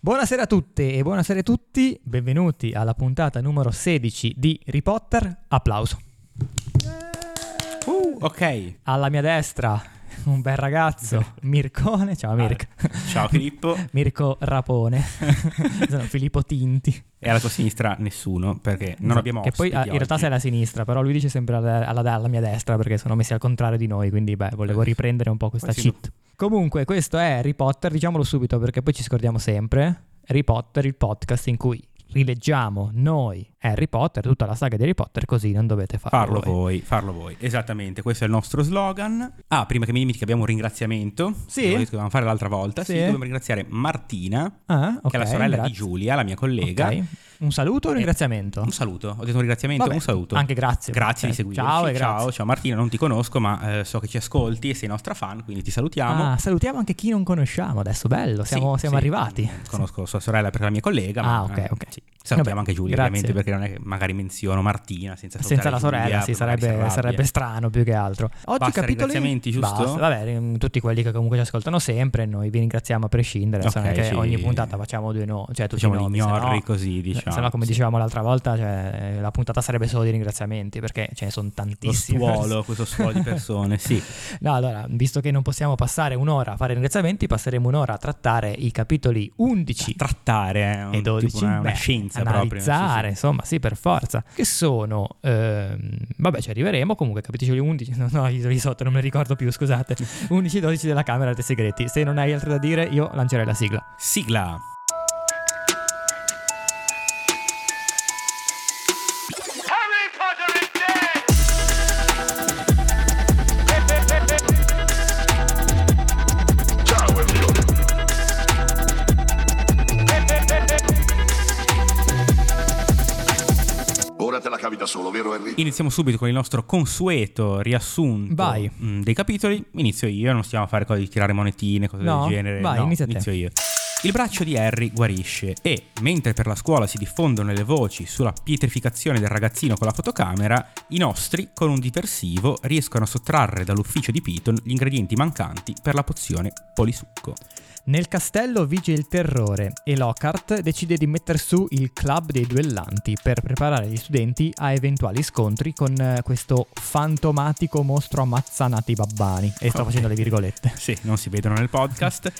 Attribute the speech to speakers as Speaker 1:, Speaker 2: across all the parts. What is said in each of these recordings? Speaker 1: Buonasera a tutte e buonasera a tutti, benvenuti alla puntata numero 16 di Harry Potter, applauso.
Speaker 2: Uh, ok.
Speaker 1: Alla mia destra un bel ragazzo, Mircone, ciao Mirko,
Speaker 2: Ciao Filippo.
Speaker 1: Mirko Rapone, sono Filippo Tinti.
Speaker 2: E alla tua sinistra nessuno, perché non abbiamo
Speaker 1: Che poi
Speaker 2: ospiti
Speaker 1: ah, in realtà
Speaker 2: oggi.
Speaker 1: sei alla sinistra, però lui dice sempre alla, alla- alla mia destra perché sono messi al contrario di noi, quindi beh, volevo riprendere un po' questa
Speaker 2: Quasi no.
Speaker 1: cheat. Comunque, questo è Harry Potter, diciamolo subito perché poi ci scordiamo sempre. Harry Potter, il podcast in cui rileggiamo noi Harry Potter, tutta la saga di Harry Potter, così non dovete farlo. eh.
Speaker 2: Farlo
Speaker 1: voi.
Speaker 2: voi, farlo voi. Esattamente, questo è il nostro slogan. Ah, prima che mi dimentichi abbiamo un ringraziamento.
Speaker 1: Sì.
Speaker 2: Che noi dovevamo fare l'altra volta. Sì.
Speaker 1: Sì.
Speaker 2: Dobbiamo ringraziare Martina,
Speaker 1: Ah, ok,
Speaker 2: che è la sorella
Speaker 1: grazie.
Speaker 2: di Giulia, la mia collega. Eh,
Speaker 1: Ok. Un saluto e un ringraziamento.
Speaker 2: Un saluto, ho detto un ringraziamento,
Speaker 1: Vabbè,
Speaker 2: un saluto.
Speaker 1: Anche grazie.
Speaker 2: Grazie di
Speaker 1: Certo.
Speaker 2: seguirci.
Speaker 1: Ciao e grazie.
Speaker 2: ciao, ciao Martina, non ti conosco, ma eh, so che ci ascolti e sei nostra fan, quindi ti salutiamo.
Speaker 1: Ah, salutiamo anche chi non conosciamo adesso, bello, siamo,
Speaker 2: Sì,
Speaker 1: siamo
Speaker 2: sì.
Speaker 1: arrivati.
Speaker 2: Conosco sua sorella perché è la mia collega.
Speaker 1: Ah,
Speaker 2: ma,
Speaker 1: ok,
Speaker 2: eh,
Speaker 1: ok.
Speaker 2: sì. Salutiamo
Speaker 1: Vabbè,
Speaker 2: anche Giulia,
Speaker 1: grazie.
Speaker 2: ovviamente, perché non è che magari menziono Martina senza,
Speaker 1: Senza la
Speaker 2: salutare
Speaker 1: sorella,
Speaker 2: Giulia,
Speaker 1: sì,
Speaker 2: magari si
Speaker 1: sarebbe,
Speaker 2: arrabbia.
Speaker 1: sarebbe strano più che altro. Oggi
Speaker 2: Basta
Speaker 1: capitoli...
Speaker 2: ringraziamenti, giusto?
Speaker 1: Basta, vabbè, mm, tutti quelli che comunque ci ascoltano sempre, noi vi ringraziamo a prescindere,
Speaker 2: Ok,
Speaker 1: Sai che
Speaker 2: sì.
Speaker 1: ogni puntata facciamo due no, cioè tutti
Speaker 2: Facciamo
Speaker 1: i nomi,
Speaker 2: gli ignorri
Speaker 1: sennò-
Speaker 2: così, diciamo.
Speaker 1: Se no, come
Speaker 2: Sì.
Speaker 1: dicevamo l'altra volta, cioè, eh, la puntata sarebbe solo di ringraziamenti perché ce ne sono
Speaker 2: Lo
Speaker 1: tantissimi.
Speaker 2: stuolo, questo stuolo di persone, sì.
Speaker 1: No, allora, visto che non possiamo passare un'ora a fare ringraziamenti, passeremo un'ora a trattare i capitoli 11
Speaker 2: Trattare è un-
Speaker 1: e 12
Speaker 2: tipo una, una
Speaker 1: beh,
Speaker 2: scienza
Speaker 1: analizzare,
Speaker 2: proprio. sì,
Speaker 1: insomma, sì, per forza. Che sono ehm, vabbè, ci arriveremo comunque, capitoli 11, no, no, lì sotto non me li ricordo più, scusate. 11 e 12 della Camera dei Segreti. Se non hai altro da dire, io lancerei la sigla.
Speaker 2: sì. Sigla.
Speaker 3: Harry Potter is dead! Ciao Emilio! Ora te la cavi da solo, vero Harry?
Speaker 2: Iniziamo subito con il nostro consueto riassunto
Speaker 1: Vai.
Speaker 2: mh, dei capitoli. Inizio io, non stiamo a fare cose di tirare monetine, cose
Speaker 1: No,
Speaker 2: del genere.
Speaker 1: vai,
Speaker 2: no,
Speaker 1: inizia te.
Speaker 2: inizio io. Il braccio di Harry guarisce e, mentre per la scuola si diffondono le voci sulla pietrificazione del ragazzino con la fotocamera, i nostri, con un diversivo, riescono a sottrarre dall'ufficio di Piton gli ingredienti mancanti per la pozione polisucco.
Speaker 1: Nel castello vige il terrore e Lockhart decide di mettere su il club dei duellanti per preparare gli studenti a eventuali scontri con eh, questo fantomatico mostro ammazzanati babbani. E sto
Speaker 2: Ok.
Speaker 1: facendo le virgolette.
Speaker 2: Sì, non si vedono nel podcast.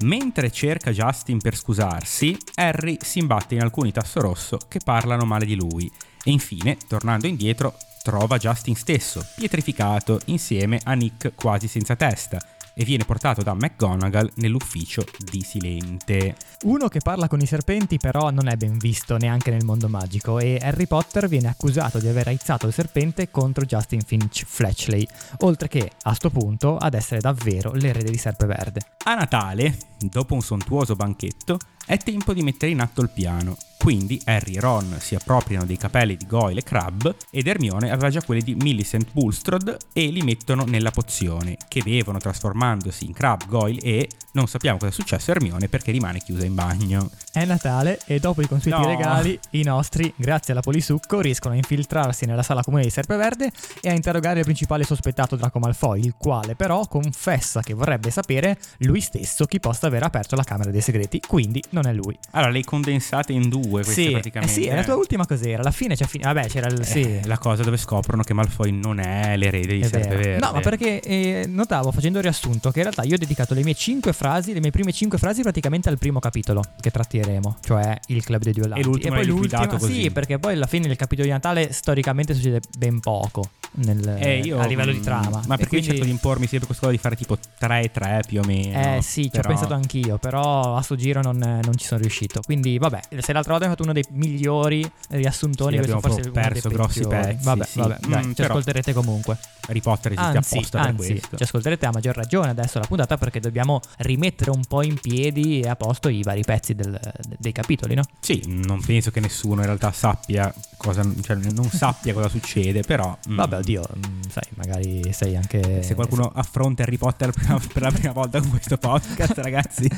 Speaker 2: Mentre cerca Justin per scusarsi, Harry si imbatte in alcuni tasso rosso che parlano male di lui. E infine, tornando indietro, trova Justin stesso, pietrificato, insieme a Nick quasi senza testa, e viene portato da McGonagall nell'ufficio di Silente.
Speaker 1: Uno che parla con i serpenti però non è ben visto neanche nel mondo magico e Harry Potter viene accusato di aver aizzato il serpente contro Justin Finch Fletchley, oltre che a sto punto ad essere davvero l'erede di Serpeverde.
Speaker 2: A Natale, dopo un sontuoso banchetto, è tempo di mettere in atto il piano. Quindi Harry e Ron si appropriano dei capelli di Goyle e Crab ed Hermione aveva già quelli di Millicent Bulstrode e li mettono nella pozione, che bevono trasformandosi in Crab, Goyle e non sappiamo cosa è successo a Hermione perché rimane chiusa in bagno.
Speaker 1: È Natale e dopo i consueti
Speaker 2: No.
Speaker 1: regali, i nostri, grazie alla polisucco, riescono a infiltrarsi nella sala comune di Serpeverde e a interrogare il principale sospettato Draco Malfoy, il quale però confessa che vorrebbe sapere lui stesso chi possa aver aperto la Camera dei Segreti, quindi non è lui.
Speaker 2: Allora, le condensate in due queste
Speaker 1: sì, eh
Speaker 2: praticamente.
Speaker 1: sì, è la tua ultima cos'era, alla fine c'è fin- vabbè, c'era il... sì.
Speaker 2: Eh, La cosa dove scoprono che Malfoy non è l'erede di
Speaker 1: È vero.
Speaker 2: Serpeverde.
Speaker 1: No, ma perché eh, notavo facendo il riassunto che in realtà io ho dedicato le mie 5 frasi, le mie prime 5 frasi praticamente al primo capitolo che tratteremo, cioè il club dei duellanti.
Speaker 2: E l'ultimo
Speaker 1: poi
Speaker 2: l'hai liquidato
Speaker 1: l'ultima,
Speaker 2: così.
Speaker 1: Sì, perché poi alla fine nel capitolo di Natale storicamente succede ben poco nel-
Speaker 2: Eh, io,
Speaker 1: a livello di
Speaker 2: mm,
Speaker 1: trama.
Speaker 2: Ma
Speaker 1: E
Speaker 2: perché
Speaker 1: quindi-
Speaker 2: cerco di impormi sempre questa cosa di fare tipo 3-3 più o meno?
Speaker 1: Eh sì, ci ho
Speaker 2: però-
Speaker 1: pensato anch'io, però a sto giro non, eh, non ci sono riuscito. Quindi vabbè, se l'altra volta hai fatto uno dei migliori riassuntoni,
Speaker 2: Sì,
Speaker 1: questo
Speaker 2: abbiamo
Speaker 1: forse è uno
Speaker 2: proprio
Speaker 1: dei
Speaker 2: perso grossi
Speaker 1: peggiori.
Speaker 2: pezzi,
Speaker 1: Vabbè,
Speaker 2: sì.
Speaker 1: vabbè, dai,
Speaker 2: Mm,
Speaker 1: ci
Speaker 2: però-
Speaker 1: ascolterete comunque.
Speaker 2: Harry Potter esiste
Speaker 1: Anzi,
Speaker 2: apposta per
Speaker 1: anzi cioè
Speaker 2: questo.
Speaker 1: ci ascolterete a maggior ragione adesso la puntata perché dobbiamo rimettere un po' in piedi e a posto i vari pezzi del- dei capitoli, no?
Speaker 2: Sì, non penso che nessuno in realtà sappia cosa, cioè non sappia cosa succede, però... mm, eh,
Speaker 1: Vabbè, eh, oddio, mm, sai, magari sei anche...
Speaker 2: Se qualcuno affronta Harry Potter per la, per la prima volta con questo podcast, ragazzi,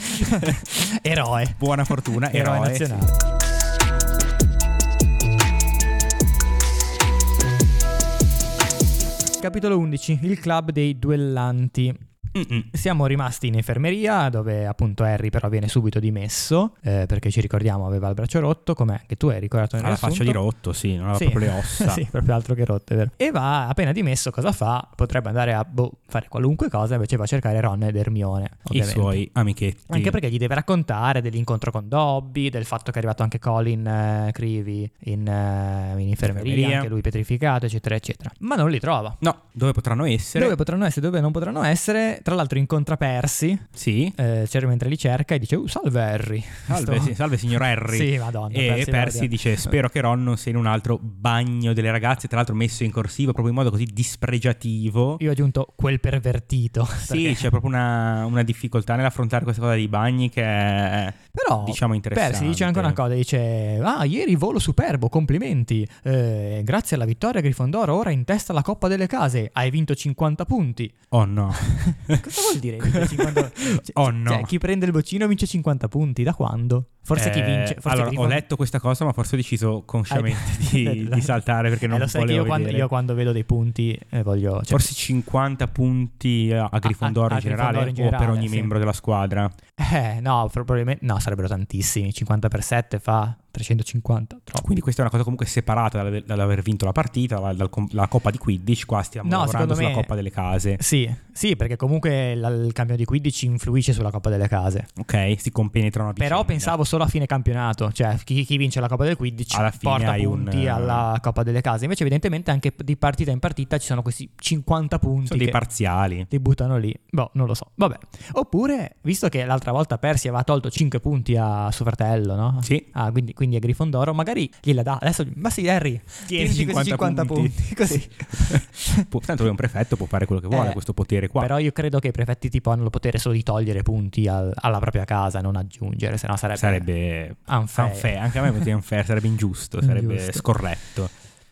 Speaker 1: Eroe.
Speaker 2: buona fortuna, eroe.
Speaker 1: nazionale. Capitolo 11, il club dei duellanti.
Speaker 2: Mm-mm.
Speaker 1: Siamo rimasti in infermeria dove appunto Harry però viene subito dimesso eh, perché ci ricordiamo aveva il braccio rotto come anche tu hai ricordato nel
Speaker 2: Ha la faccia di
Speaker 1: riassunto.
Speaker 2: rotto, sì, non aveva
Speaker 1: Sì.
Speaker 2: proprio le ossa.
Speaker 1: sì, proprio altro che rotte, vero. E va, appena dimesso, cosa fa? Potrebbe andare a boh, fare qualunque cosa, invece va a cercare Ron ed Hermione.
Speaker 2: I
Speaker 1: ovviamente.
Speaker 2: suoi amichetti.
Speaker 1: Anche perché gli deve raccontare dell'incontro con Dobby, del fatto che è arrivato anche Colin eh, Creevy in, eh, in infermeria,
Speaker 2: Infermeria.
Speaker 1: anche lui petrificato, eccetera, eccetera. Ma non li trova.
Speaker 2: No, dove potranno essere?
Speaker 1: Dove potranno essere, dove non potranno essere. Tra l'altro incontra Percy,
Speaker 2: Sì.
Speaker 1: eh, c'era mentre li cerca e dice, uh, salve Harry.
Speaker 2: Salve,
Speaker 1: Sto-
Speaker 2: sì, salve signor Harry.
Speaker 1: Sì, madonna.
Speaker 2: E
Speaker 1: Percy,
Speaker 2: Percy
Speaker 1: guarda.
Speaker 2: dice: Spero che Ron non sia in un altro bagno delle ragazze. Tra l'altro, messo in corsivo proprio in modo così dispregiativo.
Speaker 1: Io ho aggiunto quel pervertito.
Speaker 2: Sì, c'è proprio una, una difficoltà nell'affrontare questa cosa dei bagni che è
Speaker 1: Però
Speaker 2: diciamo interessante.
Speaker 1: Percy Oh, dice anche una cosa, dice "Ah, ieri volo superbo, complimenti. Eh, grazie alla vittoria Grifondoro ora in testa la Coppa delle Case. Hai vinto 50 punti."
Speaker 2: Oh no.
Speaker 1: Cosa vuol dire vinto 50? Cioè,
Speaker 2: Oh, no.
Speaker 1: cioè, chi prende il boccino vince 50 punti, da quando? Forse chi
Speaker 2: Eh,
Speaker 1: vince, forse
Speaker 2: allora, ho
Speaker 1: Grifon-
Speaker 2: letto questa cosa, ma forse ho deciso consciamente di, di saltare perché
Speaker 1: Eh,
Speaker 2: non
Speaker 1: lo sai che
Speaker 2: volevo
Speaker 1: io quando,
Speaker 2: vedere.
Speaker 1: io quando vedo dei punti eh, voglio cioè,
Speaker 2: Forse 50 punti a, a Grifondoro
Speaker 1: a- a
Speaker 2: in, generale,
Speaker 1: Grifondoro in
Speaker 2: o per
Speaker 1: generale,
Speaker 2: ogni
Speaker 1: sì.
Speaker 2: membro della squadra.
Speaker 1: eh, no, pro- probabilmente no, sarebbero tantissimi. 50 per 7 fa 350, troppo.
Speaker 2: Quindi questa è una cosa comunque separata dall'aver, dall'aver vinto la partita, la, dal com- la coppa di Quidditch, qua stiamo
Speaker 1: No,
Speaker 2: lavorando
Speaker 1: secondo
Speaker 2: sulla
Speaker 1: me-
Speaker 2: coppa delle case.
Speaker 1: Sì, sì, perché comunque la- il campionato di 15 influisce sulla Coppa delle Case.
Speaker 2: Ok, si compenetrano a vicenda.
Speaker 1: Però pensavo solo a fine campionato, cioè chi, chi vince la Coppa del 15
Speaker 2: Alla fine
Speaker 1: porta
Speaker 2: hai un- eh,
Speaker 1: punti alla Coppa delle Case. Invece, evidentemente, anche di partita in partita ci sono questi 50 punti
Speaker 2: Sono dei
Speaker 1: che
Speaker 2: parziali.
Speaker 1: ti buttano lì. Boh, non lo so. Vabbè. Oppure, visto che l'altra volta Percy aveva tolto 5 punti a suo fratello, no?
Speaker 2: Sì.
Speaker 1: Ah, quindi, quindi a Grifondoro, magari gliela dà. Adesso, ma sì, Harry, tieni 50, 50 punti. Così.
Speaker 2: Può- tanto è un prefetto, può fare quello che vuole,
Speaker 1: Eh,
Speaker 2: questo potere qua.
Speaker 1: Però io credo che i prefetti tipo hanno il potere solo di togliere punti al- alla propria casa, non aggiungere, se no sarebbe...
Speaker 2: sarebbe
Speaker 1: Unfair.
Speaker 2: unfair, anche a me è venuto unfair, sarebbe ingiusto, sarebbe
Speaker 1: Ah, Ingiusto.
Speaker 2: scorretto.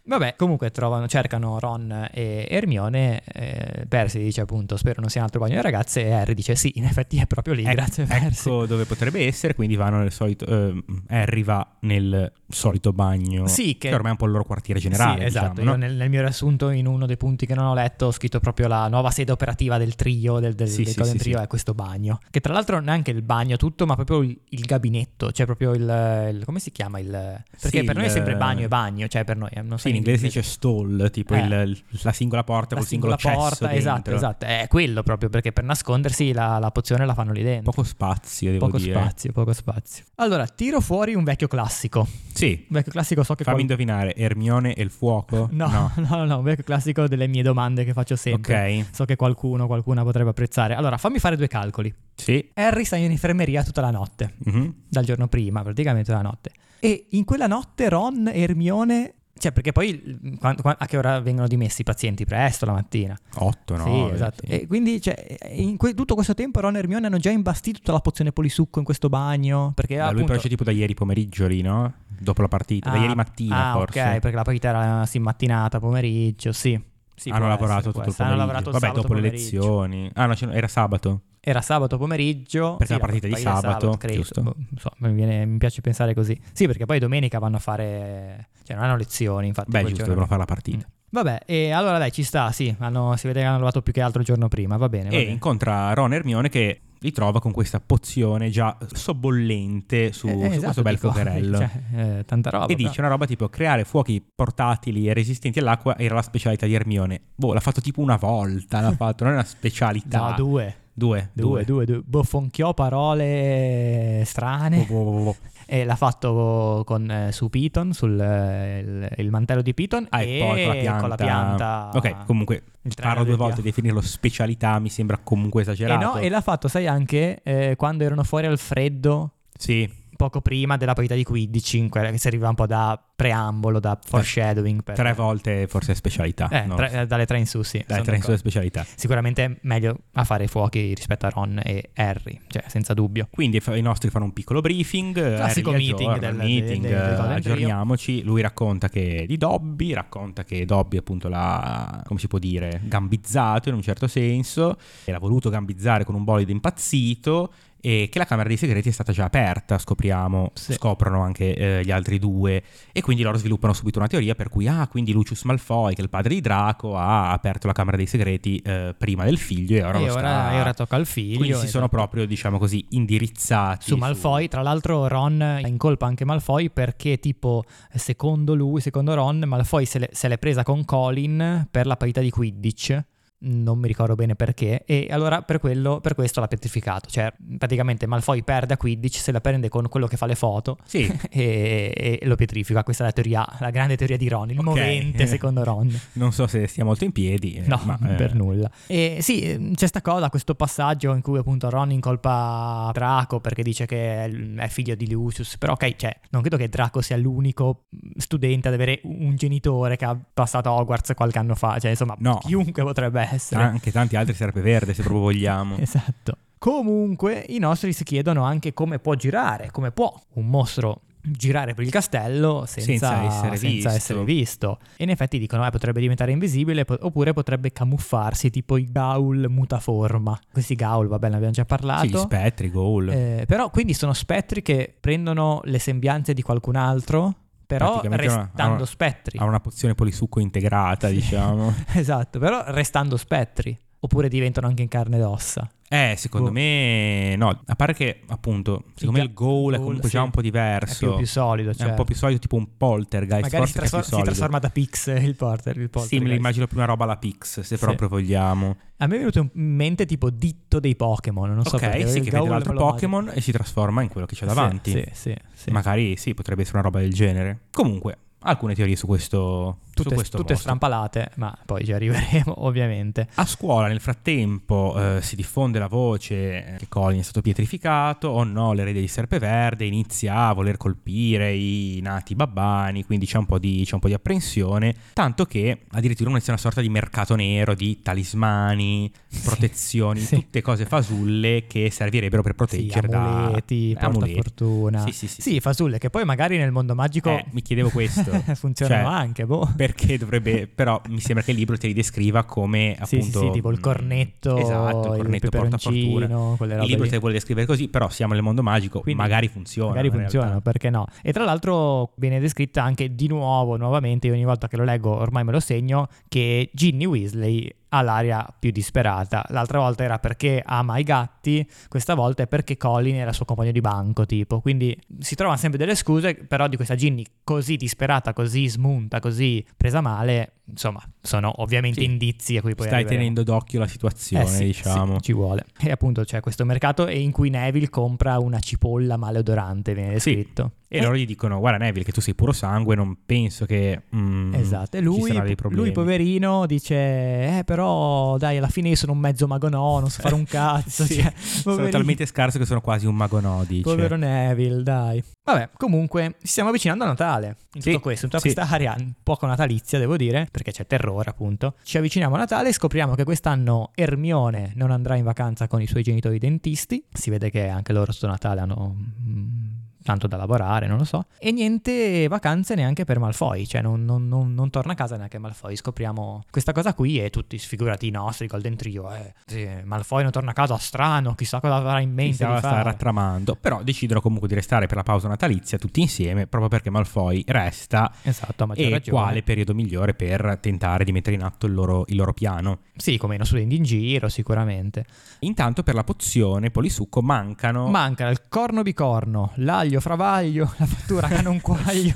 Speaker 1: Vabbè, comunque trovano, cercano Ron e Hermione. Eh, Percy dice appunto: Spero non sia un altro bagno di ragazze. E Harry dice: Sì, in effetti è proprio lì.
Speaker 2: Ec-
Speaker 1: grazie, Percy.
Speaker 2: Ecco dove potrebbe essere, quindi vanno nel solito ehm, Harry va nel solito bagno
Speaker 1: Sì, che-
Speaker 2: ormai è un po' il loro quartiere generale,
Speaker 1: Sì, esatto.
Speaker 2: diciamo, no?
Speaker 1: Io nel, nel mio riassunto, in uno dei punti che non ho letto, ho scritto proprio la nuova sede operativa del trio, del, del,
Speaker 2: Sì,
Speaker 1: del
Speaker 2: sì,
Speaker 1: Golden
Speaker 2: sì,
Speaker 1: Trio,
Speaker 2: sì.
Speaker 1: è questo bagno. Che tra l'altro non è anche il bagno tutto, ma proprio il, il gabinetto, cioè proprio il, il- come si chiama il... Perché
Speaker 2: Sì,
Speaker 1: per noi è
Speaker 2: il-
Speaker 1: sempre bagno e bagno, cioè per noi... eh, Non so
Speaker 2: Sì, in inglese si dice stall, tipo
Speaker 1: Eh.
Speaker 2: il- la singola porta
Speaker 1: la
Speaker 2: col
Speaker 1: singola
Speaker 2: singolo cesso
Speaker 1: porta,
Speaker 2: dentro.
Speaker 1: esatto, esatto, è quello proprio perché per nascondersi la, la pozione la fanno lì dentro.
Speaker 2: Poco spazio, devo
Speaker 1: Poco
Speaker 2: dire.
Speaker 1: spazio, poco spazio. Allora, tiro fuori un vecchio classico. Un
Speaker 2: Sì,
Speaker 1: vecchio classico so che...
Speaker 2: fammi
Speaker 1: qual-
Speaker 2: indovinare, Hermione e il fuoco?
Speaker 1: No, no, no, no, un vecchio classico delle mie domande che faccio sempre.
Speaker 2: Ok.
Speaker 1: So che qualcuno, qualcuna potrebbe apprezzare. Allora, fammi fare due calcoli.
Speaker 2: Sì.
Speaker 1: Harry sta in infermeria tutta la notte,
Speaker 2: Mhm.
Speaker 1: dal giorno prima, praticamente la notte. E in quella notte Ron e Hermione... Cioè, perché poi quan- quan- a che ora vengono dimessi i pazienti? Presto, la mattina.
Speaker 2: 8, 9.
Speaker 1: sì, esatto. E quindi cioè, in que- tutto questo tempo Ron e Hermione hanno già imbastito tutta la pozione polisucco in questo bagno. Perché
Speaker 2: Ma lui
Speaker 1: appunto...
Speaker 2: però c'è tipo da ieri pomeriggio lì, no? Dopo la partita, da
Speaker 1: Ah,
Speaker 2: ieri mattina
Speaker 1: ah,
Speaker 2: forse.
Speaker 1: ok, perché la partita era sì, mattinata, pomeriggio, sì. Sì,
Speaker 2: hanno
Speaker 1: può
Speaker 2: lavorato
Speaker 1: essere, può
Speaker 2: tutto il
Speaker 1: essere.
Speaker 2: pomeriggio.
Speaker 1: Hanno lavorato il
Speaker 2: Vabbè,
Speaker 1: sabato
Speaker 2: dopo le
Speaker 1: pomeriggio.
Speaker 2: lezioni. Ah, no, c'è- era sabato.
Speaker 1: Era sabato pomeriggio.
Speaker 2: Perché la partita di sabato,
Speaker 1: credo.
Speaker 2: giusto?
Speaker 1: Boh, non so, mi, viene- mi piace pensare così. Sì, perché poi domenica vanno a fare... Cioè, non hanno lezioni, infatti.
Speaker 2: Beh,
Speaker 1: quel
Speaker 2: giusto,
Speaker 1: giorno
Speaker 2: devono fare la partita.
Speaker 1: Mm. Vabbè, e allora dai, ci sta, sì. hanno- si vede che hanno lavorato più che altro il giorno prima, va bene. va
Speaker 2: E
Speaker 1: bene.
Speaker 2: incontra Ron e Hermione che li trova con questa pozione già sobbollente su,
Speaker 1: Eh,
Speaker 2: su
Speaker 1: esatto,
Speaker 2: questo bel
Speaker 1: dico,
Speaker 2: fuocherello.
Speaker 1: cioè, eh, tanta roba.
Speaker 2: e
Speaker 1: però.
Speaker 2: dice una roba tipo creare fuochi portatili e resistenti all'acqua era la specialità di Hermione. Boh, l'ha fatto tipo una volta, l'ha fatto, non è una specialità.
Speaker 1: No, due.
Speaker 2: Due,
Speaker 1: Due, due, due. Bofonchiò parole strane.
Speaker 2: Boh, boh, boh, boh, boh.
Speaker 1: E l'ha fatto con, eh, su Python, sul eh, il, il mantello di Python.
Speaker 2: Ah,
Speaker 1: e
Speaker 2: e poi con la pianta.
Speaker 1: con la pianta-
Speaker 2: Ok, comunque
Speaker 1: il trailer
Speaker 2: farlo
Speaker 1: del
Speaker 2: due volte,
Speaker 1: dia-
Speaker 2: definirlo specialità mi sembra comunque
Speaker 1: E,
Speaker 2: esagerato.
Speaker 1: no, e l'ha fatto, sai, anche eh, quando erano fuori al freddo,
Speaker 2: Sì,
Speaker 1: poco prima della partita di 15, in quella che serviva un po' da preambolo, da foreshadowing. per-
Speaker 2: Eh, tre volte forse è specialità.
Speaker 1: Eh,
Speaker 2: no?
Speaker 1: tre- eh, dalle tre in su, sì.
Speaker 2: Dai,
Speaker 1: sono
Speaker 2: tre
Speaker 1: d'accordo.
Speaker 2: sue specialità.
Speaker 1: Sicuramente è meglio a fare i fuochi rispetto a Ron e Harry, cioè, senza dubbio.
Speaker 2: Quindi fa- i nostri fanno un piccolo briefing,
Speaker 1: Classico
Speaker 2: Harry
Speaker 1: meeting
Speaker 2: aggiorna,
Speaker 1: del-
Speaker 2: meeting,
Speaker 1: del- del- del
Speaker 2: eh,
Speaker 1: Golden Trio.
Speaker 2: aggiorniamoci. Lui racconta che di Dobby, racconta che Dobby appunto l'ha, come si può dire, gambizzato in un certo senso, e l'ha voluto gambizzare con un bolide impazzito e che la Camera dei Segreti è stata già aperta, scopriamo,
Speaker 1: Sì.
Speaker 2: scoprono anche eh, gli altri due e quindi loro sviluppano subito una teoria per cui ah, quindi Lucius Malfoy, che è il padre di Draco, ha aperto la Camera dei Segreti eh, prima del figlio e ora
Speaker 1: e
Speaker 2: lo
Speaker 1: ora,
Speaker 2: sta
Speaker 1: e ora tocca al figlio.
Speaker 2: quindi si
Speaker 1: esatto.
Speaker 2: sono proprio, diciamo così, indirizzati
Speaker 1: su Malfoy, tra l'altro Ron incolpa anche Malfoy perché tipo secondo lui, secondo Ron, Malfoy se, l'è- se l'è presa con Colin per la parità di Quidditch, non mi ricordo bene perché, e allora per, quello, per questo l'ha petrificato, cioè praticamente Malfoy perde a Quidditch se la prende con quello che fa le foto
Speaker 2: Sì,
Speaker 1: e, e lo petrifica, questa è la teoria, la grande teoria di Ron, il
Speaker 2: Ok.
Speaker 1: movente secondo Ron.
Speaker 2: non so se stia molto in piedi, eh,
Speaker 1: No,
Speaker 2: ma, eh,
Speaker 1: per nulla. E sì, ehm, c'è sta cosa, questo passaggio in cui appunto Ron incolpa Draco perché dice che è l- è figlio di Lucius, però ok, cioè, non credo che Draco sia l'unico mh, studente ad avere un genitore che ha passato a Hogwarts qualche anno fa, cioè insomma,
Speaker 2: No.
Speaker 1: chiunque potrebbe essere.
Speaker 2: anche tanti altri serpeverde, se proprio vogliamo.
Speaker 1: Esatto. Comunque, i nostri si chiedono anche come può girare, come può un mostro girare per il castello senza,
Speaker 2: Senza essere
Speaker 1: senza
Speaker 2: visto.
Speaker 1: essere visto. E in effetti dicono, eh, potrebbe diventare invisibile po- oppure potrebbe camuffarsi, tipo i gaul mutaforma. Questi gaul, vabbè, ne abbiamo già
Speaker 2: Sì, gli
Speaker 1: parlato.
Speaker 2: spettri, goal.
Speaker 1: Esatto. Eh, però quindi sono spettri che prendono le sembianze di qualcun altro, però
Speaker 2: Praticamente una-
Speaker 1: restando
Speaker 2: una-
Speaker 1: spettri.
Speaker 2: Ha una pozione polisucco integrata, diciamo.
Speaker 1: Esatto, però restando spettri. Oppure diventano anche in carne ed ossa.
Speaker 2: Eh, secondo
Speaker 1: Boh.
Speaker 2: me no, a parte che appunto, secondo
Speaker 1: ga-
Speaker 2: me il goal è
Speaker 1: goal,
Speaker 2: comunque
Speaker 1: sì.
Speaker 2: già un po'
Speaker 1: È
Speaker 2: diverso.
Speaker 1: più, più solido,
Speaker 2: È
Speaker 1: cioè.
Speaker 2: un po' più solido, tipo un poltergeist,
Speaker 1: Magari si,
Speaker 2: forse che è più
Speaker 1: trasfor- si
Speaker 2: solido.
Speaker 1: trasforma da Pix eh, il porter. Il
Speaker 2: Sì, me
Speaker 1: poltergeist.
Speaker 2: lo immagino più una roba alla Pix, se
Speaker 1: Sì.
Speaker 2: proprio vogliamo.
Speaker 1: A me è venuto in mente tipo ditto dei Pokémon. Non so
Speaker 2: ok,
Speaker 1: perché.
Speaker 2: sì,
Speaker 1: il
Speaker 2: che
Speaker 1: Gaul
Speaker 2: vede l'altro
Speaker 1: me lo
Speaker 2: Pokémon e si trasforma in quello che c'è
Speaker 1: immagino.
Speaker 2: davanti.
Speaker 1: Sì, sì, sì.
Speaker 2: Magari sì, potrebbe essere una roba del genere. Comunque, alcune teorie su questo su
Speaker 1: tutte,
Speaker 2: questo
Speaker 1: tutte
Speaker 2: mostro.
Speaker 1: strampalate, ma poi ci arriveremo, ovviamente.
Speaker 2: A scuola nel frattempo eh, si diffonde la voce eh, che Colin è stato pietrificato, oh no, l'erede di Serpeverde inizia a voler colpire i nati babbani, quindi c'è un po' di, c'è un po' di apprensione, tanto che addirittura inizia una sorta di mercato nero di talismani, protezioni,
Speaker 1: sì.
Speaker 2: tutte cose fasulle che servirebbero per
Speaker 1: Sì,
Speaker 2: proteggere da-
Speaker 1: amuleti,
Speaker 2: da amuleti.
Speaker 1: portafortuna.
Speaker 2: Sì, sì, sì.
Speaker 1: Sì, fasulle, che poi magari nel mondo magico
Speaker 2: Eh, mi chiedevo questo.
Speaker 1: funzionano
Speaker 2: Cioè,
Speaker 1: Ecco. anche, boh.
Speaker 2: Perché dovrebbe, però mi sembra che il libro te li descriva come
Speaker 1: Sì,
Speaker 2: appunto. mm,
Speaker 1: sì, sì, tipo il cornetto,
Speaker 2: Esatto, il cornetto portafortuna.
Speaker 1: peperoncino, quelle
Speaker 2: Il
Speaker 1: robe
Speaker 2: libro
Speaker 1: lì.
Speaker 2: te vuole descrivere così, però siamo nel mondo magico,
Speaker 1: Quindi
Speaker 2: magari funziona.
Speaker 1: Magari
Speaker 2: in realtà.
Speaker 1: funzionano, perché no? E tra l'altro viene descritta anche di nuovo, nuovamente, io ogni volta che lo leggo ormai me lo segno, che Ginny Weasley ha l'aria più disperata. L'altra volta era perché ama i gatti, questa volta è perché Colin era il suo compagno di banco, tipo. Quindi si trovano sempre delle scuse, però di questa Ginny così disperata, così smunta, così presa male, insomma, sono ovviamente
Speaker 2: Sì.
Speaker 1: indizi a cui poi
Speaker 2: Stai
Speaker 1: arriveremo.
Speaker 2: tenendo d'occhio la situazione,
Speaker 1: Eh sì,
Speaker 2: diciamo.
Speaker 1: sì, ci vuole. E appunto c'è questo mercato e in cui Neville compra una cipolla maleodorante, viene
Speaker 2: Sì.
Speaker 1: descritto.
Speaker 2: E loro gli dicono: Guarda, Neville, che tu sei puro sangue, non penso che. mm,
Speaker 1: Esatto, e
Speaker 2: ci
Speaker 1: lui,
Speaker 2: saranno dei
Speaker 1: lui
Speaker 2: problemi.
Speaker 1: poverino dice, eh però dai alla fine io sono un mezzo mago no, non so fare un cazzo,
Speaker 2: Sì,
Speaker 1: cioè,
Speaker 2: Sono
Speaker 1: poverino.
Speaker 2: talmente scarso che sono quasi un mago no, dice.
Speaker 1: Povero Neville, dai. Vabbè, comunque ci stiamo avvicinando a Natale. In
Speaker 2: Sì,
Speaker 1: tutto questo, in tutta
Speaker 2: sì.
Speaker 1: questa area un poco natalizia, devo dire, perché c'è terrore, appunto. Ci avviciniamo a Natale e scopriamo che quest'anno Ermione non andrà in vacanza con i suoi genitori dentisti. Si vede che anche loro sto Natale hanno mm, tanto da lavorare, non lo so. E niente vacanze neanche per Malfoy, cioè non, non- non- non torna a casa neanche Malfoy. Scopriamo questa cosa qui e tutti sfigurati i nostri, Golden Trio, eh. sì, Malfoy non torna a casa, strano, chissà cosa avrà in mente
Speaker 2: Pensava
Speaker 1: di
Speaker 2: stava
Speaker 1: fare.
Speaker 2: rattramando, però decidono comunque di restare per la pausa natalizia tutti insieme, proprio perché Malfoy resta
Speaker 1: Esatto, a maggior
Speaker 2: e
Speaker 1: ragione.
Speaker 2: quale periodo migliore per tentare di mettere in atto il loro, il loro piano.
Speaker 1: Sì, come i nostri studenti in giro, sicuramente.
Speaker 2: Intanto per la pozione polisucco mancano
Speaker 1: Manca il corno bicorno, l'aglio fravaglio, la fattura canonquaglio.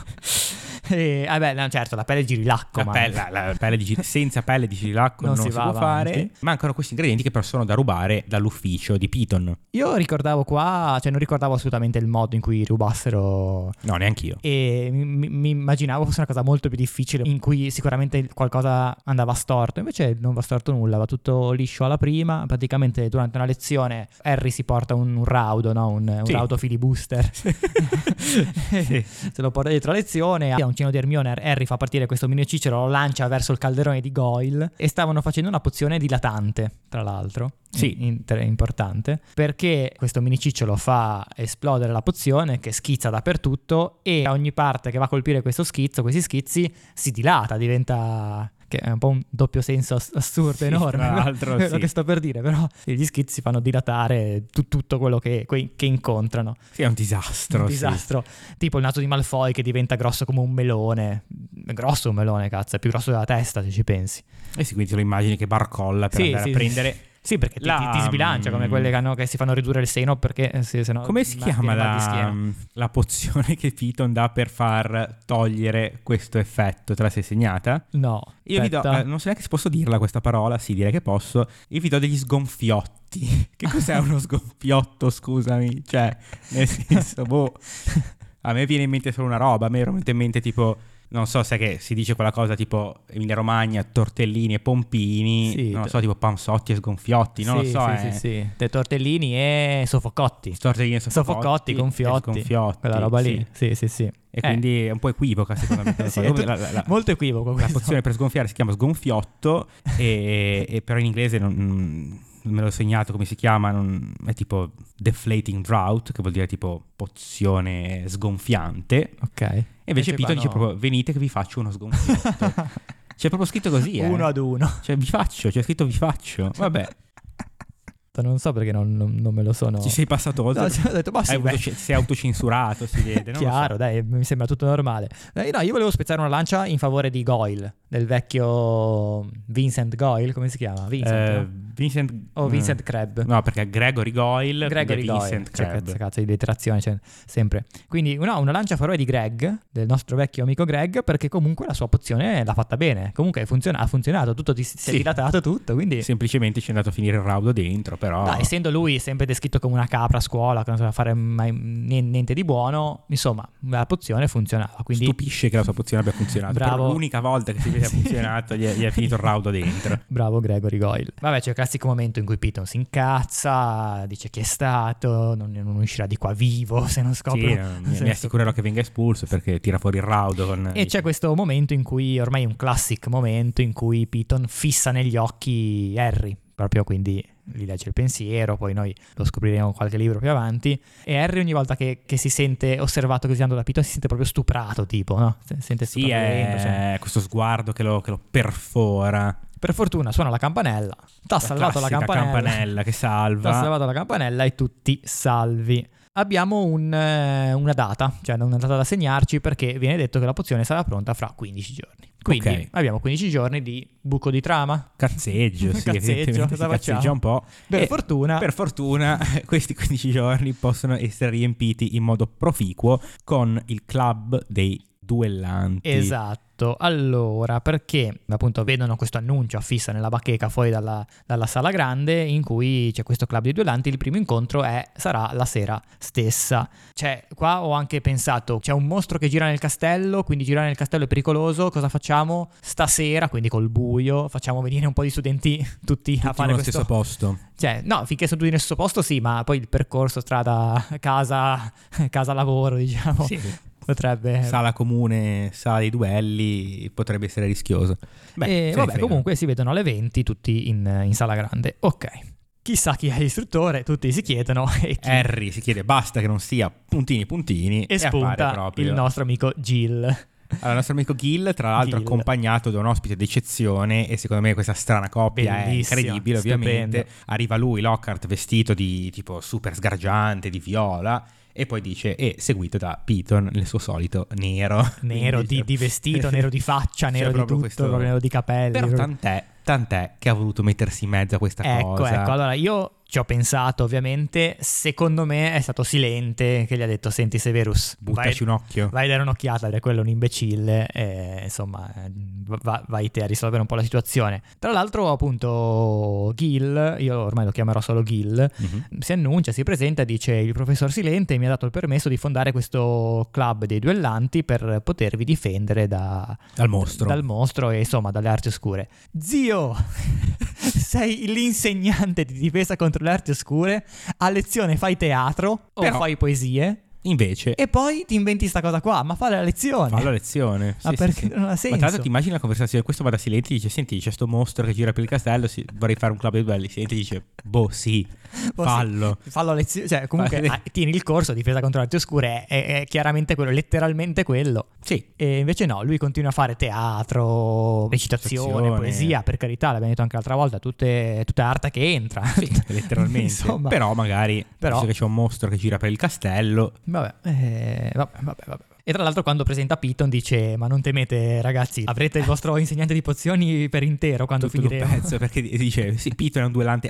Speaker 1: e, vabbè, no, certo, la pelle girilacco,
Speaker 2: la
Speaker 1: ma...
Speaker 2: pelle- la- la pelle di gir- senza pelle di cirilacco
Speaker 1: Non
Speaker 2: non,
Speaker 1: si
Speaker 2: si,
Speaker 1: va
Speaker 2: può
Speaker 1: avanti.
Speaker 2: fare. Mancano questi ingredienti che però sono da rubare dall'ufficio di Piton.
Speaker 1: Io ricordavo qua, cioè non ricordavo assolutamente il modo in cui rubassero
Speaker 2: No, neanch'io.
Speaker 1: e mi, mi- mi immaginavo fosse una cosa molto più difficile in cui sicuramente qualcosa andava storto invece non va storto nulla va tutto liscio alla prima praticamente durante una lezione Harry si porta un, un raudo no? un, un
Speaker 2: Sì.
Speaker 1: raudo filibuster se lo porta dietro a lezione a un cino di Hermione Harry fa partire questo mini cicero lo lancia verso il calderone di Goyle e stavano facendo una pozione dilatante tra l'altro
Speaker 2: Sì.
Speaker 1: Inter- importante perché questo minicicciolo fa esplodere la pozione che schizza dappertutto e a ogni parte che va a colpire questo schizzo, questi schizzi si dilata, diventa che è un po' un doppio senso ass- assurdo,
Speaker 2: Sì,
Speaker 1: enorme.
Speaker 2: tra
Speaker 1: no?
Speaker 2: l'altro,
Speaker 1: Quello
Speaker 2: sì.
Speaker 1: che sto per dire, però gli schizzi fanno dilatare tu- tutto quello che, que- che incontrano.
Speaker 2: Sì, è un disastro.
Speaker 1: un
Speaker 2: sì.
Speaker 1: disastro. Tipo il naso di Malfoy che diventa grosso come un melone. È grosso un melone, cazzo, è più grosso della testa se ci pensi.
Speaker 2: E sì, quindi te lo immagini che barcolla per
Speaker 1: Sì,
Speaker 2: andare
Speaker 1: sì,
Speaker 2: a
Speaker 1: sì.
Speaker 2: prendere.
Speaker 1: Sì, perché ti,
Speaker 2: La- mm,
Speaker 1: ti- ti sbilancia come quelle che, hanno- che si fanno ridurre il seno perché eh, sì, sennò
Speaker 2: Come si
Speaker 1: ma-
Speaker 2: chiama
Speaker 1: viene mal di
Speaker 2: la,
Speaker 1: schiena.
Speaker 2: la pozione che Piton dà per far togliere questo effetto? Te la sei segnata?
Speaker 1: No.
Speaker 2: Io vi do,
Speaker 1: aspetta.
Speaker 2: eh, non so neanche se posso dirla questa parola, sì direi che posso, io vi do degli sgonfiotti. Che cos'è uno sgonfiotto, scusami? Cioè, nel senso, boh, a me viene in mente solo una roba, a me viene in mente tipo, non so, sai che si dice quella cosa tipo Emilia Romagna, tortellini e pompini,
Speaker 1: Sì,
Speaker 2: non lo
Speaker 1: t-
Speaker 2: so, tipo panzotti e sgonfiotti, non
Speaker 1: Sì,
Speaker 2: lo so,
Speaker 1: sì,
Speaker 2: eh.
Speaker 1: sì, sì. De tortellini e soffocotti.
Speaker 2: Tortellini e soffocotti,
Speaker 1: Soffocotti,
Speaker 2: e
Speaker 1: gonfiotti.
Speaker 2: sgonfiotti,
Speaker 1: Quella roba lì.
Speaker 2: sì.
Speaker 1: Sì, sì, sì.
Speaker 2: E
Speaker 1: Eh,
Speaker 2: quindi è un po' equivoca secondo me.
Speaker 1: sì, è
Speaker 2: Come
Speaker 1: tut-
Speaker 2: la- la- la-
Speaker 1: molto equivoco
Speaker 2: La
Speaker 1: questo.
Speaker 2: pozione per sgonfiare si chiama sgonfiotto, e, e però in inglese non, non me l'ho segnato come si chiama, non- è tipo deflating drought, che vuol dire tipo pozione sgonfiante.
Speaker 1: Ok. cioè
Speaker 2: E
Speaker 1: Invece
Speaker 2: invece Pito
Speaker 1: qua
Speaker 2: dice
Speaker 1: no.
Speaker 2: proprio venite che vi faccio uno sgonfiotto. C'è proprio scritto così, eh.
Speaker 1: Uno ad uno.
Speaker 2: Cioè vi faccio, c'è scritto vi faccio. Vabbè,
Speaker 1: Non so perché non, non- non me lo sono.
Speaker 2: ci sei passato oltre.
Speaker 1: No, cioè, ho detto, ma sì,
Speaker 2: Hai
Speaker 1: beh.
Speaker 2: autoc- sei autocensurato, si vede. Non lo so.
Speaker 1: Chiaro, dai, mi sembra tutto normale. Eh, no, io volevo spezzare una lancia in favore di Goyle, del vecchio Vincent Goyle, come si chiama? Vincent,
Speaker 2: Eh,
Speaker 1: no?
Speaker 2: Vincent
Speaker 1: o Oh, Vincent
Speaker 2: eh,
Speaker 1: Crabbe.
Speaker 2: No, perché Gregory Goyle,
Speaker 1: Gregory
Speaker 2: quindi è
Speaker 1: Goyle,
Speaker 2: Vincent
Speaker 1: cioè,
Speaker 2: Crabbe.
Speaker 1: cazzo, cazzo di detrazione c'è sempre. Quindi no, una lancia a favore di Greg, del nostro vecchio amico Greg, perché comunque la sua pozione l'ha fatta bene, comunque funziona- ha funzionato, tutto ti- si è
Speaker 2: Sì.
Speaker 1: dilatato tutto, quindi...
Speaker 2: Semplicemente ci è andato a finire il raudo dentro, però...
Speaker 1: No, essendo lui sempre descritto come una capra a scuola, che non sapeva fare mai nien- niente di buono, insomma, la pozione funzionava. Quindi
Speaker 2: Stupisce che la sua pozione abbia funzionato.
Speaker 1: Bravo.
Speaker 2: Per l'unica volta che si vede ha
Speaker 1: Sì.
Speaker 2: funzionato, gli è, gli è finito il raudo dentro.
Speaker 1: Bravo Gregory Goyle. Vabbè, c'è il classico momento in cui Piton si incazza, dice chi è stato, non, non uscirà di qua vivo se non
Speaker 2: Sì,
Speaker 1: scopro.
Speaker 2: eh, mi,
Speaker 1: Sì.
Speaker 2: mi assicurerò che venga espulso perché tira fuori il raudo con...
Speaker 1: E c'è questo momento in cui, ormai è un classic momento, in cui Piton fissa negli occhi Harry, proprio quindi gli legge il pensiero, poi noi lo scopriremo in qualche libro più avanti, e Harry ogni volta che, che si sente osservato così tanto da Piton si sente proprio stuprato, tipo, no? Si sente
Speaker 2: Sì, eh.
Speaker 1: stupendo, cioè.
Speaker 2: è questo sguardo che lo, che lo perfora.
Speaker 1: Per fortuna suona la campanella, t'ha
Speaker 2: La
Speaker 1: salvato la
Speaker 2: classica
Speaker 1: campanella.
Speaker 2: che
Speaker 1: Ha
Speaker 2: salva.
Speaker 1: salvato la campanella e tutti salvi. Abbiamo un, eh, una data, cioè una data da segnarci perché viene detto che la pozione sarà pronta fra 15 giorni. Quindi
Speaker 2: Ok.
Speaker 1: abbiamo 15 giorni di buco di trama.
Speaker 2: Cazzeggio, sì,
Speaker 1: Cazzeggio,
Speaker 2: evidentemente
Speaker 1: cosa
Speaker 2: cazzeggia
Speaker 1: facciamo?
Speaker 2: un po'.
Speaker 1: Per
Speaker 2: E-
Speaker 1: fortuna,
Speaker 2: Per fortuna questi 15 giorni possono essere riempiti in modo proficuo con il club dei duellanti.
Speaker 1: esatto. Allora, perché appunto vedono questo annuncio affissa nella bacheca fuori dalla, dalla sala grande in cui c'è questo club di duellanti. Il primo incontro è- sarà la sera stessa. Cioè, qua ho anche pensato, c'è un mostro che gira nel castello, quindi girare nel castello è pericoloso, cosa facciamo? Stasera, quindi col buio, facciamo venire un po' di studenti tutti, a
Speaker 2: Tutti
Speaker 1: fare
Speaker 2: nello
Speaker 1: questo...
Speaker 2: stesso posto.
Speaker 1: Cioè, no, finché sono tutti nel stesso posto sì, ma poi il percorso strada casa, casa lavoro, diciamo, potrebbe...
Speaker 2: Sala comune, sala dei duelli, potrebbe essere rischioso. Beh, se
Speaker 1: e
Speaker 2: ne
Speaker 1: Eh, vabbè,
Speaker 2: frega.
Speaker 1: comunque si vedono alle 20 tutti in, in sala grande. Ok. Chissà chi è l'istruttore, tutti si chiedono e chi
Speaker 2: Harry si chiede basta che non sia puntini puntini
Speaker 1: e
Speaker 2: e, appare
Speaker 1: spunta
Speaker 2: proprio
Speaker 1: il nostro amico Jill.
Speaker 2: Allora, il nostro amico Gil, tra l'altro,
Speaker 1: Gil.
Speaker 2: accompagnato da un ospite d'eccezione. E secondo me questa strana coppia
Speaker 1: Bellissima,
Speaker 2: è incredibile, ovviamente.
Speaker 1: stupendo.
Speaker 2: Arriva lui, Lockhart, vestito di tipo super sgargiante, di viola. E poi dice, e seguito da Piton, il suo solito nero.
Speaker 1: Nero di,
Speaker 2: Quindi,
Speaker 1: di vestito,
Speaker 2: cioè,
Speaker 1: nero di faccia,
Speaker 2: c'è
Speaker 1: nero di tutto,
Speaker 2: proprio questo-
Speaker 1: proprio nero di capelli.
Speaker 2: Però
Speaker 1: proprio-
Speaker 2: tant'è, tant'è che ha voluto mettersi in mezzo a questa
Speaker 1: Ecco,
Speaker 2: cosa.
Speaker 1: ecco, allora io ci ho pensato ovviamente, secondo me è stato Silente che gli ha detto senti Severus, vai,
Speaker 2: Buttaci un occhio.
Speaker 1: vai a dare un'occhiata, perché quello è un imbecille, e, insomma eh, va- vai te a risolvere un po' la situazione. Tra l'altro appunto Gil, io ormai lo chiamerò solo Gil,
Speaker 2: Mhm.
Speaker 1: si annuncia, si presenta, dice il professor Silente mi ha dato il permesso di fondare questo club dei duellanti per potervi difendere da,
Speaker 2: Dal mostro.
Speaker 1: dal mostro e insomma dalle arti oscure. Zio, sei l'insegnante di difesa contro le arti oscure, a lezione fai teatro o
Speaker 2: Però-
Speaker 1: fai poesie?
Speaker 2: Invece,
Speaker 1: E poi ti inventi sta cosa qua, ma fa la lezione.
Speaker 2: fa la lezione.
Speaker 1: Ma
Speaker 2: Sì, sì,
Speaker 1: Ah, perché
Speaker 2: sì.
Speaker 1: non ha senso?
Speaker 2: Ma tra l'altro ti immagini la conversazione, questo va da Silenti e dice, senti, c'è sto mostro che gira per il castello, sì, vorrei fare un club di duelli. Silenti dice, boh sì,
Speaker 1: Forse-
Speaker 2: fallo.
Speaker 1: Fallo a lezione, cioè comunque
Speaker 2: Fallo a
Speaker 1: ah, tieni il corso, difesa contro le arti oscure, è, è chiaramente quello, letteralmente quello.
Speaker 2: Sì,
Speaker 1: E invece no, lui continua a fare teatro, recitazione,
Speaker 2: Recitazione.
Speaker 1: poesia, per carità, l'abbiamo detto anche l'altra volta, tutte, tutta arte che entra.
Speaker 2: sì, letteralmente.
Speaker 1: Insomma.
Speaker 2: Però magari,
Speaker 1: Però-
Speaker 2: visto che c'è un mostro che gira per il castello,
Speaker 1: Vabbè, eh, vabbè, vabbè, vabbè. E tra l'altro quando presenta Piton dice, ma non temete ragazzi, avrete il vostro insegnante di pozioni per intero quando
Speaker 2: tutto d'un
Speaker 1: finiremo.
Speaker 2: pezzo perché di- dice sì, Piton è un duellante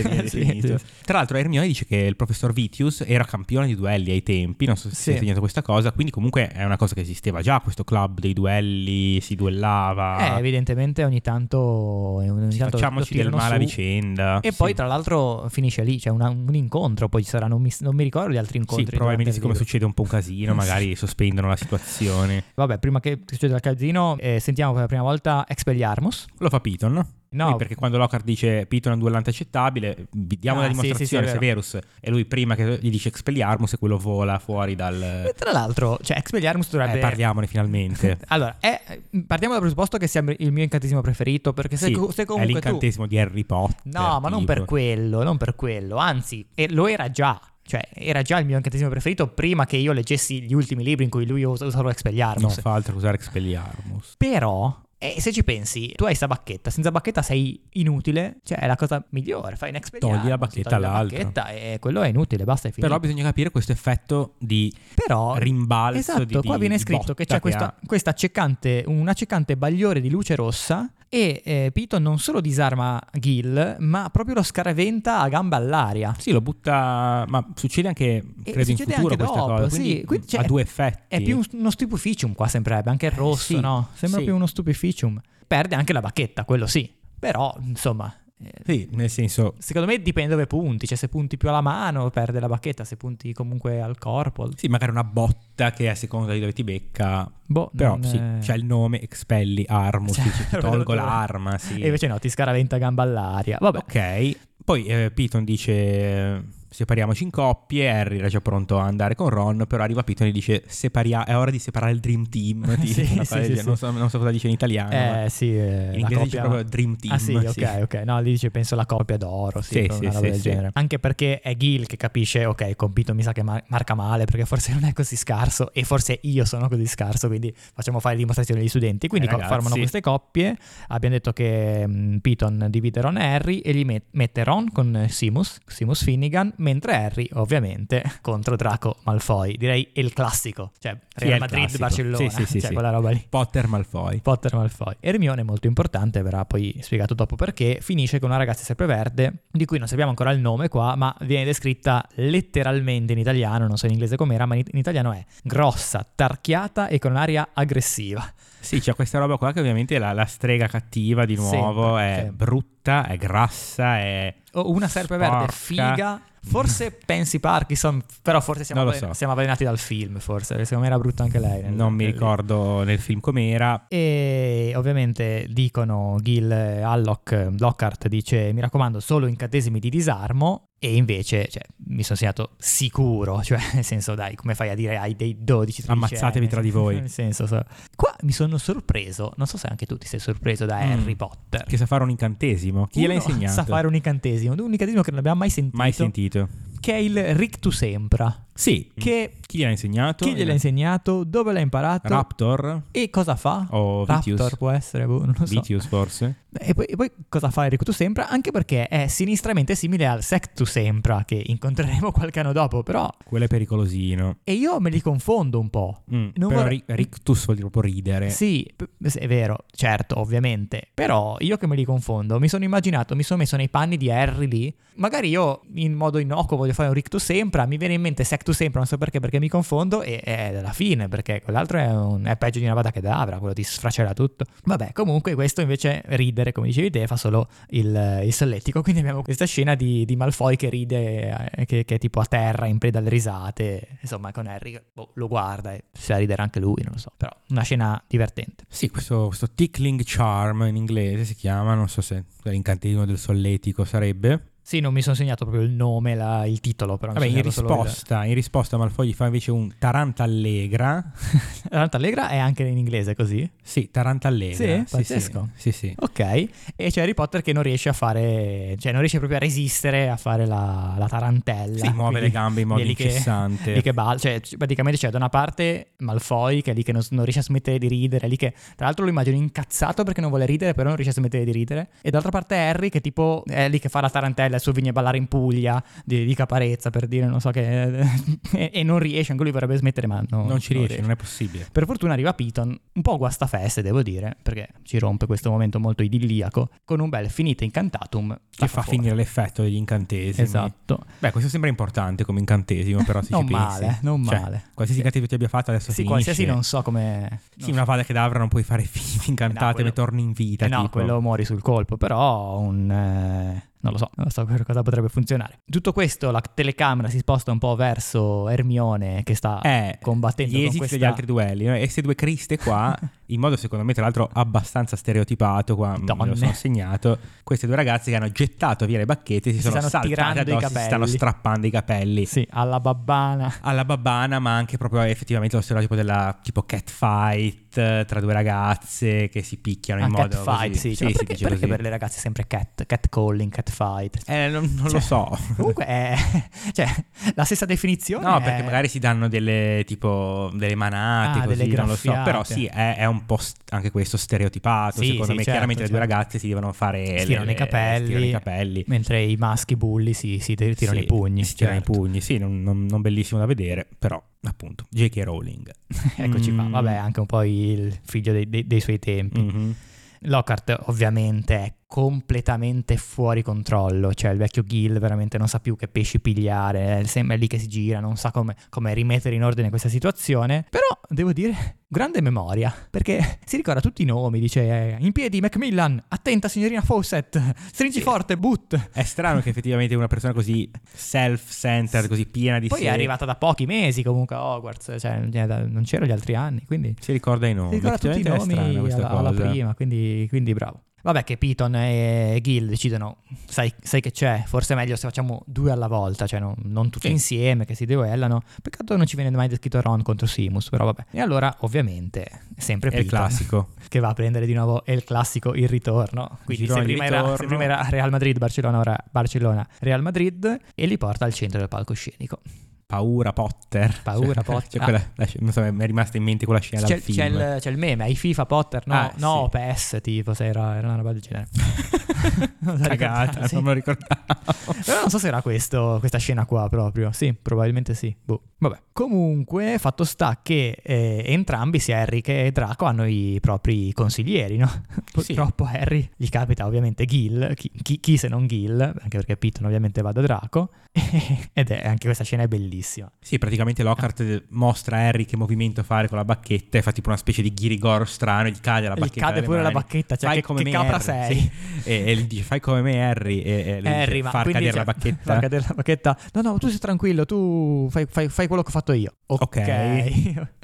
Speaker 2: viene
Speaker 1: Sì,
Speaker 2: definito.
Speaker 1: sì.
Speaker 2: tra l'altro Hermione dice che il professor Vitius era campione di duelli ai tempi non so se
Speaker 1: Sì.
Speaker 2: si è segnato questa cosa quindi comunque è una cosa che esisteva già questo club dei duelli si
Speaker 1: Eh,
Speaker 2: duellava
Speaker 1: evidentemente ogni tanto, eh, ogni
Speaker 2: Sì,
Speaker 1: tanto lo
Speaker 2: facciamoci del
Speaker 1: tirano
Speaker 2: male a
Speaker 1: su.
Speaker 2: vicenda
Speaker 1: E
Speaker 2: Sì.
Speaker 1: poi, tra l'altro, finisce lì. C'è una- un incontro. Poi ci sarà, non mi, non mi ricordo gli altri
Speaker 2: sì,
Speaker 1: incontri.
Speaker 2: probabilmente siccome
Speaker 1: durante il
Speaker 2: succede un po' un casino magari sospendono la situazione
Speaker 1: libro. Vabbè, prima che succeda il casino, eh, sentiamo per la prima volta Expelliarmus.
Speaker 2: lo fa Piton no?
Speaker 1: No.
Speaker 2: Sì, perché quando Lockhart dice Piton è un duellante accettabile vi diamo
Speaker 1: Ah, sì,
Speaker 2: la
Speaker 1: sì, sì, è
Speaker 2: dimostrazione
Speaker 1: vero.
Speaker 2: Severus e lui prima che gli dice Expelliarmus e quello vola fuori dal
Speaker 1: E tra l'altro, cioè, Expelliarmus dovrebbe.
Speaker 2: Eh, parliamone finalmente.
Speaker 1: Allora, è- partiamo dal presupposto che sia il mio incantesimo preferito. Perché se,
Speaker 2: Sì,
Speaker 1: co- se
Speaker 2: è
Speaker 1: comunque. tu-
Speaker 2: l'incantesimo di Harry Potter.
Speaker 1: No, ma non
Speaker 2: tipo.
Speaker 1: per quello, non per quello. Anzi, e lo era già. Cioè, era già il mio incantesimo preferito prima che io leggessi gli ultimi libri in cui lui us- usava
Speaker 2: Non
Speaker 1: Expelliarmus.
Speaker 2: fa altro che usare Expelliarmus.
Speaker 1: Però, eh, se ci pensi, tu hai sta bacchetta, senza bacchetta sei inutile, cioè è la cosa migliore, fai un expelliarmus,
Speaker 2: Togli la bacchetta
Speaker 1: togli la
Speaker 2: all'altro.
Speaker 1: bacchetta e quello è inutile, basta, è
Speaker 2: Però
Speaker 1: finito.
Speaker 2: bisogna capire questo effetto di
Speaker 1: Però,
Speaker 2: rimbalzo
Speaker 1: esatto,
Speaker 2: di- di-
Speaker 1: qua viene
Speaker 2: di
Speaker 1: scritto che
Speaker 2: botta
Speaker 1: c'è questa,
Speaker 2: ha.
Speaker 1: questa accecante, un accecante bagliore di luce rossa e eh, Piton non solo disarma Gil, ma proprio lo scaraventa a gamba all'aria.
Speaker 2: Sì, lo butta... Ma succede anche,
Speaker 1: E
Speaker 2: credo,
Speaker 1: Eh,
Speaker 2: in
Speaker 1: succede
Speaker 2: futuro
Speaker 1: anche
Speaker 2: questa
Speaker 1: dopo,
Speaker 2: cosa.
Speaker 1: sì.
Speaker 2: Quindi,
Speaker 1: Quindi,
Speaker 2: mh,
Speaker 1: cioè,
Speaker 2: ha due effetti.
Speaker 1: È più un- uno stupeficium qua sembrerebbe, anche il rosso,
Speaker 2: Eh, sì,
Speaker 1: no? Sembra
Speaker 2: sì.
Speaker 1: più uno stupeficium. Perde anche la bacchetta, quello sì. Però, insomma, eh,
Speaker 2: Sì, nel senso...
Speaker 1: Secondo me dipende dove punti, cioè se punti più alla mano perde la bacchetta, se punti comunque al corpo. al-
Speaker 2: Sì, magari una botta che a seconda di dove ti becca...
Speaker 1: Boh,
Speaker 2: Però
Speaker 1: non
Speaker 2: sì,
Speaker 1: è-
Speaker 2: cioè c'è il nome Expelliarmus,
Speaker 1: Cioè,
Speaker 2: dice, ti tolgo
Speaker 1: proprio-
Speaker 2: l'arma, sì.
Speaker 1: E invece no, ti scaraventa a gamba all'aria. Vabbè,
Speaker 2: Ok, poi eh, Piton dice eh, separiamoci in coppie, Harry era già pronto a andare con Ron, però arriva Piton e dice "Separia- è ora di separare il Dream Team, tipo,
Speaker 1: Sì,
Speaker 2: una
Speaker 1: sì,
Speaker 2: cosa del
Speaker 1: sì,
Speaker 2: genere.
Speaker 1: sì.
Speaker 2: Non, so, non so cosa dice in italiano, ma
Speaker 1: eh sì, eh,
Speaker 2: in
Speaker 1: la
Speaker 2: inglese dice
Speaker 1: coppia-
Speaker 2: proprio Dream Team.
Speaker 1: Ah sì, ok, ok. No, lì dice penso la coppia d'oro, sì,
Speaker 2: Sì,
Speaker 1: una
Speaker 2: sì,
Speaker 1: roba
Speaker 2: sì,
Speaker 1: del
Speaker 2: sì.
Speaker 1: genere. Anche perché è Gil che capisce, ok, il compito mi sa che mar- marca male perché forse non è così scarso e forse io sono così scarso, quindi facciamo fare dimostrazioni agli studenti. Quindi
Speaker 2: Eh,
Speaker 1: co-
Speaker 2: ragazzi.
Speaker 1: formano queste coppie, abbiamo detto che mh, Piton divide Ron e Harry e li met- mette Ron con eh, Simus, Simus Finnegan, mentre Harry ovviamente contro Draco Malfoy, direi il classico, cioè
Speaker 2: Sì,
Speaker 1: Real
Speaker 2: è il classico.
Speaker 1: Madrid-Barcellona,
Speaker 2: Sì, sì, sì,
Speaker 1: cioè
Speaker 2: sì.
Speaker 1: quella roba lì.
Speaker 2: Potter Malfoy.
Speaker 1: Potter Malfoy. Hermione, molto importante, verrà poi spiegato dopo perché, finisce con una ragazza serpeverde, di cui non sappiamo ancora il nome qua, ma viene descritta letteralmente in italiano, non so in inglese com'era, ma in in italiano è grossa, tarchiata e con un'aria aggressiva.
Speaker 2: Sì, c'è questa roba qua che ovviamente è la, la strega cattiva di nuovo,
Speaker 1: Sempre,
Speaker 2: è
Speaker 1: sempre.
Speaker 2: brutta, è grassa, è...
Speaker 1: O una serpeverde
Speaker 2: Sporca.
Speaker 1: figa, forse pensi Parkinson, però forse siamo,
Speaker 2: Non lo
Speaker 1: avve-
Speaker 2: so.
Speaker 1: siamo avvelenati dal film, forse, perché secondo me era brutta anche lei. nel-
Speaker 2: Non mi
Speaker 1: nel-
Speaker 2: ricordo nel film com'era.
Speaker 1: E ovviamente dicono Gil eh, Alloc, eh, Lockhart dice mi raccomando solo incantesimi di disarmo e invece cioè, mi sono segnato sicuro, cioè nel senso dai come fai a dire hai dei 12 13
Speaker 2: Ammazzatevi
Speaker 1: anni?
Speaker 2: tra di voi.
Speaker 1: Nel senso, so- Qua mi sono sorpreso, non so se anche tu ti sei sorpreso da
Speaker 2: Mm.
Speaker 1: Harry Potter.
Speaker 2: Che sa fare un incantesimo. Chi gliel'ha
Speaker 1: Uno
Speaker 2: insegnato?
Speaker 1: Sa fare un incantesimo, un incantesimo che non abbiamo mai sentito,
Speaker 2: Mai sentito. Mm.
Speaker 1: che è il Rictus Sempra.
Speaker 2: Sì.
Speaker 1: Che
Speaker 2: Chi gliel'ha insegnato?
Speaker 1: Mm. chi gliel'ha insegnato? Dove l'ha imparato?
Speaker 2: Raptor?
Speaker 1: e cosa fa?
Speaker 2: O Oh, Vitius?
Speaker 1: Raptor può essere, boh, non lo so.
Speaker 2: Vitius forse?
Speaker 1: E poi, e poi cosa fa Enrico Tu Sempra? Anche perché è sinistramente simile al Sec Tu Sempra che incontreremo qualche anno dopo, però.
Speaker 2: Quello è pericolosino.
Speaker 1: E io me li confondo un po'.
Speaker 2: Mm, Eh.
Speaker 1: Non
Speaker 2: però
Speaker 1: vorrei-
Speaker 2: ri- rictus vuol dire proprio ridere.
Speaker 1: Sì, p- sì, è vero, certo, ovviamente. Però io che me li confondo, mi sono immaginato, mi sono messo nei panni di Harry lì. Magari io in modo innocuo voglio fare un Rick Tu Sempra, mi viene in mente Sec Tu Sempra, non so perché, perché mi confondo e è alla fine, perché quell'altro è, un- è peggio di una vada che davra, quello ti sfracella tutto. Vabbè, comunque questo invece ridere, come dicevi te, fa solo il, il solletico. Quindi abbiamo questa scena di, di Malfoy che ride, eh, che, che è tipo a terra in preda alle risate. Insomma, con Harry che, boh, lo guarda e si fa ridere anche lui, non lo so. Però una scena divertente.
Speaker 2: Sì, questo, questo tickling charm in inglese si chiama, non so se l'incantesimo del solletico sarebbe.
Speaker 1: Sì, non mi sono segnato proprio il nome, la- il titolo, però. mi
Speaker 2: Vabbè,
Speaker 1: sono
Speaker 2: in
Speaker 1: segnato solo il-
Speaker 2: risposta, in risposta Malfoy gli fa invece un Tarantallegra.
Speaker 1: Rantallegra è anche in inglese così?
Speaker 2: Sì, Tarantallegra.
Speaker 1: Sì? Pazzesco.
Speaker 2: Sì, sì.
Speaker 1: Ok, e c'è Harry Potter che non riesce a fare, cioè non riesce proprio a resistere a fare la, la tarantella.
Speaker 2: Sì, muove le gambe in modo
Speaker 1: è lì che-
Speaker 2: incessante.
Speaker 1: lì che balla, cioè c- praticamente c'è da una parte Malfoy che è lì che non, non riesce a smettere di ridere, è lì che tra l'altro lo immagino incazzato perché non vuole ridere, però non riesce a smettere di ridere. E dall'altra parte Harry che tipo è lì che fa la tarantella, il suo vigne a ballare in Puglia di, di Caparezza per dire, non so che... e, e non riesce, anche lui vorrebbe smettere, ma no,
Speaker 2: Non ci riesce, non è possibile.
Speaker 1: per fortuna arriva Piton, un po' guastafeste devo dire, perché ci rompe questo momento molto idilliaco, con un bel finite incantatum. la
Speaker 2: Che fa
Speaker 1: fuori.
Speaker 2: finire l'effetto degli incantesimi.
Speaker 1: Esatto.
Speaker 2: Beh, questo sembra importante come incantesimo, però se
Speaker 1: Non
Speaker 2: ci pensi.
Speaker 1: male, non
Speaker 2: Cioè,
Speaker 1: male.
Speaker 2: Qualsiasi
Speaker 1: Sì.
Speaker 2: incantesimo tu abbia fatto adesso
Speaker 1: Sì,
Speaker 2: Cioè, finisce.
Speaker 1: qualsiasi non so come...
Speaker 2: Sì, una fada che d'avra non puoi fare finite incantate,
Speaker 1: Eh no, quello-
Speaker 2: ma torni in vita.
Speaker 1: Eh no,
Speaker 2: tipo.
Speaker 1: quello muori sul colpo, però un... eh, non lo so, non so per cosa potrebbe funzionare. Tutto questo, la telecamera si sposta un po' verso Hermione che sta
Speaker 2: Eh,
Speaker 1: combattendo
Speaker 2: gli
Speaker 1: con
Speaker 2: esiti
Speaker 1: questa...
Speaker 2: degli altri duelli. no? E queste due criste qua, in modo secondo me tra l'altro abbastanza stereotipato, qua me
Speaker 1: Donne.
Speaker 2: lo sono segnato, queste due ragazze che hanno gettato via le bacchette, si,
Speaker 1: Si
Speaker 2: sono
Speaker 1: stanno
Speaker 2: saltate
Speaker 1: tirando i
Speaker 2: addosso, si
Speaker 1: capelli.
Speaker 2: stanno strappando i capelli.
Speaker 1: Sì, alla babbana.
Speaker 2: Alla babbana, ma anche proprio effettivamente lo stereotipo della tipo catfight eh, tra due ragazze che si picchiano in
Speaker 1: Ah,
Speaker 2: modo
Speaker 1: catfight,
Speaker 2: così.
Speaker 1: sì.
Speaker 2: Sì,
Speaker 1: Ma
Speaker 2: si
Speaker 1: perché,
Speaker 2: dice
Speaker 1: perché
Speaker 2: così.
Speaker 1: per le ragazze è sempre cat, cat calling, cat fight?
Speaker 2: Eh, non, non
Speaker 1: Cioè,
Speaker 2: lo so.
Speaker 1: Comunque è cioè, la stessa definizione.
Speaker 2: No,
Speaker 1: è-
Speaker 2: perché magari si danno delle tipo delle manate,
Speaker 1: Ah,
Speaker 2: così,
Speaker 1: delle
Speaker 2: non lo so.
Speaker 1: graffiate.
Speaker 2: Però sì, è, è un po' st- anche questo stereotipato.
Speaker 1: Sì,
Speaker 2: secondo
Speaker 1: sì,
Speaker 2: me,
Speaker 1: certo,
Speaker 2: chiaramente le due
Speaker 1: certo.
Speaker 2: ragazze si devono fare
Speaker 1: Si tirano
Speaker 2: le- eh,
Speaker 1: i capelli.
Speaker 2: si tirano i capelli.
Speaker 1: Mentre i maschi bulli si, si tir- tirano
Speaker 2: Sì,
Speaker 1: i pugni.
Speaker 2: Si tirano
Speaker 1: certo.
Speaker 2: i pugni, sì, non, non- non bellissimo da vedere, però appunto, J.K. Rowling.
Speaker 1: Eccoci qua.
Speaker 2: Mm.
Speaker 1: Vabbè, anche un po' il figlio dei, dei- dei suoi tempi.
Speaker 2: Mhm.
Speaker 1: Lockhart ovviamente è completamente fuori controllo, cioè il vecchio Gil veramente non sa più che pesci pigliare, è sempre lì che si gira, non sa come, come rimettere in ordine questa situazione, però devo dire grande memoria, perché si ricorda tutti i nomi, dice eh, in piedi Macmillan, attenta signorina Fawcett, stringi
Speaker 2: Sì.
Speaker 1: forte, boot.
Speaker 2: È strano che effettivamente una persona così self-centered, così piena di
Speaker 1: Poi
Speaker 2: sé,
Speaker 1: è arrivata da pochi mesi comunque a Hogwarts, cioè non c'ero gli altri anni, quindi...
Speaker 2: si ricorda i nomi.
Speaker 1: Si ricorda tutti i
Speaker 2: Effettivamente
Speaker 1: nomi
Speaker 2: è strana questa
Speaker 1: alla, alla
Speaker 2: cosa. eh.
Speaker 1: prima, quindi, quindi bravo. Vabbè che Piton e Gil decidono, sai, sai che c'è, forse è meglio se facciamo due alla volta, cioè non, non tutti
Speaker 2: Sì.
Speaker 1: insieme che si duellano. Peccato non ci viene mai descritto Ron contro Simus, però vabbè. E allora ovviamente è sempre
Speaker 2: È il
Speaker 1: Piton
Speaker 2: classico.
Speaker 1: che va a prendere di nuovo, è il classico, il ritorno. Quindi
Speaker 2: Girone
Speaker 1: se
Speaker 2: di
Speaker 1: prima, era,
Speaker 2: ritorno.
Speaker 1: se prima era Real Madrid, Barcellona, ora Barcellona, Real Madrid e li porta al centro del palcoscenico.
Speaker 2: Paura Potter.
Speaker 1: Paura
Speaker 2: Cioè,
Speaker 1: Potter.
Speaker 2: cioè quella- la sc- non so, mi è rimasta in mente quella scena
Speaker 1: C'è,
Speaker 2: dal film.
Speaker 1: c'è il, c'è il meme, hai FIFA Potter, no,
Speaker 2: Ah,
Speaker 1: no
Speaker 2: sì.
Speaker 1: PS, tipo, se era, era una roba del genere. Cioè, Non so
Speaker 2: Cagata,
Speaker 1: ricordare, sì.
Speaker 2: non me lo ricordavo.
Speaker 1: Però non so se era questo, questa scena qua proprio. Sì, probabilmente sì. Boh. Vabbè. Comunque, fatto sta che eh, entrambi, sia Harry che Draco, hanno i propri consiglieri, no? Purtroppo a Harry gli capita ovviamente Gil, chi, chi- chi se non Gil, anche perché Piton ovviamente va da Draco. Ed è anche questa scena è bellissima.
Speaker 2: Sì, praticamente Lockhart
Speaker 1: Ah.
Speaker 2: eh, mostra a Harry che movimento fare con la bacchetta e fa tipo una specie di ghirigoro strano e gli cade la
Speaker 1: Gli
Speaker 2: bacchetta.
Speaker 1: cade
Speaker 2: dalle
Speaker 1: pure la
Speaker 2: mani.
Speaker 1: bacchetta, cioè
Speaker 2: Fai
Speaker 1: che-
Speaker 2: come
Speaker 1: che
Speaker 2: me,
Speaker 1: capra
Speaker 2: Harry,
Speaker 1: sei.
Speaker 2: sì. E, e gli dice fai come me Harry e, e lui dice,
Speaker 1: Harry, ma
Speaker 2: far
Speaker 1: Eh, quindi
Speaker 2: cadere
Speaker 1: dice-
Speaker 2: la bacchetta.
Speaker 1: Far cadere la bacchetta. No, no, tu sei tranquillo, tu fai, fai- fai quello che ho fatto io.
Speaker 2: Ok.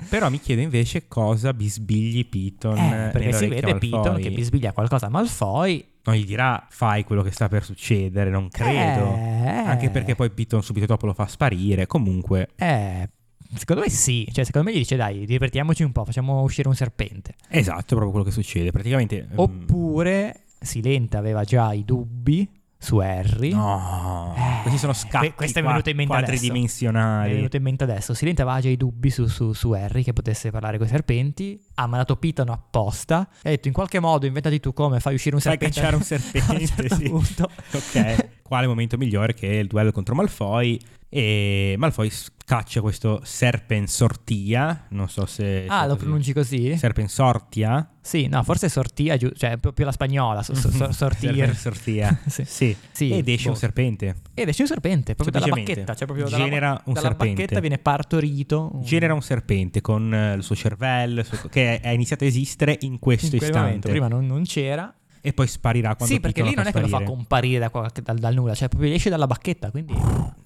Speaker 2: Però mi chiedo invece cosa bisbigli Piton
Speaker 1: Eh, perché si
Speaker 2: nell'orecchio a
Speaker 1: vede Piton
Speaker 2: Malfoy.
Speaker 1: che bisbiglia qualcosa a Malfoy.
Speaker 2: Non gli dirà fai quello che sta per succedere,
Speaker 1: Eh,
Speaker 2: non credo. Anche perché poi Piton subito dopo lo fa sparire. Comunque
Speaker 1: Eh, secondo me sì. Cioè, secondo me gli dice, dai, divertiamoci un po', facciamo uscire un serpente.
Speaker 2: Esatto, è proprio quello che succede. Praticamente. mm,
Speaker 1: Oppure, Silente aveva già i dubbi su Harry.
Speaker 2: No,
Speaker 1: Eh,
Speaker 2: questi sono
Speaker 1: que-
Speaker 2: scatti
Speaker 1: questo è
Speaker 2: qua-
Speaker 1: venuto in mente adesso. Mi è
Speaker 2: quadridimensionali.
Speaker 1: venuto in mente adesso. Silente aveva già i dubbi su, su- su Harry che potesse parlare con i serpenti. Ha mandato Piton apposta. E ha detto: In qualche modo, inventati tu come fai uscire un
Speaker 2: Sai
Speaker 1: serpente.
Speaker 2: cacciare un
Speaker 1: a un certo
Speaker 2: serpente, sì.
Speaker 1: punto.
Speaker 2: ok. Quale momento migliore che il duello contro Malfoy? E Malfoy s- caccia questo serpent sortia. Non so se.
Speaker 1: Ah,
Speaker 2: se
Speaker 1: lo
Speaker 2: così-
Speaker 1: pronunci così?
Speaker 2: Serpent sortia.
Speaker 1: Sì, no, forse sortia, giu- cioè proprio la spagnola. So, so- so- sortir.
Speaker 2: Serpent sortia.
Speaker 1: Sì.
Speaker 2: sì.
Speaker 1: Sì,
Speaker 2: Ed esce
Speaker 1: boh.
Speaker 2: un serpente.
Speaker 1: Ed esce un serpente proprio dalla
Speaker 2: Semplicemente.
Speaker 1: bacchetta. Cioè proprio
Speaker 2: Genera
Speaker 1: dalla,
Speaker 2: un
Speaker 1: dalla
Speaker 2: serpente.
Speaker 1: bacchetta viene partorito. un-
Speaker 2: Genera un serpente con eh, il suo cervello il suo- che è- è iniziato a esistere in questo
Speaker 1: in quel
Speaker 2: istante.
Speaker 1: momento. Prima non, non c'era.
Speaker 2: e poi sparirà quando
Speaker 1: sì, perché
Speaker 2: Piccolo
Speaker 1: lì non è che lo fa
Speaker 2: comparire.
Speaker 1: comparire da qualche- dal, dal nulla, cioè proprio esce dalla bacchetta, quindi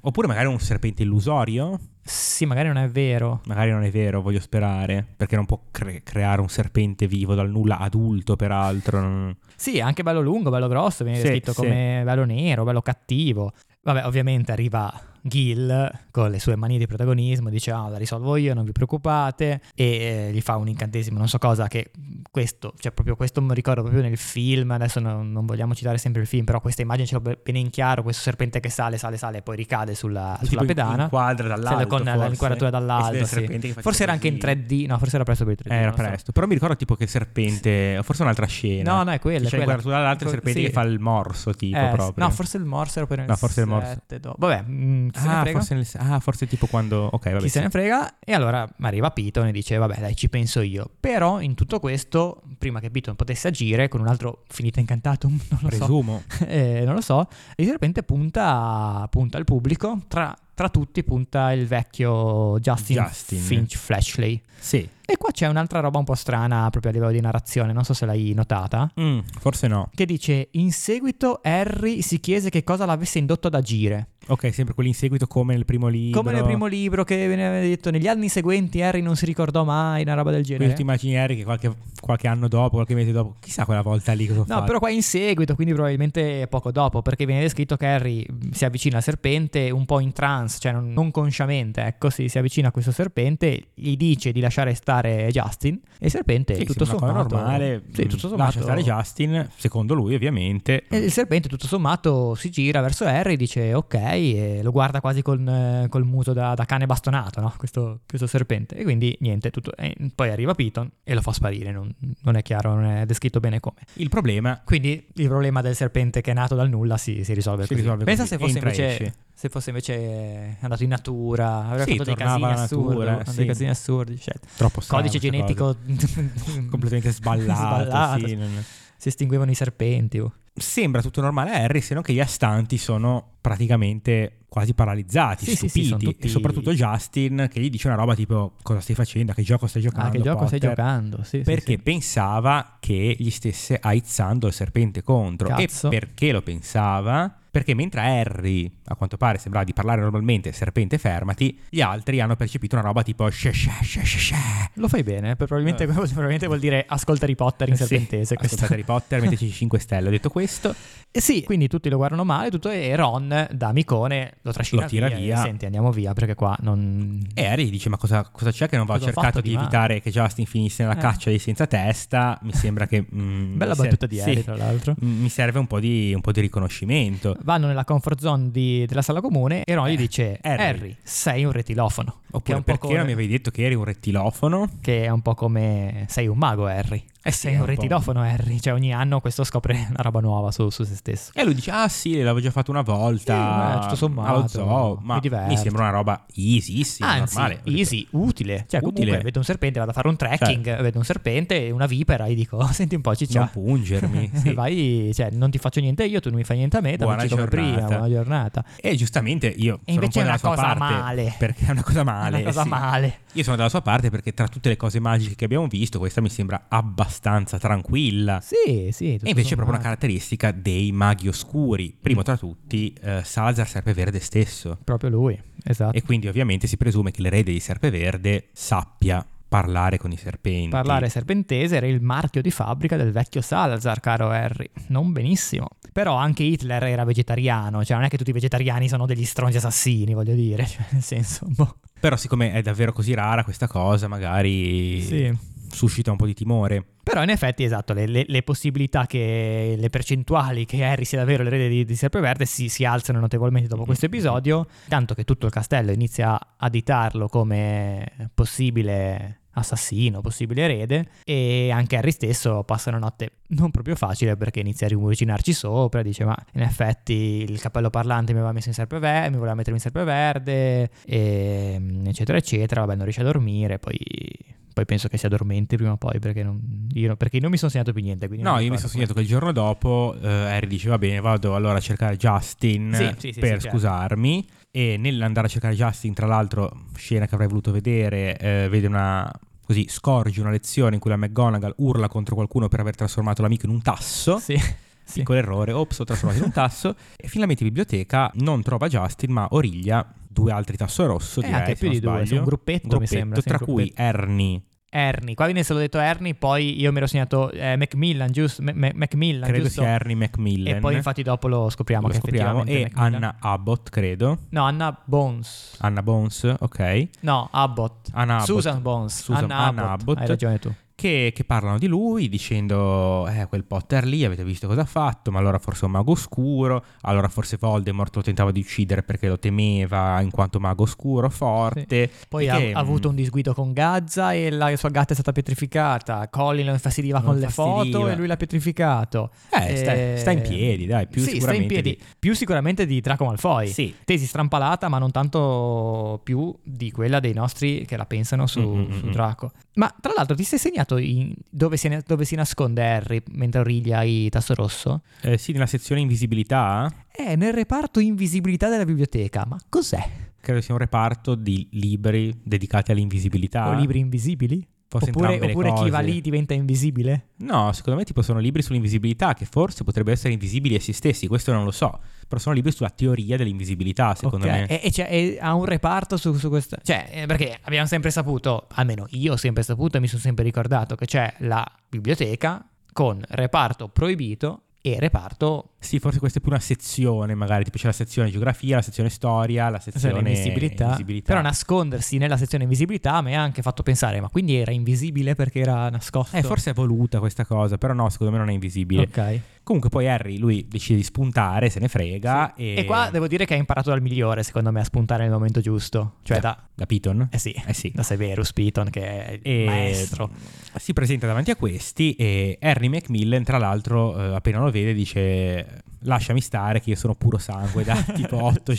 Speaker 2: Oppure magari è un serpente illusorio?
Speaker 1: sì, magari non è vero.
Speaker 2: Magari non è vero, voglio sperare, perché non può cre- creare un serpente vivo dal nulla, adulto peraltro. non-
Speaker 1: Sì, è anche bello lungo, bello grosso, viene
Speaker 2: Sì,
Speaker 1: descritto
Speaker 2: sì.
Speaker 1: come bello nero, bello cattivo. Vabbè, ovviamente arriva Gil con le sue manie di protagonismo, dice ah, la risolvo io, non vi preoccupate, e eh, gli fa un incantesimo, non so cosa, che questo, cioè proprio questo mi ricordo proprio nel film, adesso non, non vogliamo citare sempre il film, però questa immagine ce l'ho be- bene in chiaro, questo serpente che sale, sale, sale e poi ricade sulla,
Speaker 2: Tipo
Speaker 1: sulla
Speaker 2: in-
Speaker 1: pedana.
Speaker 2: inquadra dall'alto,
Speaker 1: Sì, con
Speaker 2: forse.
Speaker 1: l'inquadratura
Speaker 2: E si
Speaker 1: dall'alto,
Speaker 2: vede il
Speaker 1: sì.
Speaker 2: serpente che fa
Speaker 1: Forse era anche in
Speaker 2: così.
Speaker 1: 3D, no, forse era presto per il 3D.
Speaker 2: Eh, Era
Speaker 1: non lo so.
Speaker 2: presto, però mi ricordo tipo che il serpente, forse un'altra scena.
Speaker 1: No, no, è quella, è
Speaker 2: C'è
Speaker 1: quella.
Speaker 2: inquadratura dall'altro il
Speaker 1: Co-
Speaker 2: serpente
Speaker 1: sì.
Speaker 2: che fa il morso, tipo
Speaker 1: Eh,
Speaker 2: proprio.
Speaker 1: No, forse il morso era per il
Speaker 2: No, forse il morso.
Speaker 1: sette, do- Vabbè, mm, chi se ne
Speaker 2: Ah
Speaker 1: frega.
Speaker 2: forse, nel- ah, forse tipo quando... Ok, vabbè.
Speaker 1: Chi se
Speaker 2: sì.
Speaker 1: ne frega? E allora arriva Piton e dice: Vabbè, dai, ci penso io. Però in tutto questo, prima che Piton potesse agire con un altro finito incantato, non lo so,
Speaker 2: Presumo.
Speaker 1: eh, non lo so, il serpente punta, punta al pubblico. Tra, tra tutti, punta il vecchio Justin,
Speaker 2: Justin.
Speaker 1: Finch Flashley.
Speaker 2: Sì.
Speaker 1: E qua c'è un'altra roba un po' strana proprio a livello di narrazione, non so se l'hai notata.
Speaker 2: Mm, forse no.
Speaker 1: Che dice: In seguito Harry si chiese che cosa l'avesse indotto ad agire.
Speaker 2: Ok, sempre quelli in seguito come nel primo libro.
Speaker 1: Come nel primo libro che viene detto negli anni seguenti Harry non si ricordò mai, una roba del genere.
Speaker 2: Quindi ti immagini Harry che qualche, qualche anno dopo, qualche mese dopo, chissà quella volta lì cosa ho
Speaker 1: No,
Speaker 2: fatto.
Speaker 1: però qua è in seguito, quindi probabilmente è poco dopo, perché viene descritto che Harry mh, si avvicina al serpente un po' in trance, cioè non, non consciamente, ecco, si, si avvicina a questo serpente, gli dice di lasciare stare Justin e il serpente
Speaker 2: Sì,
Speaker 1: tutto
Speaker 2: sì, una cosa
Speaker 1: sommato
Speaker 2: normale.
Speaker 1: Sì, tutto
Speaker 2: mm,
Speaker 1: sommato.
Speaker 2: Lascia stare Justin, secondo lui ovviamente.
Speaker 1: E il serpente tutto sommato si gira verso Harry, dice ok, e lo guarda quasi con, eh, col muso da, da cane bastonato, no? questo, questo serpente. E quindi niente, tutto- e poi arriva Piton e lo fa sparire, non, non è chiaro, non è descritto bene come.
Speaker 2: Il problema
Speaker 1: Quindi il problema del serpente che è nato dal nulla si, si risolve
Speaker 2: Si
Speaker 1: così.
Speaker 2: risolve
Speaker 1: Pensa
Speaker 2: così,
Speaker 1: Se, fosse
Speaker 2: entra e
Speaker 1: invece,
Speaker 2: esce.
Speaker 1: se fosse invece andato in natura, avrebbe
Speaker 2: Sì,
Speaker 1: fatto dei
Speaker 2: tornava
Speaker 1: casini
Speaker 2: alla
Speaker 1: assurdi,
Speaker 2: natura,
Speaker 1: avrebbe fatto
Speaker 2: sì.
Speaker 1: dei casini assurdi. cioè,
Speaker 2: troppo strano.
Speaker 1: codice
Speaker 2: questa
Speaker 1: genetico
Speaker 2: cosa. completamente sballato.
Speaker 1: Sballato.
Speaker 2: sì, non-
Speaker 1: si estinguevano i serpenti. oh.
Speaker 2: Sembra tutto normale a Harry, se non che gli astanti sono praticamente quasi paralizzati,
Speaker 1: Sì, sì, sì,
Speaker 2: stupiti.
Speaker 1: sono tutti-
Speaker 2: E soprattutto Justin che gli dice una roba tipo cosa stai facendo, a che gioco stai giocando.
Speaker 1: Ah, che gioco stai
Speaker 2: Potter?"
Speaker 1: giocando? Sì, sì,
Speaker 2: Perché
Speaker 1: sì.
Speaker 2: pensava che gli stesse aizzando il serpente contro.
Speaker 1: Cazzo.
Speaker 2: E perché lo pensava? Perché mentre Harry, a quanto pare, sembrava di parlare normalmente, serpente fermati, gli altri hanno percepito una roba tipo "Shè, shè, shè, shè, shè".
Speaker 1: Lo fai bene, eh, probabilmente,
Speaker 2: Eh.
Speaker 1: probabilmente vuol dire ascolta Harry Potter in
Speaker 2: Sì,
Speaker 1: serpentese. questo.
Speaker 2: ascoltate Harry Potter, metteteci 5 stelle. Ho detto questo,
Speaker 1: Eh sì, quindi tutti lo guardano male, tutto, e Ron da amicone lo trascina
Speaker 2: Lo tira
Speaker 1: e
Speaker 2: via. Eh,
Speaker 1: Senti, andiamo via perché qua non...
Speaker 2: e Harry dice: Ma cosa, cosa c'è che non va? Ho
Speaker 1: Cosa ho
Speaker 2: cercato
Speaker 1: fatto di
Speaker 2: di,
Speaker 1: male?"
Speaker 2: evitare che Justin finisse nella
Speaker 1: Eh.
Speaker 2: caccia dei senza testa. Mi sembra che. mm,
Speaker 1: Bella
Speaker 2: mi ser-
Speaker 1: battuta di Harry,
Speaker 2: sì.
Speaker 1: tra l'altro.
Speaker 2: Mm, Mi serve un po' di, un po' di riconoscimento.
Speaker 1: Vanno nella comfort zone di- della sala comune e Ron gli
Speaker 2: Eh,
Speaker 1: dice Harry.
Speaker 2: Harry.
Speaker 1: sei un retilofono. che è
Speaker 2: Oppure
Speaker 1: un po'
Speaker 2: perché non
Speaker 1: come-
Speaker 2: mi avevi detto che eri un rettilofono?
Speaker 1: Che è un po' come sei un mago Harry. E sei
Speaker 2: è
Speaker 1: un
Speaker 2: Eh un po'.
Speaker 1: retilofono Harry. Cioè ogni anno questo scopre una roba nuova su, su se stesso.
Speaker 2: E lui dice: Ah, sì, l'avevo già fatto una volta.
Speaker 1: Sì, eh, tutto sommato,
Speaker 2: Allo zoo, ma
Speaker 1: mi
Speaker 2: mi,
Speaker 1: diverto.
Speaker 2: sembra una roba easy, sì,
Speaker 1: Anzi,
Speaker 2: normale. Ho detto,
Speaker 1: easy, utile. Cioè, comunque
Speaker 2: Utile. Certo.
Speaker 1: vedo un serpente, vado a fare un trekking, vedo un serpente, una vipera, e dico, senti un po',
Speaker 2: Non
Speaker 1: ciccia.
Speaker 2: pungermi. sì.
Speaker 1: Vai, cioè, non ti faccio niente io, tu non mi fai niente a me,
Speaker 2: Buona
Speaker 1: dammi come prima,
Speaker 2: giornata.
Speaker 1: buona giornata.
Speaker 2: E giustamente io sono
Speaker 1: invece è una
Speaker 2: un po' dalla sua
Speaker 1: cosa
Speaker 2: parte,
Speaker 1: male.
Speaker 2: Perché è una cosa
Speaker 1: È
Speaker 2: male.
Speaker 1: una cosa
Speaker 2: sì.
Speaker 1: male.
Speaker 2: Io sono dalla sua parte perché tra tutte le cose magiche che abbiamo visto, questa mi sembra abbastanza tranquilla.
Speaker 1: Sì, sì. tutto
Speaker 2: E invece è proprio una
Speaker 1: sommato. Mm.
Speaker 2: caratteristica dei maghi oscuri. Primo tra tutti, eh, Salazar Serpeverde stesso.
Speaker 1: Proprio lui, esatto.
Speaker 2: E quindi ovviamente si presume che l'erede di Serpeverde sappia parlare con i serpenti.
Speaker 1: Parlare serpentese era il marchio di fabbrica del vecchio Salazar, caro Harry. Non benissimo. Però anche Hitler era vegetariano, cioè non è che tutti i vegetariani sono degli stronzi assassini, voglio dire, cioè, nel senso, boh.
Speaker 2: Però siccome è davvero così rara questa cosa, magari
Speaker 1: Sì.
Speaker 2: suscita un po' di timore.
Speaker 1: Però in effetti, esatto, le, le- le possibilità che le percentuali che Harry sia davvero l'erede di, di Serpeverde si, si alzano notevolmente dopo questo episodio, tanto che tutto il castello inizia a aditarlo come possibile assassino, possibile erede, e anche Harry stesso passa una notte non proprio facile perché inizia a rimucinarci sopra, dice ma in effetti il cappello parlante mi aveva messo in serpeverde, mi voleva mettermi in serpeverde, e, eccetera eccetera, vabbè non riesce a dormire, poi... Poi penso che si addormenti prima o poi perché non, io no- perché non mi sono segnato più niente. quindi non
Speaker 2: No, io mi sono
Speaker 1: ricordo.
Speaker 2: segnato che il giorno dopo eh, Harry dice va bene, vado allora a cercare Justin
Speaker 1: Sì, sì, sì,
Speaker 2: per
Speaker 1: sì, certo.
Speaker 2: scusarmi. E nell'andare a cercare Justin, tra l'altro, scena che avrei voluto vedere, eh, vede una così scorgi una lezione in cui la McGonagall urla contro qualcuno per aver trasformato l'amico in un tasso.
Speaker 1: Sì, sì.
Speaker 2: Piccolo errore, ops, ho trasformato in un tasso. e finalmente in biblioteca non trova Justin, ma origlia due altri tasso rosso.
Speaker 1: Eh,
Speaker 2: direi,
Speaker 1: anche
Speaker 2: se
Speaker 1: più
Speaker 2: non
Speaker 1: di due,
Speaker 2: sbaglio.
Speaker 1: sì, un gruppetto, Ecco, mi sembra, sì,
Speaker 2: Tra
Speaker 1: un
Speaker 2: cui
Speaker 1: gruppetto.
Speaker 2: Ernie,
Speaker 1: Ernie, qua viene se l'ho detto Ernie, poi io mi ero segnato eh, Macmillan, giusto? Ma- Ma- Macmillan,
Speaker 2: credo
Speaker 1: giusto?
Speaker 2: sia Ernie Macmillan.
Speaker 1: E poi infatti dopo lo scopriamo
Speaker 2: lo
Speaker 1: che
Speaker 2: scopriamo. E
Speaker 1: effettivamente è Macmillan.
Speaker 2: Anna Abbott, credo.
Speaker 1: No, Anna Bones.
Speaker 2: Anna Bones, ok.
Speaker 1: No, Abbott.
Speaker 2: Anna Abbott.
Speaker 1: Susan Bones.
Speaker 2: Susan-
Speaker 1: Anna,
Speaker 2: Anna
Speaker 1: Abbott.
Speaker 2: Abbott.
Speaker 1: Hai ragione tu.
Speaker 2: che, che parlano di lui dicendo eh quel Potter lì avete visto cosa ha fatto ma allora forse è un mago oscuro allora forse Voldemort lo tentava di uccidere perché lo temeva in quanto mago oscuro forte
Speaker 1: Poi
Speaker 2: E
Speaker 1: ha,
Speaker 2: che, mm,
Speaker 1: ha avuto un
Speaker 2: mh,
Speaker 1: disguido con Gazza e la sua gatta è stata pietrificata. Colin lo infastidiva
Speaker 2: Lo
Speaker 1: con le
Speaker 2: infastidiva.
Speaker 1: foto e lui l'ha pietrificato.
Speaker 2: eh, sta,
Speaker 1: Eh,
Speaker 2: sta in piedi dai
Speaker 1: sì,
Speaker 2: più
Speaker 1: sta in
Speaker 2: sicuramente
Speaker 1: piedi.
Speaker 2: di-
Speaker 1: Più sicuramente di Draco Malfoy.
Speaker 2: sì
Speaker 1: Tesi strampalata, ma non tanto più di quella dei nostri che la pensano su,
Speaker 2: Mm, mm,
Speaker 1: su
Speaker 2: mm.
Speaker 1: Draco. Ma tra l'altro, ti sei segnato in- dove, si, dove si nasconde Harry mentre origlia i tasso rosso?
Speaker 2: Eh, sì nella sezione invisibilità
Speaker 1: È nel reparto invisibilità della biblioteca. Ma cos'è?
Speaker 2: credo sia un reparto di libri dedicati all'invisibilità
Speaker 1: O libri invisibili?
Speaker 2: Forse
Speaker 1: oppure
Speaker 2: Ah. entrambe le
Speaker 1: oppure chi
Speaker 2: cose.
Speaker 1: va lì diventa invisibile?
Speaker 2: No, secondo me tipo sono libri sull'invisibilità che forse potrebbero essere invisibili a se stessi, questo non lo so, però sono libri sulla teoria dell'invisibilità secondo
Speaker 1: Ok,
Speaker 2: me.
Speaker 1: E, e c'è- e ha un reparto su, su questo. Cioè, eh, perché abbiamo sempre saputo, almeno io ho sempre saputo e mi sono sempre ricordato che c'è la biblioteca con reparto proibito e reparto
Speaker 2: Sì, forse questa è più una sezione magari, tipo c'è la sezione geografia, la sezione storia, la sezione
Speaker 1: invisibilità.
Speaker 2: invisibilità.
Speaker 1: Cioè, Però nascondersi nella sezione invisibilità mi ha anche fatto pensare, ma quindi era invisibile perché era nascosto?
Speaker 2: Eh, forse è voluta questa cosa, però no, secondo me non è invisibile.
Speaker 1: Ok.
Speaker 2: Comunque poi Harry, lui decide di spuntare, se ne frega e...
Speaker 1: E... qua devo dire che ha imparato dal migliore, secondo me, a spuntare nel momento giusto. Cioè, da.
Speaker 2: Da Piton?
Speaker 1: Eh sì.
Speaker 2: Eh sì.
Speaker 1: Da Severus Piton, che è il
Speaker 2: E
Speaker 1: maestro.
Speaker 2: Eh, Si presenta davanti a questi e Harry Macmillan, tra l'altro, eh, appena lo vede dice lasciami stare che io sono puro sangue da tipo otto
Speaker 1: Sì.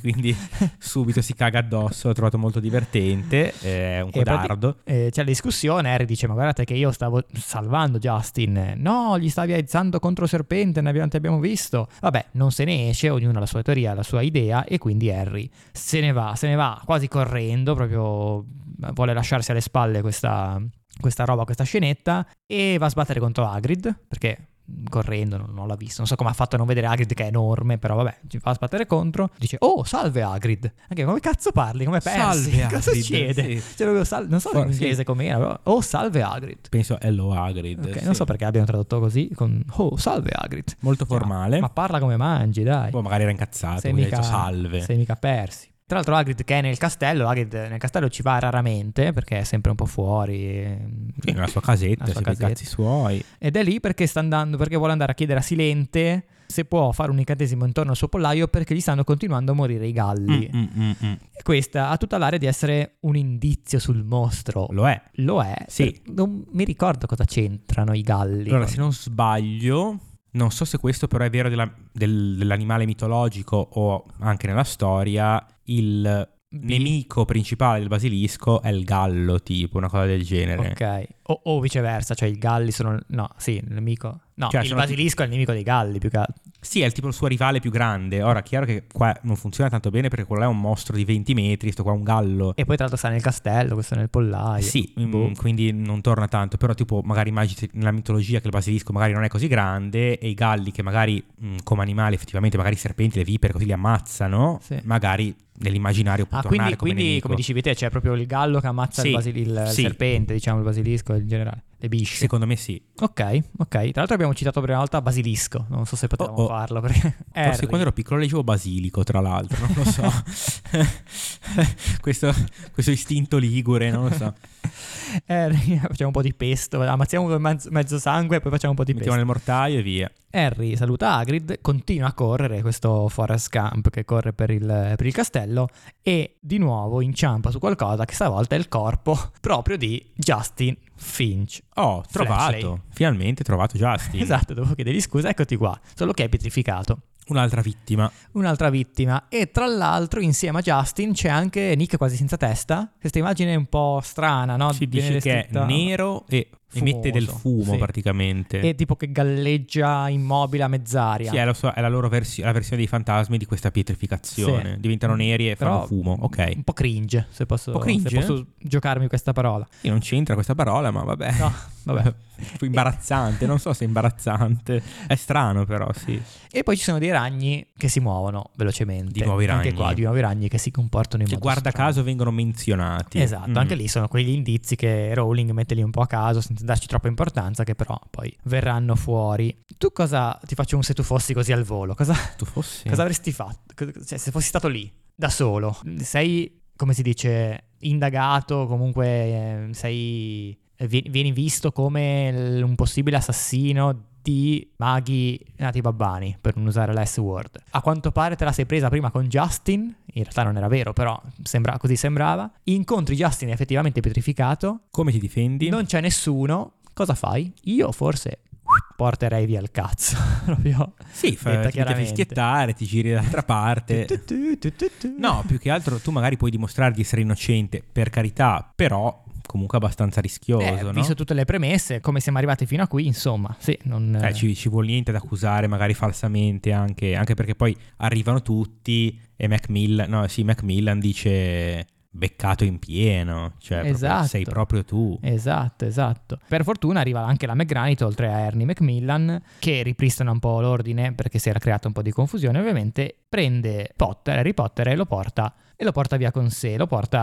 Speaker 2: quindi subito si caga addosso, l'ho trovato molto divertente, eh, è un
Speaker 1: E prati-
Speaker 2: codardo.
Speaker 1: eh, c'è la discussione, Harry dice ma guardate che io stavo salvando Justin, no gli stavi aizzando contro il serpente, ne abbiamo, ti abbiamo visto, vabbè non se ne esce, ognuno ha la sua teoria, la sua idea e quindi Harry se ne va, se ne va quasi correndo, proprio vuole lasciarsi alle spalle questa, questa roba, questa scenetta e va a sbattere contro Hagrid perché correndo non, non l'ha visto non so come ha fatto a non vedere Hagrid che è enorme però vabbè ci fa a sbattere contro dice oh salve Hagrid anche come cazzo parli come persi
Speaker 2: Salve,
Speaker 1: Eh, cosa
Speaker 2: Hagrid,
Speaker 1: succede
Speaker 2: sì.
Speaker 1: cioè, proprio sal- non so in
Speaker 2: Forse-
Speaker 1: inglese com'era, però. Oh, salve Hagrid.
Speaker 2: Penso a Hello Hagrid.
Speaker 1: Ok,
Speaker 2: Eh, sì.
Speaker 1: Non so perché abbiano tradotto così con Oh, salve Hagrid.
Speaker 2: Molto
Speaker 1: Cioè,
Speaker 2: formale.
Speaker 1: Ma parla come mangi, dai.
Speaker 2: Poi magari era incazzato,
Speaker 1: sei
Speaker 2: quindi ha
Speaker 1: mica,
Speaker 2: detto salve.
Speaker 1: sei mica persi. Tra l'altro Hagrid che è nel castello, Hagrid nel castello ci va raramente perché è sempre un po' fuori. ehm,
Speaker 2: Sì, nella sua casetta,
Speaker 1: Nella sua
Speaker 2: si fa i
Speaker 1: casetta.
Speaker 2: cazzi suoi.
Speaker 1: Ed è lì perché sta andando, perché vuole andare a chiedere a Silente se può fare un incantesimo intorno al suo pollaio perché gli stanno continuando a morire i galli.
Speaker 2: Mm, mm, mm, mm.
Speaker 1: E questa ha tutta l'area di essere un indizio sul mostro.
Speaker 2: Lo è.
Speaker 1: Lo è?
Speaker 2: Sì.
Speaker 1: Per- Non mi ricordo cosa c'entrano i galli.
Speaker 2: Allora, se non sbaglio, non so se questo però è vero della- del- dell'animale mitologico o anche nella storia, il nemico principale del basilisco è il gallo, tipo una cosa del genere.
Speaker 1: Ok. O, o viceversa, cioè i galli sono... No, sì, il nemico... No,
Speaker 2: Cioè,
Speaker 1: il
Speaker 2: sono-
Speaker 1: basilisco è il nemico dei galli più che... altro.
Speaker 2: Sì, è tipo il suo rivale più grande. Ora, chiaro che qua non funziona tanto bene perché quello là è un mostro di 20 metri, sto qua è un gallo.
Speaker 1: E poi tra l'altro sta nel castello, questo nel pollaio.
Speaker 2: Sì, mm,
Speaker 1: Boh.
Speaker 2: quindi non torna tanto, però tipo magari immagini nella mitologia che il basilisco magari non è così grande e i galli che magari mm, come animali effettivamente magari i serpenti, le vipere così li ammazzano,
Speaker 1: Sì.
Speaker 2: magari nell'immaginario può
Speaker 1: Ah,
Speaker 2: tornare
Speaker 1: quindi,
Speaker 2: come
Speaker 1: quindi
Speaker 2: nemico.
Speaker 1: come dicevi te, c'è proprio il gallo che ammazza il,
Speaker 2: Sì,
Speaker 1: basili- il- il
Speaker 2: sì.
Speaker 1: serpente, diciamo il basilisco in generale, le bisce.
Speaker 2: Secondo me sì.
Speaker 1: Ok, ok. Tra l'altro abbiamo citato per una volta Basilisco, non so se potevamo
Speaker 2: Oh, oh.
Speaker 1: farlo perché...
Speaker 2: Forse
Speaker 1: Harry.
Speaker 2: quando ero piccolo leggevo basilico, tra l'altro, non lo so. questo, questo istinto ligure, non lo so.
Speaker 1: Harry, facciamo un po' di pesto, ammazziamo mezzo, mezzo sangue e poi facciamo un po' di pesto.
Speaker 2: Mettiamo nel mortaio e via.
Speaker 1: Harry saluta Hagrid, continua a correre questo Forest Camp che corre per il, per il castello e di nuovo inciampa su qualcosa che stavolta è il corpo proprio di Justin Finch.
Speaker 2: Oh, trovato.
Speaker 1: Flashley.
Speaker 2: Finalmente trovato Justin.
Speaker 1: Esatto, dopo chiedergli scusa, eccoti qua, solo che è pietrificato.
Speaker 2: Un'altra vittima.
Speaker 1: Un'altra vittima e tra l'altro insieme a Justin c'è anche Nick quasi senza testa, questa immagine è un po' strana, no?
Speaker 2: si
Speaker 1: Viene
Speaker 2: dice che è
Speaker 1: vestita-
Speaker 2: nero e
Speaker 1: fumoso.
Speaker 2: Emette del fumo
Speaker 1: Sì.
Speaker 2: praticamente.
Speaker 1: E tipo che galleggia immobile a mezz'aria.
Speaker 2: Sì, è la, sua- è la loro versi- la versione dei fantasmi di questa pietrificazione.
Speaker 1: Sì. Mm.
Speaker 2: Diventano neri e
Speaker 1: Però
Speaker 2: fanno fumo. Ok.
Speaker 1: Un po' cringe, se posso,
Speaker 2: Un po' cringe? eh?
Speaker 1: se posso giocarmi questa parola.
Speaker 2: Sì, non c'entra questa parola, ma vabbè.
Speaker 1: No, vabbè.
Speaker 2: Fu imbarazzante, non so se è imbarazzante. È strano, però, sì.
Speaker 1: E poi ci sono dei ragni che si muovono velocemente.
Speaker 2: Di nuovi
Speaker 1: Anche
Speaker 2: ragni.
Speaker 1: qua, di nuovi ragni che si comportano in
Speaker 2: Che
Speaker 1: modo
Speaker 2: guarda
Speaker 1: strano.
Speaker 2: caso vengono menzionati.
Speaker 1: Esatto,
Speaker 2: Mm.
Speaker 1: anche lì sono quegli indizi che Rowling mette lì un po' a caso senza darci troppa importanza, che però poi verranno fuori. Tu cosa ti faccio un se tu fossi così al volo? Cosa,
Speaker 2: Tu fossi.
Speaker 1: cosa avresti fatto? Co- Cioè, se fossi stato lì, da solo, sei, come si dice, indagato, comunque eh, sei. eh, vi- Vieni visto come l- un possibile assassino di maghi nati babbani, per non usare la S-word. A quanto pare te la sei presa prima con Justin, in realtà non era vero, però sembra- così sembrava. Incontri Justin effettivamente petrificato,
Speaker 2: Come ti difendi?
Speaker 1: non c'è nessuno, cosa fai? Io forse porterei via il cazzo, proprio.
Speaker 2: Sì,
Speaker 1: Detta
Speaker 2: fa, ti metti a
Speaker 1: chiaramente.
Speaker 2: fischiettare, ti giri dall'altra parte. No, più che altro tu magari puoi dimostrare di essere innocente, per carità, però comunque abbastanza rischioso,
Speaker 1: Eh,
Speaker 2: no?
Speaker 1: Visto tutte le premesse, come siamo arrivati fino a qui, insomma, sì, non...
Speaker 2: Eh, ci, ci vuole niente da accusare, magari falsamente anche, anche perché poi arrivano tutti e Macmillan, no, sì, Macmillan dice beccato in pieno, cioè proprio
Speaker 1: Esatto.
Speaker 2: sei proprio tu.
Speaker 1: Esatto, esatto. Per fortuna arriva anche la McGranit, oltre a Ernie Macmillan, che ripristona un po' l'ordine perché si era creata un po' di confusione, ovviamente, prende Potter, Harry Potter e lo porta e lo porta via con sé, lo porta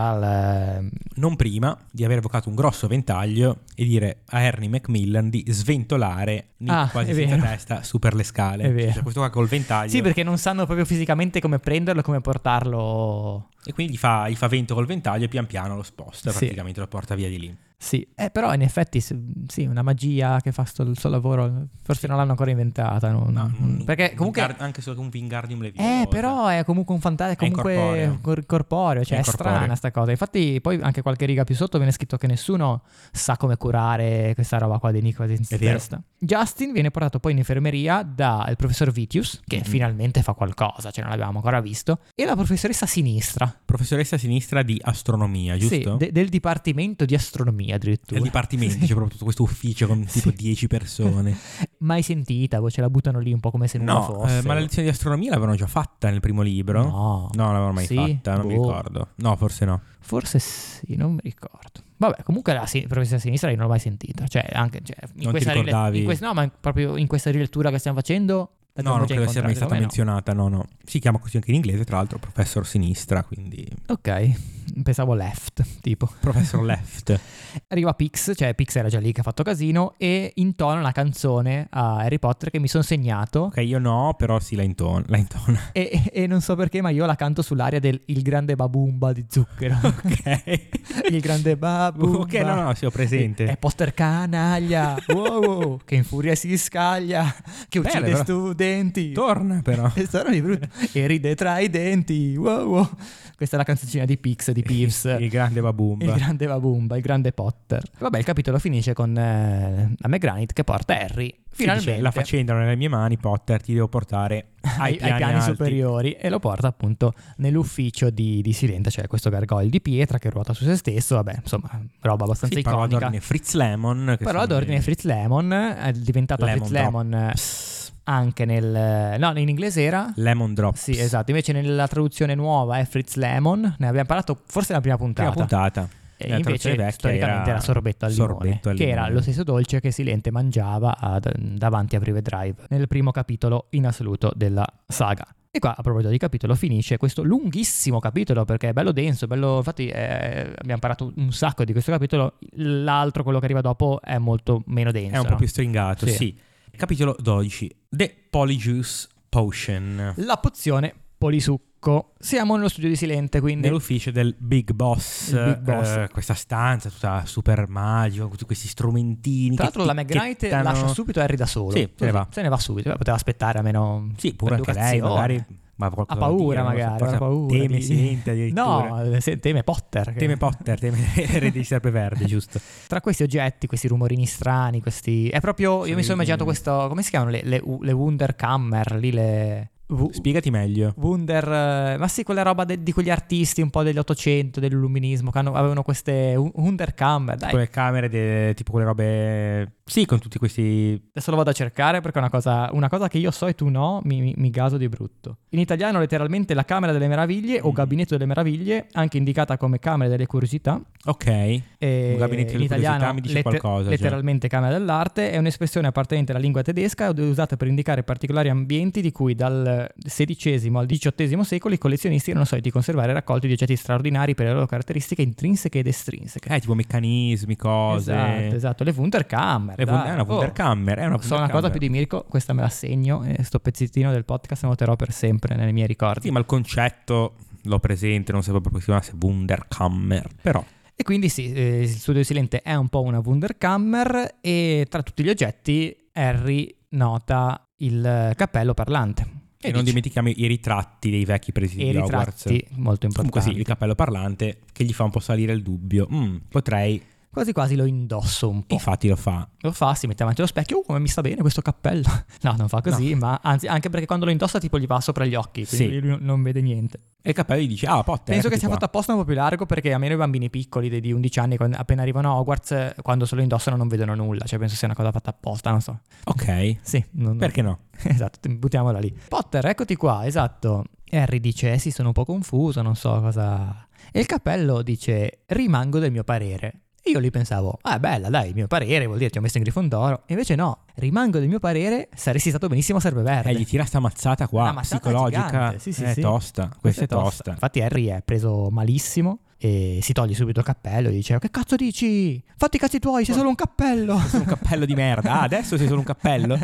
Speaker 1: al...
Speaker 2: Non prima di aver evocato un grosso ventaglio e dire a Ernie Macmillan di sventolare Nick
Speaker 1: Ah,
Speaker 2: quasi
Speaker 1: è
Speaker 2: senza
Speaker 1: vero.
Speaker 2: testa su per le scale.
Speaker 1: È vero.
Speaker 2: Cioè, questo qua col ventaglio.
Speaker 1: Sì, perché non sanno proprio fisicamente come prenderlo e come portarlo
Speaker 2: E quindi gli fa, gli fa vento col ventaglio e pian piano lo sposta,
Speaker 1: Sì.
Speaker 2: praticamente lo porta via di lì.
Speaker 1: Sì, eh, però in effetti s- sì, una magia che fa sto, il suo lavoro, forse non l'hanno ancora inventata, non- non- perché comunque...
Speaker 2: Vingar- anche solo con Wingardium Leviosa.
Speaker 1: eh, però è comunque un fantasma, comunque
Speaker 2: incorporeo.
Speaker 1: cor- corporeo, cioè
Speaker 2: È
Speaker 1: è,
Speaker 2: incorporeo.
Speaker 1: strana sta cosa. Infatti poi anche qualche riga più sotto viene scritto che nessuno sa come curare questa roba qua di Nicolas in
Speaker 2: vero.
Speaker 1: testa. Justin viene portato poi in infermeria dal professor Vitius, che
Speaker 2: Mhm.
Speaker 1: finalmente fa qualcosa, cioè non l'abbiamo ancora visto, e la professoressa sinistra,
Speaker 2: Professoressa sinistra di astronomia,
Speaker 1: sì,
Speaker 2: giusto?
Speaker 1: de- del dipartimento di astronomia
Speaker 2: Del
Speaker 1: addirittura.
Speaker 2: dipartimento, c'è proprio tutto questo ufficio con tipo
Speaker 1: Sì.
Speaker 2: 10 persone.
Speaker 1: mai sentita, poi ce la buttano lì un po' come se nulla
Speaker 2: no,
Speaker 1: fosse.
Speaker 2: eh, ma la lezione di astronomia l'avevano già fatta nel primo libro?
Speaker 1: No.
Speaker 2: Non l'avevano mai
Speaker 1: Sì?
Speaker 2: fatta, non mi
Speaker 1: Boh.
Speaker 2: ricordo. No, forse no.
Speaker 1: Forse sì, non mi ricordo. Vabbè, comunque la si- professoressa sinistra io non l'ho mai sentita. Cioè, anche cioè, in
Speaker 2: Non ti
Speaker 1: questa rile-
Speaker 2: ricordavi?
Speaker 1: in quest- no, ma proprio in questa rilettura che stiamo facendo... l'abbiamo
Speaker 2: No, non
Speaker 1: già
Speaker 2: credo sia mai stata
Speaker 1: incontrata, secondo
Speaker 2: menzionata, no, no. Si chiama così anche in inglese, tra l'altro, professor sinistra, quindi
Speaker 1: me no. Ok, pensavo left, tipo.
Speaker 2: professor left.
Speaker 1: Arriva Pix, cioè Pix era già lì che ha fatto casino, e intona una canzone a Harry Potter che mi sono segnato.
Speaker 2: Ok, io no, però sì, la intona. La intona.
Speaker 1: E, e non so perché, ma io la canto sull'aria del Il grande babumba di zucchero.
Speaker 2: Ok.
Speaker 1: Il grande babumba.
Speaker 2: Ok, no, no, sì, ho presente.
Speaker 1: È Potter canaglia, wow, wow, che in furia si scaglia, che
Speaker 2: Bene,
Speaker 1: uccide
Speaker 2: però.
Speaker 1: studenti.
Speaker 2: Torna però.
Speaker 1: e sono di brutto. E ride tra i denti, wow, wow. Questa è la canzoncina di Pix, di Peeves.
Speaker 2: Il grande
Speaker 1: Il
Speaker 2: babumba.
Speaker 1: grande Babumba, il grande Potter. Vabbè, il capitolo finisce con eh, la McGranit che porta Harry
Speaker 2: Sì, dice,
Speaker 1: finalmente
Speaker 2: la faccenda non è nelle mie mani, Potter, ti devo portare ai,
Speaker 1: ai, ai piani,
Speaker 2: alti.
Speaker 1: superiori e lo porta appunto nell'ufficio di, di Silente, cioè questo gargoyle di pietra che ruota su se stesso. Vabbè, insomma, roba
Speaker 2: Sì,
Speaker 1: abbastanza
Speaker 2: parola
Speaker 1: iconica.
Speaker 2: d'ordine Fritz Lemon. che
Speaker 1: Però
Speaker 2: sono
Speaker 1: ad ordine
Speaker 2: dei-
Speaker 1: Fritz Lemon è diventato
Speaker 2: Lemon
Speaker 1: Fritz
Speaker 2: Drop.
Speaker 1: Lemon eh,
Speaker 2: Psst,
Speaker 1: anche nel... No, in inglese era?
Speaker 2: Lemon Drops.
Speaker 1: Sì, esatto. Invece nella traduzione nuova è Fritz Lemon. Ne abbiamo parlato forse nella prima puntata.
Speaker 2: Prima puntata.
Speaker 1: E
Speaker 2: Nella
Speaker 1: invece
Speaker 2: traduzione vecchia
Speaker 1: storicamente era, sorbetto al limone,
Speaker 2: sorbetto al
Speaker 1: che era
Speaker 2: limone.
Speaker 1: lo stesso dolce che Silente mangiava ad- davanti a Prive Drive nel primo capitolo in assoluto della saga. E qua a proposito di capitolo finisce questo lunghissimo capitolo perché è bello denso, bello, infatti eh, abbiamo parlato un sacco di questo capitolo, l'altro quello che arriva dopo è molto meno denso.
Speaker 2: È un po'
Speaker 1: no?
Speaker 2: più stringato,
Speaker 1: Esatto. Sì.
Speaker 2: sì. Capitolo 12. The Polyjuice Potion.
Speaker 1: La pozione polisucco. Siamo nello studio di Silente, quindi
Speaker 2: Nell'ufficio del Big Boss,
Speaker 1: Il Big Boss.
Speaker 2: eh, questa stanza tutta super magica, con tutti questi strumentini.
Speaker 1: tra
Speaker 2: che
Speaker 1: l'altro la McGright
Speaker 2: ticchettano.
Speaker 1: lascia subito Harry da solo.
Speaker 2: Sì, se ne va.
Speaker 1: Se ne va subito, poteva aspettare almeno
Speaker 2: Sì, pure anche lei,
Speaker 1: Educazione.
Speaker 2: magari. Ma qualcosa
Speaker 1: Ha
Speaker 2: da
Speaker 1: paura
Speaker 2: dire, non lo so,
Speaker 1: magari,
Speaker 2: forse
Speaker 1: ha paura
Speaker 2: Teme
Speaker 1: di-
Speaker 2: Silente addirittura.
Speaker 1: No, eh, se- teme Potter. che-
Speaker 2: Teme Potter, teme Re dei Serpeverde, giusto.
Speaker 1: Tra questi oggetti, questi rumorini strani, questi... È proprio... Io mi
Speaker 2: Sì.
Speaker 1: sono immaginato questo... Come si chiamano? Le, le, le Wunderkammer, lì le... Wu-
Speaker 2: Spiegati meglio.
Speaker 1: Wunder, eh, ma sì, quella roba de- di quegli artisti un po' degli 800, dell'illuminismo, che hanno- avevano queste Wu- Wunderkammer, dai.
Speaker 2: Quelle camere, de- tipo quelle robe... Sì, con tutti questi...
Speaker 1: Adesso lo vado a cercare perché è una cosa, una cosa che io so e tu no, mi, mi- mi gaso di brutto. In italiano letteralmente la Camera delle Meraviglie o
Speaker 2: Mm.
Speaker 1: Gabinetto delle Meraviglie, anche indicata come Camera delle Curiosità.
Speaker 2: Ok.
Speaker 1: E
Speaker 2: Un gabinetto delle
Speaker 1: Eh, in italiano,
Speaker 2: curiosità mi dice qualcosa, cioè. già.
Speaker 1: Letteralmente Camera dell'Arte è un'espressione appartenente alla lingua tedesca ed è usata per indicare particolari ambienti di cui dal XVI al XVIII secolo i collezionisti erano soliti conservare raccolti di oggetti straordinari per le loro caratteristiche intrinseche ed estrinseche.
Speaker 2: Eh, tipo meccanismi, cose...
Speaker 1: Esatto, esatto, le Wunderkammer.
Speaker 2: Le
Speaker 1: dai.
Speaker 2: Wund- è una
Speaker 1: Oh.
Speaker 2: Wunderkammer, è una
Speaker 1: So una cosa
Speaker 2: Wunderkammer.
Speaker 1: più di Mirko, questa me la segno, eh, sto pezzettino del podcast la noterò per sempre nei miei ricordi.
Speaker 2: Sì, ma il concetto l'ho presente, non sapevo proprio che si chiamasse Wunderkammer, però...
Speaker 1: E quindi sì, eh, il studio di Silente è un po' una Wunderkammer e tra tutti gli oggetti Harry nota il eh, cappello parlante.
Speaker 2: E non
Speaker 1: Dice-
Speaker 2: dimentichiamo i ritratti dei vecchi presidi
Speaker 1: e i
Speaker 2: di Hogwarts.
Speaker 1: ritratti molto
Speaker 2: Comunque sì,
Speaker 1: importanti.
Speaker 2: il cappello parlante che gli fa un po' salire il dubbio. Mm, potrei,
Speaker 1: Quasi quasi lo indosso un po'.
Speaker 2: infatti lo fa.
Speaker 1: Lo fa, si mette davanti allo specchio, oh come mi sta bene questo cappello. No, non fa così, ma anzi anche perché quando lo indossa tipo gli va sopra gli occhi, quindi
Speaker 2: Sì.
Speaker 1: lui non vede niente. Eh, ecco
Speaker 2: E il cappello gli dice, ah, Potter,
Speaker 1: Penso che
Speaker 2: eccoti
Speaker 1: sia
Speaker 2: qua."
Speaker 1: fatto apposta un po' più largo perché almeno i bambini piccoli dei- di 11 anni quando- appena arrivano a Hogwarts eh, quando se lo indossano non vedono nulla, cioè penso sia una cosa fatta apposta, non so.
Speaker 2: Ok,
Speaker 1: Sì, non-
Speaker 2: perché no?
Speaker 1: Esatto, buttiamola lì. Potter, eccoti qua, esatto. E Harry dice, eh sì, sono un po' confuso, non so cosa... E il cappello dice, rimango del mio parere. E io lì pensavo, ah bella dai, il mio parere vuol dire ti ho messo in Grifondoro. E invece no, rimango del mio parere, saresti stato benissimo a Serpeverde.
Speaker 2: Eh, gli tira sta mazzata qua,
Speaker 1: Una mazzata
Speaker 2: psicologica.
Speaker 1: gigante, sì, sì,
Speaker 2: Eh,
Speaker 1: sì.
Speaker 2: tosta, questa è tosta.
Speaker 1: Infatti Harry è preso malissimo e si toglie subito il cappello e dice "Oh, che cazzo dici? Fatti i cazzi tuoi, sei solo un cappello.
Speaker 2: Sei un cappello di merda. Ah, adesso sei solo un cappello?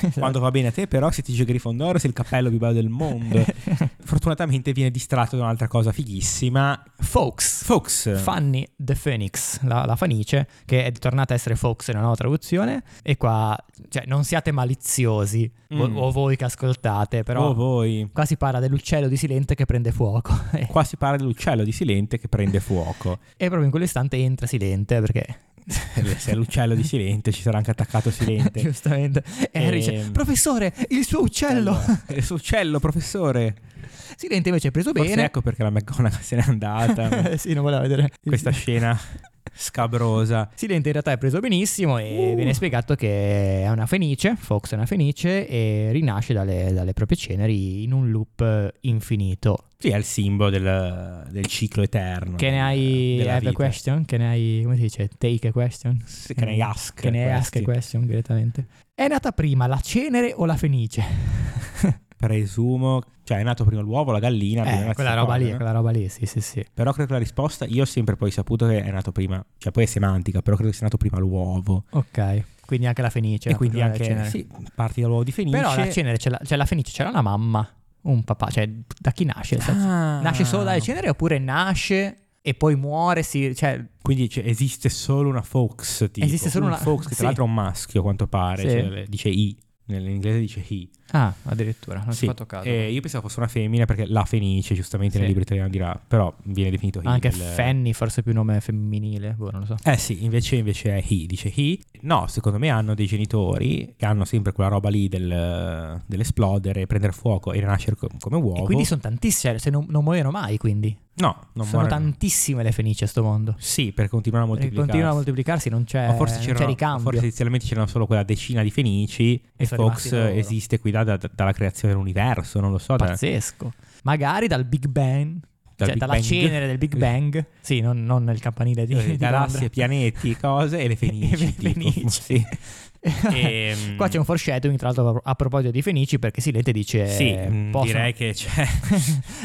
Speaker 1: Esatto.
Speaker 2: Quando va bene a te, però, se ti dice Grifondoro, sei il cappello più bello del mondo. Fortunatamente viene distratto da un'altra cosa fighissima.
Speaker 1: Folks.
Speaker 2: Fox.
Speaker 1: Fanny the Phoenix, la, la fanice, che è tornata a essere Fox nella nuova traduzione. E qua, cioè, non siate maliziosi, o,
Speaker 2: Mm.
Speaker 1: o voi che ascoltate, però
Speaker 2: Oh, voi.
Speaker 1: qua si parla dell'uccello di Silente che prende fuoco. e
Speaker 2: Qua si parla dell'uccello di Silente che prende fuoco.
Speaker 1: proprio in quell'istante entra Silente, perché...
Speaker 2: Eh, Se è l'uccello di Silente, ci sarà anche attaccato Silente.
Speaker 1: Giustamente. E Harry dice,
Speaker 2: Ehm.
Speaker 1: professore, il suo uccello!
Speaker 2: Il suo uccello, professore.
Speaker 1: Silente invece è preso
Speaker 2: Forse
Speaker 1: bene.
Speaker 2: ecco perché la McGonagall se n'è andata.
Speaker 1: sì, non voleva vedere
Speaker 2: Questa scena scabrosa.
Speaker 1: Silente in realtà è preso benissimo e
Speaker 2: Uh.
Speaker 1: viene spiegato che è una fenice, Fox è una fenice e rinasce dalle, dalle proprie ceneri in un loop eh, infinito.
Speaker 2: Sì, è il simbolo del, del ciclo eterno.
Speaker 1: Che ne hai
Speaker 2: della
Speaker 1: have a
Speaker 2: vita.
Speaker 1: question? Che ne hai, come si dice, take a question?
Speaker 2: Sì, Che ne hai ask.
Speaker 1: Che ne hai ask a
Speaker 2: questi.
Speaker 1: question direttamente. È nata prima la cenere o la fenice?
Speaker 2: Presumo, cioè è nato prima l'uovo, la gallina. prima
Speaker 1: Eh,
Speaker 2: la
Speaker 1: quella
Speaker 2: stessa
Speaker 1: roba
Speaker 2: cosa,
Speaker 1: lì,
Speaker 2: no?
Speaker 1: quella roba lì, sì sì sì.
Speaker 2: Però credo che la risposta, io ho sempre poi saputo che è nato prima, cioè poi è semantica, però credo che sia nato prima l'uovo.
Speaker 1: Ok, quindi anche la fenice.
Speaker 2: e
Speaker 1: la
Speaker 2: quindi
Speaker 1: prima della cenere.
Speaker 2: anche, sì, parti dall'uovo di Fenice.
Speaker 1: Però la cenere, c'è la, c'è la fenice, c'era la mamma, un papà, cioè da chi nasce? nel senso-
Speaker 2: Ah.
Speaker 1: Nasce solo dalle ceneri oppure nasce e poi muore? Si, cioè,
Speaker 2: Quindi c'è- esiste solo una fox, tipo.
Speaker 1: Esiste solo
Speaker 2: un
Speaker 1: una-
Speaker 2: fox, che tra
Speaker 1: sì.
Speaker 2: l'altro è un maschio, a quanto pare.
Speaker 1: Sì.
Speaker 2: cioè, dice I. Nell'inglese dice he.
Speaker 1: ah, addirittura, non
Speaker 2: Sì. Eh, io pensavo fosse una femmina perché la fenice, giustamente,
Speaker 1: Sì.
Speaker 2: nel libro italiano dirà. Però viene definito he.
Speaker 1: Anche
Speaker 2: nel-
Speaker 1: Fanny, forse è più nome femminile, boh, non lo so.
Speaker 2: Eh sì, invece, invece è he, dice he. No, secondo me hanno dei genitori che hanno sempre quella roba lì del, dell'esplodere, prendere fuoco e rinascere co- come uovo.
Speaker 1: E quindi sono tantissime, cioè, se non, non muoiono mai, quindi.
Speaker 2: no, non
Speaker 1: sono
Speaker 2: muore.
Speaker 1: tantissime le fenici a sto mondo.
Speaker 2: Sì, per continuare a
Speaker 1: Perché
Speaker 2: moltiplicarsi.
Speaker 1: Continuano a moltiplicarsi, non c'è,
Speaker 2: Ma forse
Speaker 1: non c'è
Speaker 2: c'erano-
Speaker 1: ricambio.
Speaker 2: forse inizialmente c'erano solo quella decina di fenici e,
Speaker 1: sono rimasti
Speaker 2: Fox
Speaker 1: loro.
Speaker 2: esiste qui da- da- dalla creazione dell'universo, non lo so. da-
Speaker 1: Pazzesco. Magari dal Big Bang, cioè
Speaker 2: dal Big
Speaker 1: dalla
Speaker 2: Bang.
Speaker 1: cenere del Big Bang. Sì, non, non nel campanile di, di
Speaker 2: eh, galassie,
Speaker 1: Londra.
Speaker 2: pianeti, cose e le fenici.
Speaker 1: E le
Speaker 2: tipo.
Speaker 1: fenici.
Speaker 2: Sì. Ehm,
Speaker 1: Qua c'è un foreshadowing, tra l'altro, a proposito di Fenici, perché Silente dice... eh,
Speaker 2: Sì, mh,
Speaker 1: "Possono-
Speaker 2: direi che c'è.
Speaker 1: E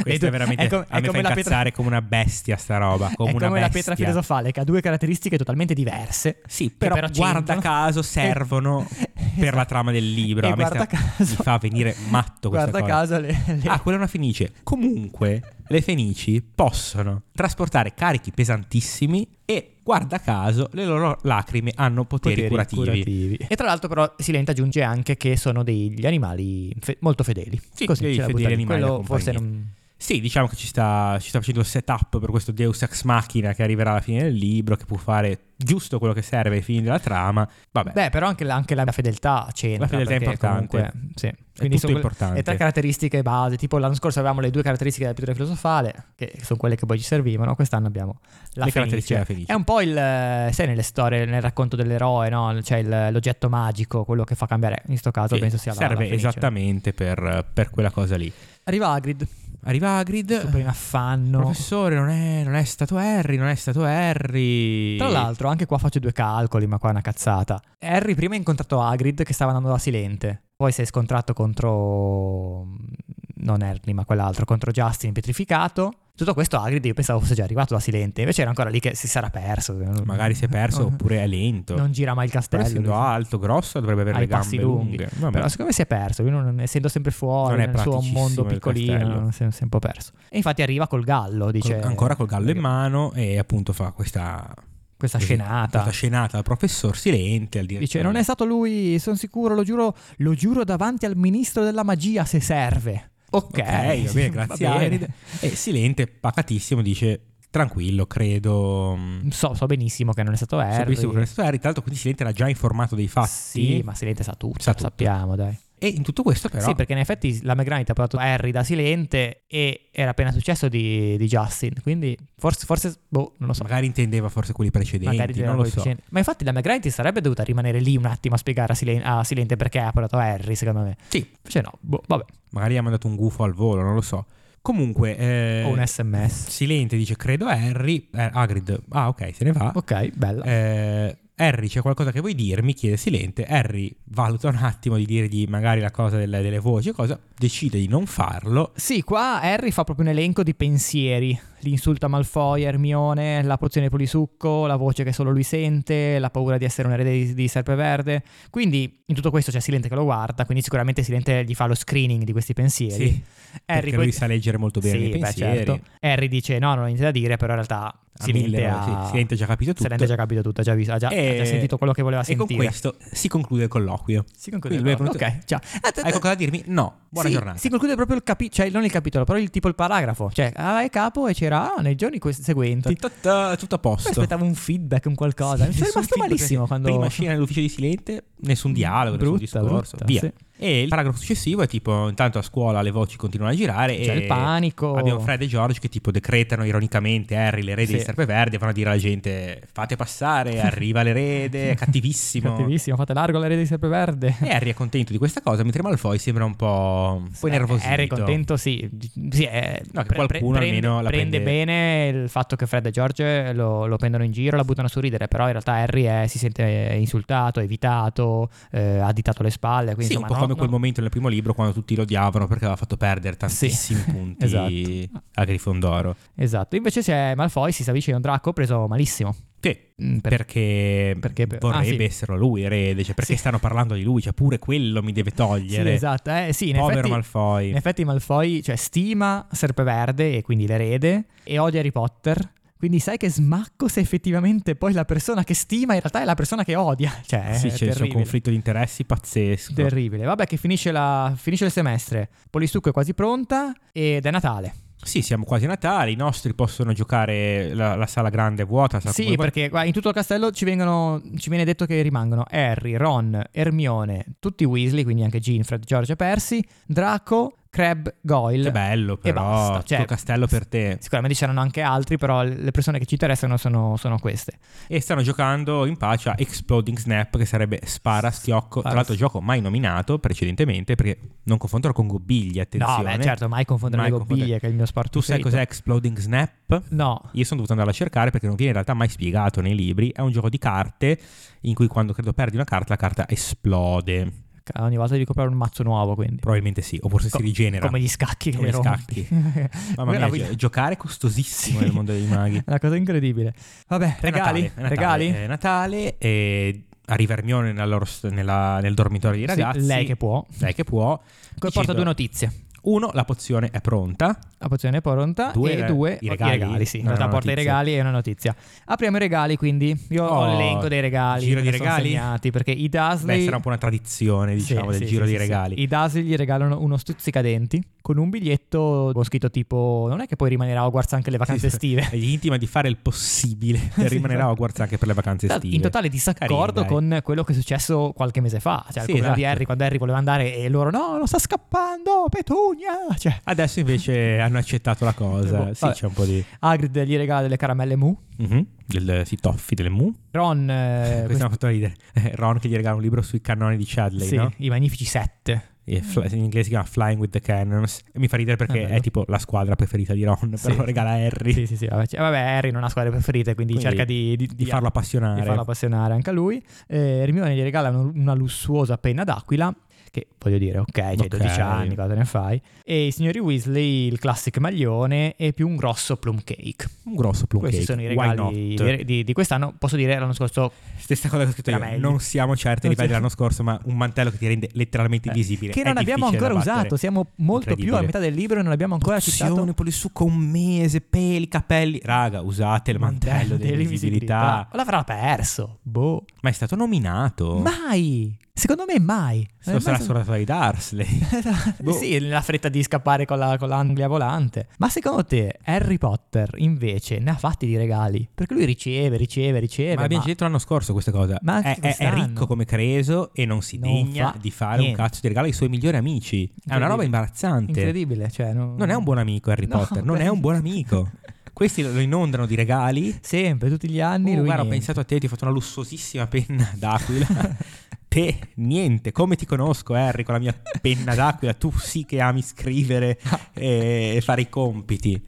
Speaker 2: Questo
Speaker 1: tu-
Speaker 2: è veramente.
Speaker 1: è com-
Speaker 2: a
Speaker 1: è
Speaker 2: me fa
Speaker 1: come la
Speaker 2: incazzare
Speaker 1: pietra-
Speaker 2: come una bestia, sta roba. Come
Speaker 1: è
Speaker 2: una
Speaker 1: come la
Speaker 2: bestia.
Speaker 1: pietra filosofale che ha due caratteristiche totalmente diverse.
Speaker 2: Sì,
Speaker 1: che
Speaker 2: però,
Speaker 1: però
Speaker 2: guarda
Speaker 1: c'entrano.
Speaker 2: caso servono per la trama del libro.
Speaker 1: E
Speaker 2: A me
Speaker 1: guarda
Speaker 2: sta-
Speaker 1: caso-
Speaker 2: mi fa venire matto questa
Speaker 1: Guarda
Speaker 2: cosa.
Speaker 1: caso le, le-
Speaker 2: Ah, quella è una fenice. Comunque, le fenici possono trasportare carichi pesantissimi e, guarda caso, le loro lacrime hanno poteri,
Speaker 1: poteri
Speaker 2: curativi.
Speaker 1: E tra l'altro però Silente aggiunge anche che sono degli animali fe- molto fedeli.
Speaker 2: Sì,
Speaker 1: Così
Speaker 2: dei
Speaker 1: ce la
Speaker 2: fedeli
Speaker 1: butta lì.
Speaker 2: animali da
Speaker 1: Quello forse
Speaker 2: compagnia.
Speaker 1: non...
Speaker 2: Sì, diciamo che ci sta, ci sta facendo il setup per questo Deus Ex Machina che arriverà alla fine del libro, che può fare giusto quello che serve ai fini della trama. Vabbè,
Speaker 1: Beh, però anche, la- anche la fedeltà c'entra.
Speaker 2: La fedeltà è
Speaker 1: perché
Speaker 2: importante.
Speaker 1: Comunque, sì.
Speaker 2: tutto
Speaker 1: sono quelle-
Speaker 2: importante.
Speaker 1: Le tre caratteristiche base, tipo l'anno scorso avevamo le due caratteristiche della pittura filosofale, che sono quelle che poi ci servivano, quest'anno abbiamo la
Speaker 2: Le
Speaker 1: fenice.
Speaker 2: caratteristiche della fenice.
Speaker 1: È un po' il, eh, sai, nelle storie, nel racconto dell'eroe, no? Cioè il- l'oggetto magico, quello che fa cambiare, in sto caso
Speaker 2: Sì,
Speaker 1: penso sia la la
Speaker 2: serve
Speaker 1: fenice.
Speaker 2: esattamente per, per quella cosa lì.
Speaker 1: Arriva Agrid,
Speaker 2: Arriva Agrid,
Speaker 1: super in affanno.
Speaker 2: professore, non è, non è stato Harry, non è stato Harry.
Speaker 1: Tra l'altro, anche qua faccio due calcoli, ma qua è una cazzata. Harry prima ha incontrato Hagrid che stava andando da Silente, poi si è scontrato contro... mm, non Harry, ma quell'altro, contro Justin pietrificato. Tutto questo Hagrid io pensavo fosse già arrivato da Silente, invece era ancora lì che si sarà perso.
Speaker 2: Magari si è perso oppure è lento.
Speaker 1: Non gira mai il
Speaker 2: Però
Speaker 1: castello.
Speaker 2: essendo
Speaker 1: lui.
Speaker 2: alto, grosso, dovrebbe avere
Speaker 1: Ha i
Speaker 2: le
Speaker 1: passi
Speaker 2: gambe
Speaker 1: lunghi.
Speaker 2: lunghe. Vabbè.
Speaker 1: Però siccome si è perso, lui non, essendo sempre fuori
Speaker 2: Non è
Speaker 1: nel suo
Speaker 2: praticissimo
Speaker 1: mondo
Speaker 2: il
Speaker 1: piccolino,
Speaker 2: castello.
Speaker 1: si è, si è un po' perso. E infatti arriva col gallo, dice...
Speaker 2: Col- ancora col gallo in
Speaker 1: perché-
Speaker 2: mano e appunto fa questa,
Speaker 1: Questa
Speaker 2: così,
Speaker 1: scenata.
Speaker 2: questa scenata al professor Silente al direttore.
Speaker 1: Dice, non è stato lui, sono sicuro, lo giuro, lo giuro davanti al ministro della magia se serve. Ok,
Speaker 2: ok, va bene, grazie
Speaker 1: va bene.
Speaker 2: Arid. E Silente pacatissimo dice tranquillo, credo mm, mh,
Speaker 1: So, so benissimo che non è stato Harry.
Speaker 2: sapessimo che non è stato Harry, tra l'altro quindi Silente era già informato dei fatti
Speaker 1: Sì, ma Silente sa tutto,
Speaker 2: Sa
Speaker 1: lo
Speaker 2: tutto.
Speaker 1: sappiamo, dai.
Speaker 2: e in tutto questo però
Speaker 1: Sì, perché in effetti la McGranit ha portato Harry da Silente e era appena successo di, di Justin, quindi forse, forse, boh, non lo so.
Speaker 2: magari intendeva forse quelli precedenti,
Speaker 1: magari
Speaker 2: non lo so.
Speaker 1: Ma infatti la McGranit sarebbe dovuta rimanere lì un attimo a spiegare a Silente, a Silente perché ha portato Harry, secondo me.
Speaker 2: Sì,
Speaker 1: Invece no, boh, vabbè,
Speaker 2: magari ha mandato un gufo al volo, non lo so. Comunque eh,
Speaker 1: ho un sms.
Speaker 2: Silente dice credo a Harry, eh, Hagrid. Ah, ok, se ne va.
Speaker 1: Ok, bella.
Speaker 2: Eh, Harry, c'è qualcosa che vuoi dirmi? Chiede Silente. Harry valuta un attimo di dirgli magari la cosa delle, delle voci e cosa, decide di non farlo.
Speaker 1: Sì, qua Harry fa proprio un elenco di pensieri. L'insulta Malfoy, Hermione, la pozione polisucco, la voce che solo lui sente, la paura di essere un erede di, di Serpeverde. Quindi in tutto questo c'è Silente che lo guarda, quindi sicuramente Silente gli fa lo screening di questi pensieri.
Speaker 2: Sì,
Speaker 1: Harry
Speaker 2: perché
Speaker 1: poi-
Speaker 2: lui sa leggere molto bene
Speaker 1: Sì,
Speaker 2: i
Speaker 1: beh,
Speaker 2: pensieri.
Speaker 1: certo. Harry dice no, non ho niente da dire, però in realtà
Speaker 2: A
Speaker 1: Silente
Speaker 2: mille,
Speaker 1: ha...
Speaker 2: sì, Silente ha già capito tutto.
Speaker 1: Silente ha già capito tutto, ha già, visto- ha già- ha già sentito quello che voleva
Speaker 2: e
Speaker 1: sentire.
Speaker 2: con questo si conclude il colloquio.
Speaker 1: Si conclude.
Speaker 2: Quindi lui è Ecco
Speaker 1: d'accordo.
Speaker 2: venuto-
Speaker 1: Ok, ciao. Ecco
Speaker 2: Hai qualcosa da dirmi? No. Buona
Speaker 1: Sì,
Speaker 2: giornata.
Speaker 1: Si conclude proprio il capitolo, cioè non il capitolo, però il tipo il paragrafo. Cioè, ah, è capo e c'era ah, nei giorni que- seguenti.
Speaker 2: Ta- ta- ta- tutto a
Speaker 1: Poi
Speaker 2: posto.
Speaker 1: aspettavo un feedback, un qualcosa. Mi sono
Speaker 2: Nessun
Speaker 1: rimasto
Speaker 2: feedback,
Speaker 1: malissimo quando. Mm,
Speaker 2: Prima scena nell'ufficio di Silente, nessun dialogo,
Speaker 1: Brutta,
Speaker 2: nessun discorso.
Speaker 1: brutta,
Speaker 2: via.
Speaker 1: sì.
Speaker 2: E il paragrafo successivo è tipo: intanto a scuola le voci continuano a girare.
Speaker 1: C'è
Speaker 2: e
Speaker 1: il panico.
Speaker 2: Abbiamo Fred e George che tipo decretano ironicamente Harry l'erede
Speaker 1: Sì.
Speaker 2: di Serpeverdi e vanno a dire alla gente: fate passare, arriva l'erede, è cattivissimo. Eh,
Speaker 1: Cattivissimo, fate largo la rete di Serpeverde.
Speaker 2: E Harry è contento di questa cosa, mentre Malfoy sembra un po', un
Speaker 1: nervoso.
Speaker 2: po nervosito.
Speaker 1: Harry Eh, contento, sì. sì eh,
Speaker 2: No, che qualcuno
Speaker 1: prende,
Speaker 2: almeno la
Speaker 1: prende
Speaker 2: prende-
Speaker 1: bene il fatto che Fred e George lo, lo prendono in giro, la buttano su ridere, però in realtà Harry è- si sente eh, insultato, evitato, eh, additato le spalle. Quindi,
Speaker 2: Sì, un
Speaker 1: insomma,
Speaker 2: po' come
Speaker 1: no,
Speaker 2: quel
Speaker 1: no.
Speaker 2: momento nel primo libro quando tutti lo odiavano perché aveva fatto perdere tantissimi punti
Speaker 1: esatto.
Speaker 2: a Grifondoro.
Speaker 1: Esatto, invece c'è Malfoy, si sta vicino a un Draco preso malissimo.
Speaker 2: Sì,
Speaker 1: Mm, per-
Speaker 2: perché,
Speaker 1: perché- ah,
Speaker 2: vorrebbe
Speaker 1: sì.
Speaker 2: essere lui erede, cioè perché
Speaker 1: Sì.
Speaker 2: stanno parlando di lui, cioè pure quello mi deve
Speaker 1: Sì,
Speaker 2: togliere.
Speaker 1: esatto, eh, sì, in
Speaker 2: Povero
Speaker 1: effetti,
Speaker 2: Malfoy.
Speaker 1: in effetti Malfoy cioè, stima Serpeverde e quindi l'erede e odia Harry Potter. Quindi sai che smacco se effettivamente poi la persona che stima in realtà è la persona che odia. Cioè,
Speaker 2: sì,
Speaker 1: è
Speaker 2: c'è un
Speaker 1: terribile.
Speaker 2: conflitto di interessi pazzesco.
Speaker 1: Terribile. Vabbè che finisce, la- finisce il semestre. Polistucco è quasi pronta ed è Natale.
Speaker 2: Sì, siamo quasi a Natale, i nostri possono giocare la, la sala grande è vuota. sa
Speaker 1: Sì,
Speaker 2: Cioè, come-
Speaker 1: perché guarda, in tutto il castello ci, vengono, ci viene detto che rimangono Harry, Ron, Hermione, tutti i Weasley, quindi anche Ginfred, Fred, George e Percy, Draco, Crab, Goyle.
Speaker 2: Che bello
Speaker 1: E
Speaker 2: però,
Speaker 1: basta.
Speaker 2: tutto
Speaker 1: Cioè,
Speaker 2: il castello per te.
Speaker 1: Sicuramente c'erano anche altri, però le persone che ci interessano sono, sono queste.
Speaker 2: E stanno giocando in pace a Exploding Snap, che sarebbe Spara Schiocco. Tra
Speaker 1: Spara-
Speaker 2: l'altro, gioco mai nominato precedentemente, perché non confonderlo con Gobbiglia, attenzione.
Speaker 1: No, beh, certo, mai confondere
Speaker 2: Mai
Speaker 1: le gobbiglie,
Speaker 2: confondere.
Speaker 1: che è il mio sport
Speaker 2: Tu sai
Speaker 1: preferito.
Speaker 2: cos'è Exploding Snap?
Speaker 1: No.
Speaker 2: Io sono dovuto andare a cercare perché non viene in realtà mai spiegato nei libri. È un gioco di carte in cui quando credo perdi una carta, la carta esplode.
Speaker 1: Ca- Ogni volta devi comprare un mazzo nuovo, quindi.
Speaker 2: Probabilmente sì, oppure se
Speaker 1: Co-
Speaker 2: si rigenera.
Speaker 1: Come gli scacchi che
Speaker 2: Come
Speaker 1: mi
Speaker 2: gli
Speaker 1: rompi.
Speaker 2: Mamma mia,
Speaker 1: Guarda,
Speaker 2: gio- giocare è costosissimo
Speaker 1: Sì.
Speaker 2: nel mondo dei maghi.
Speaker 1: È una cosa incredibile. Vabbè,
Speaker 2: È Natale,
Speaker 1: regali?
Speaker 2: è Natale, Eh,
Speaker 1: regali?
Speaker 2: È Natale e arriva Hermione nella loro st- nella- nel dormitorio di
Speaker 1: Sì,
Speaker 2: ragazzi.
Speaker 1: lei che può.
Speaker 2: Lei che può.
Speaker 1: Poi
Speaker 2: dicendo-
Speaker 1: porta due notizie.
Speaker 2: Uno, la pozione è pronta.
Speaker 1: La pozione è pronta
Speaker 2: Due
Speaker 1: e
Speaker 2: re-
Speaker 1: due
Speaker 2: i regali?
Speaker 1: sì. In
Speaker 2: No,
Speaker 1: realtà
Speaker 2: no,
Speaker 1: porta i
Speaker 2: notizia.
Speaker 1: regali e una notizia. Apriamo i regali, quindi io ho
Speaker 2: Oh,
Speaker 1: l'elenco dei regali.
Speaker 2: giro
Speaker 1: me
Speaker 2: di
Speaker 1: ne sono
Speaker 2: regali?
Speaker 1: segnati, perché i Dasley
Speaker 2: Beh, sarà un po' una tradizione, diciamo,
Speaker 1: Sì,
Speaker 2: del
Speaker 1: sì,
Speaker 2: giro
Speaker 1: sì,
Speaker 2: di
Speaker 1: sì,
Speaker 2: regali.
Speaker 1: sì. I Dasley gli regalano uno stuzzicadenti con un biglietto con scritto tipo non è che poi rimanerà a Hogwarts anche le vacanze
Speaker 2: Sì,
Speaker 1: estive.
Speaker 2: Gli intima di fare il possibile per rimanere a Hogwarts anche per le vacanze
Speaker 1: Tra-
Speaker 2: estive.
Speaker 1: Esatto, In totale disaccordo
Speaker 2: Carino, dai.
Speaker 1: con quello che è successo qualche mese fa, cioè
Speaker 2: Sì,
Speaker 1: il di
Speaker 2: esatto.
Speaker 1: Harry quando Harry voleva andare e loro no, lo sta scappando, Petunia, cioè
Speaker 2: Adesso invece hanno accettato la cosa.
Speaker 1: Boh,
Speaker 2: Sì,
Speaker 1: vabbè. mm-hmm,
Speaker 2: c'è un po' di...
Speaker 1: Hagrid gli regala delle caramelle mu,
Speaker 2: Mhm. Del, sì, toffi, delle mu.
Speaker 1: Ron eh,
Speaker 2: Questo mi ha fatto ridere. Eh, Ron che gli regala un libro sui cannoni di Chadley,
Speaker 1: sì,
Speaker 2: no?
Speaker 1: i magnifici sette.
Speaker 2: E fl- in inglese si chiama Flying with the Cannons. E mi fa ridere perché
Speaker 1: Ah, bello.
Speaker 2: è tipo la squadra preferita di Ron, però lo regala a Harry
Speaker 1: Sì, sì, sì. Vabbè, cioè, vabbè, Harry non ha squadre preferite, quindi,
Speaker 2: Quindi
Speaker 1: cerca di, di-
Speaker 2: di
Speaker 1: di-
Speaker 2: farlo appassionare.
Speaker 1: di farlo appassionare anche a lui. Eh, Hermione gli regala un- una lussuosa penna d'aquila. Che voglio dire, ok, c'hai
Speaker 2: Ok.
Speaker 1: 12 anni, cosa ne fai? E i signori Weasley, il classic maglione e più un grosso plum cake.
Speaker 2: Un grosso plum
Speaker 1: Questi
Speaker 2: cake.
Speaker 1: sono i
Speaker 2: Why
Speaker 1: regali
Speaker 2: not?
Speaker 1: di, di- di quest'anno. Posso dire, l'anno scorso
Speaker 2: Stessa cosa che ho scritto
Speaker 1: Era
Speaker 2: io.
Speaker 1: meglio.
Speaker 2: Non siamo certi
Speaker 1: Non
Speaker 2: ai livelli
Speaker 1: siamo-
Speaker 2: dell'anno scorso, ma un mantello che ti rende letteralmente invisibile.
Speaker 1: che
Speaker 2: È
Speaker 1: non abbiamo
Speaker 2: difficile
Speaker 1: ancora
Speaker 2: da battere.
Speaker 1: usato, siamo molto più a
Speaker 2: Incredibile.
Speaker 1: metà del libro e non abbiamo ancora citato.
Speaker 2: Pozione, polisucco un mese, peli, capelli. Raga, usate il mantello dell'invisibilità.
Speaker 1: L'avrà perso. Boh.
Speaker 2: Ma è stato nominato.
Speaker 1: Mai. Secondo me mai. Non
Speaker 2: Lo
Speaker 1: è
Speaker 2: sarà
Speaker 1: mai stato-
Speaker 2: solo la di Dursley.
Speaker 1: Eh,
Speaker 2: Boh.
Speaker 1: Sì, nella fretta di scappare con, la, con l'Anglia volante. Ma secondo te Harry Potter invece ne ha fatti di regali? Perché lui riceve, riceve, riceve.
Speaker 2: ma l'abbiamo detto l'anno scorso questa cosa.
Speaker 1: Ma anche
Speaker 2: è, è- è
Speaker 1: quest'anno.
Speaker 2: ricco come Creso e non si
Speaker 1: Non
Speaker 2: degna
Speaker 1: fa
Speaker 2: di fare
Speaker 1: niente.
Speaker 2: un cazzo di regalo ai suoi migliori amici. È una roba
Speaker 1: Incredibile.
Speaker 2: imbarazzante.
Speaker 1: Incredibile, cioè... Non,
Speaker 2: Non è un buon amico Harry
Speaker 1: No,
Speaker 2: Potter, non
Speaker 1: beh.
Speaker 2: è un buon amico. Questi lo inondano di regali.
Speaker 1: Sempre, tutti gli anni
Speaker 2: Oh,
Speaker 1: lui...
Speaker 2: guarda, ho
Speaker 1: niente.
Speaker 2: pensato a te, ti ho fatto una lussuosissima penna d'aquila. te, niente, come ti conosco, Harry, con la mia penna d'aquila, tu sì che ami scrivere e fare i compiti.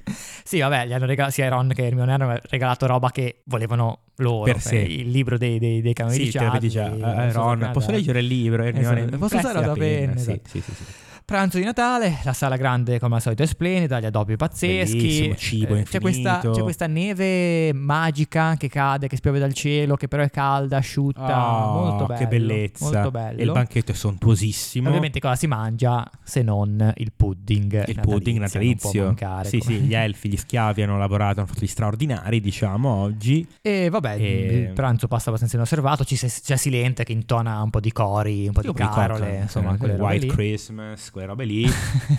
Speaker 1: Sì, vabbè, gli hanno regalato, sia Ron che Hermione hanno regalato roba che volevano loro. cioè,
Speaker 2: Per sé.
Speaker 1: Il libro dei, dei, dei canoni
Speaker 2: sì,
Speaker 1: di
Speaker 2: te lo
Speaker 1: Charlie.
Speaker 2: dici già,
Speaker 1: non
Speaker 2: eh,
Speaker 1: so
Speaker 2: Ron,
Speaker 1: cosa-
Speaker 2: posso leggere il libro, Hermione?
Speaker 1: Esatto,
Speaker 2: Mi
Speaker 1: posso
Speaker 2: presti
Speaker 1: usare la tua penna,
Speaker 2: Sì,
Speaker 1: esatto.
Speaker 2: sì, sì, sì.
Speaker 1: Pranzo di Natale, la sala grande come al solito è splendida, gli addobbi pazzeschi.
Speaker 2: Bellissimo, cibo
Speaker 1: Eh, c'è, questa,
Speaker 2: infinito.
Speaker 1: c'è questa neve magica che cade, che spiove dal cielo, che però è calda, asciutta.
Speaker 2: Oh,
Speaker 1: molto bello.
Speaker 2: che bellezza.
Speaker 1: Molto
Speaker 2: E il
Speaker 1: bello.
Speaker 2: banchetto è sontuosissimo.
Speaker 1: Ovviamente cosa si mangia se non il pudding
Speaker 2: il pudding natalizio.
Speaker 1: Non può mancare.
Speaker 2: sì,
Speaker 1: come-
Speaker 2: sì, gli elfi, gli schiavi hanno lavorato, hanno fatto gli straordinari, diciamo, oggi.
Speaker 1: E vabbè,
Speaker 2: E-
Speaker 1: il pranzo passa abbastanza inosservato, ci se- c'è Silente che intona un po' di cori, un po' di
Speaker 2: Tipo i
Speaker 1: carole,
Speaker 2: Cochran,
Speaker 1: insomma,
Speaker 2: eh,
Speaker 1: quelle robe
Speaker 2: White
Speaker 1: lì.
Speaker 2: Christmas, quelle robe lì.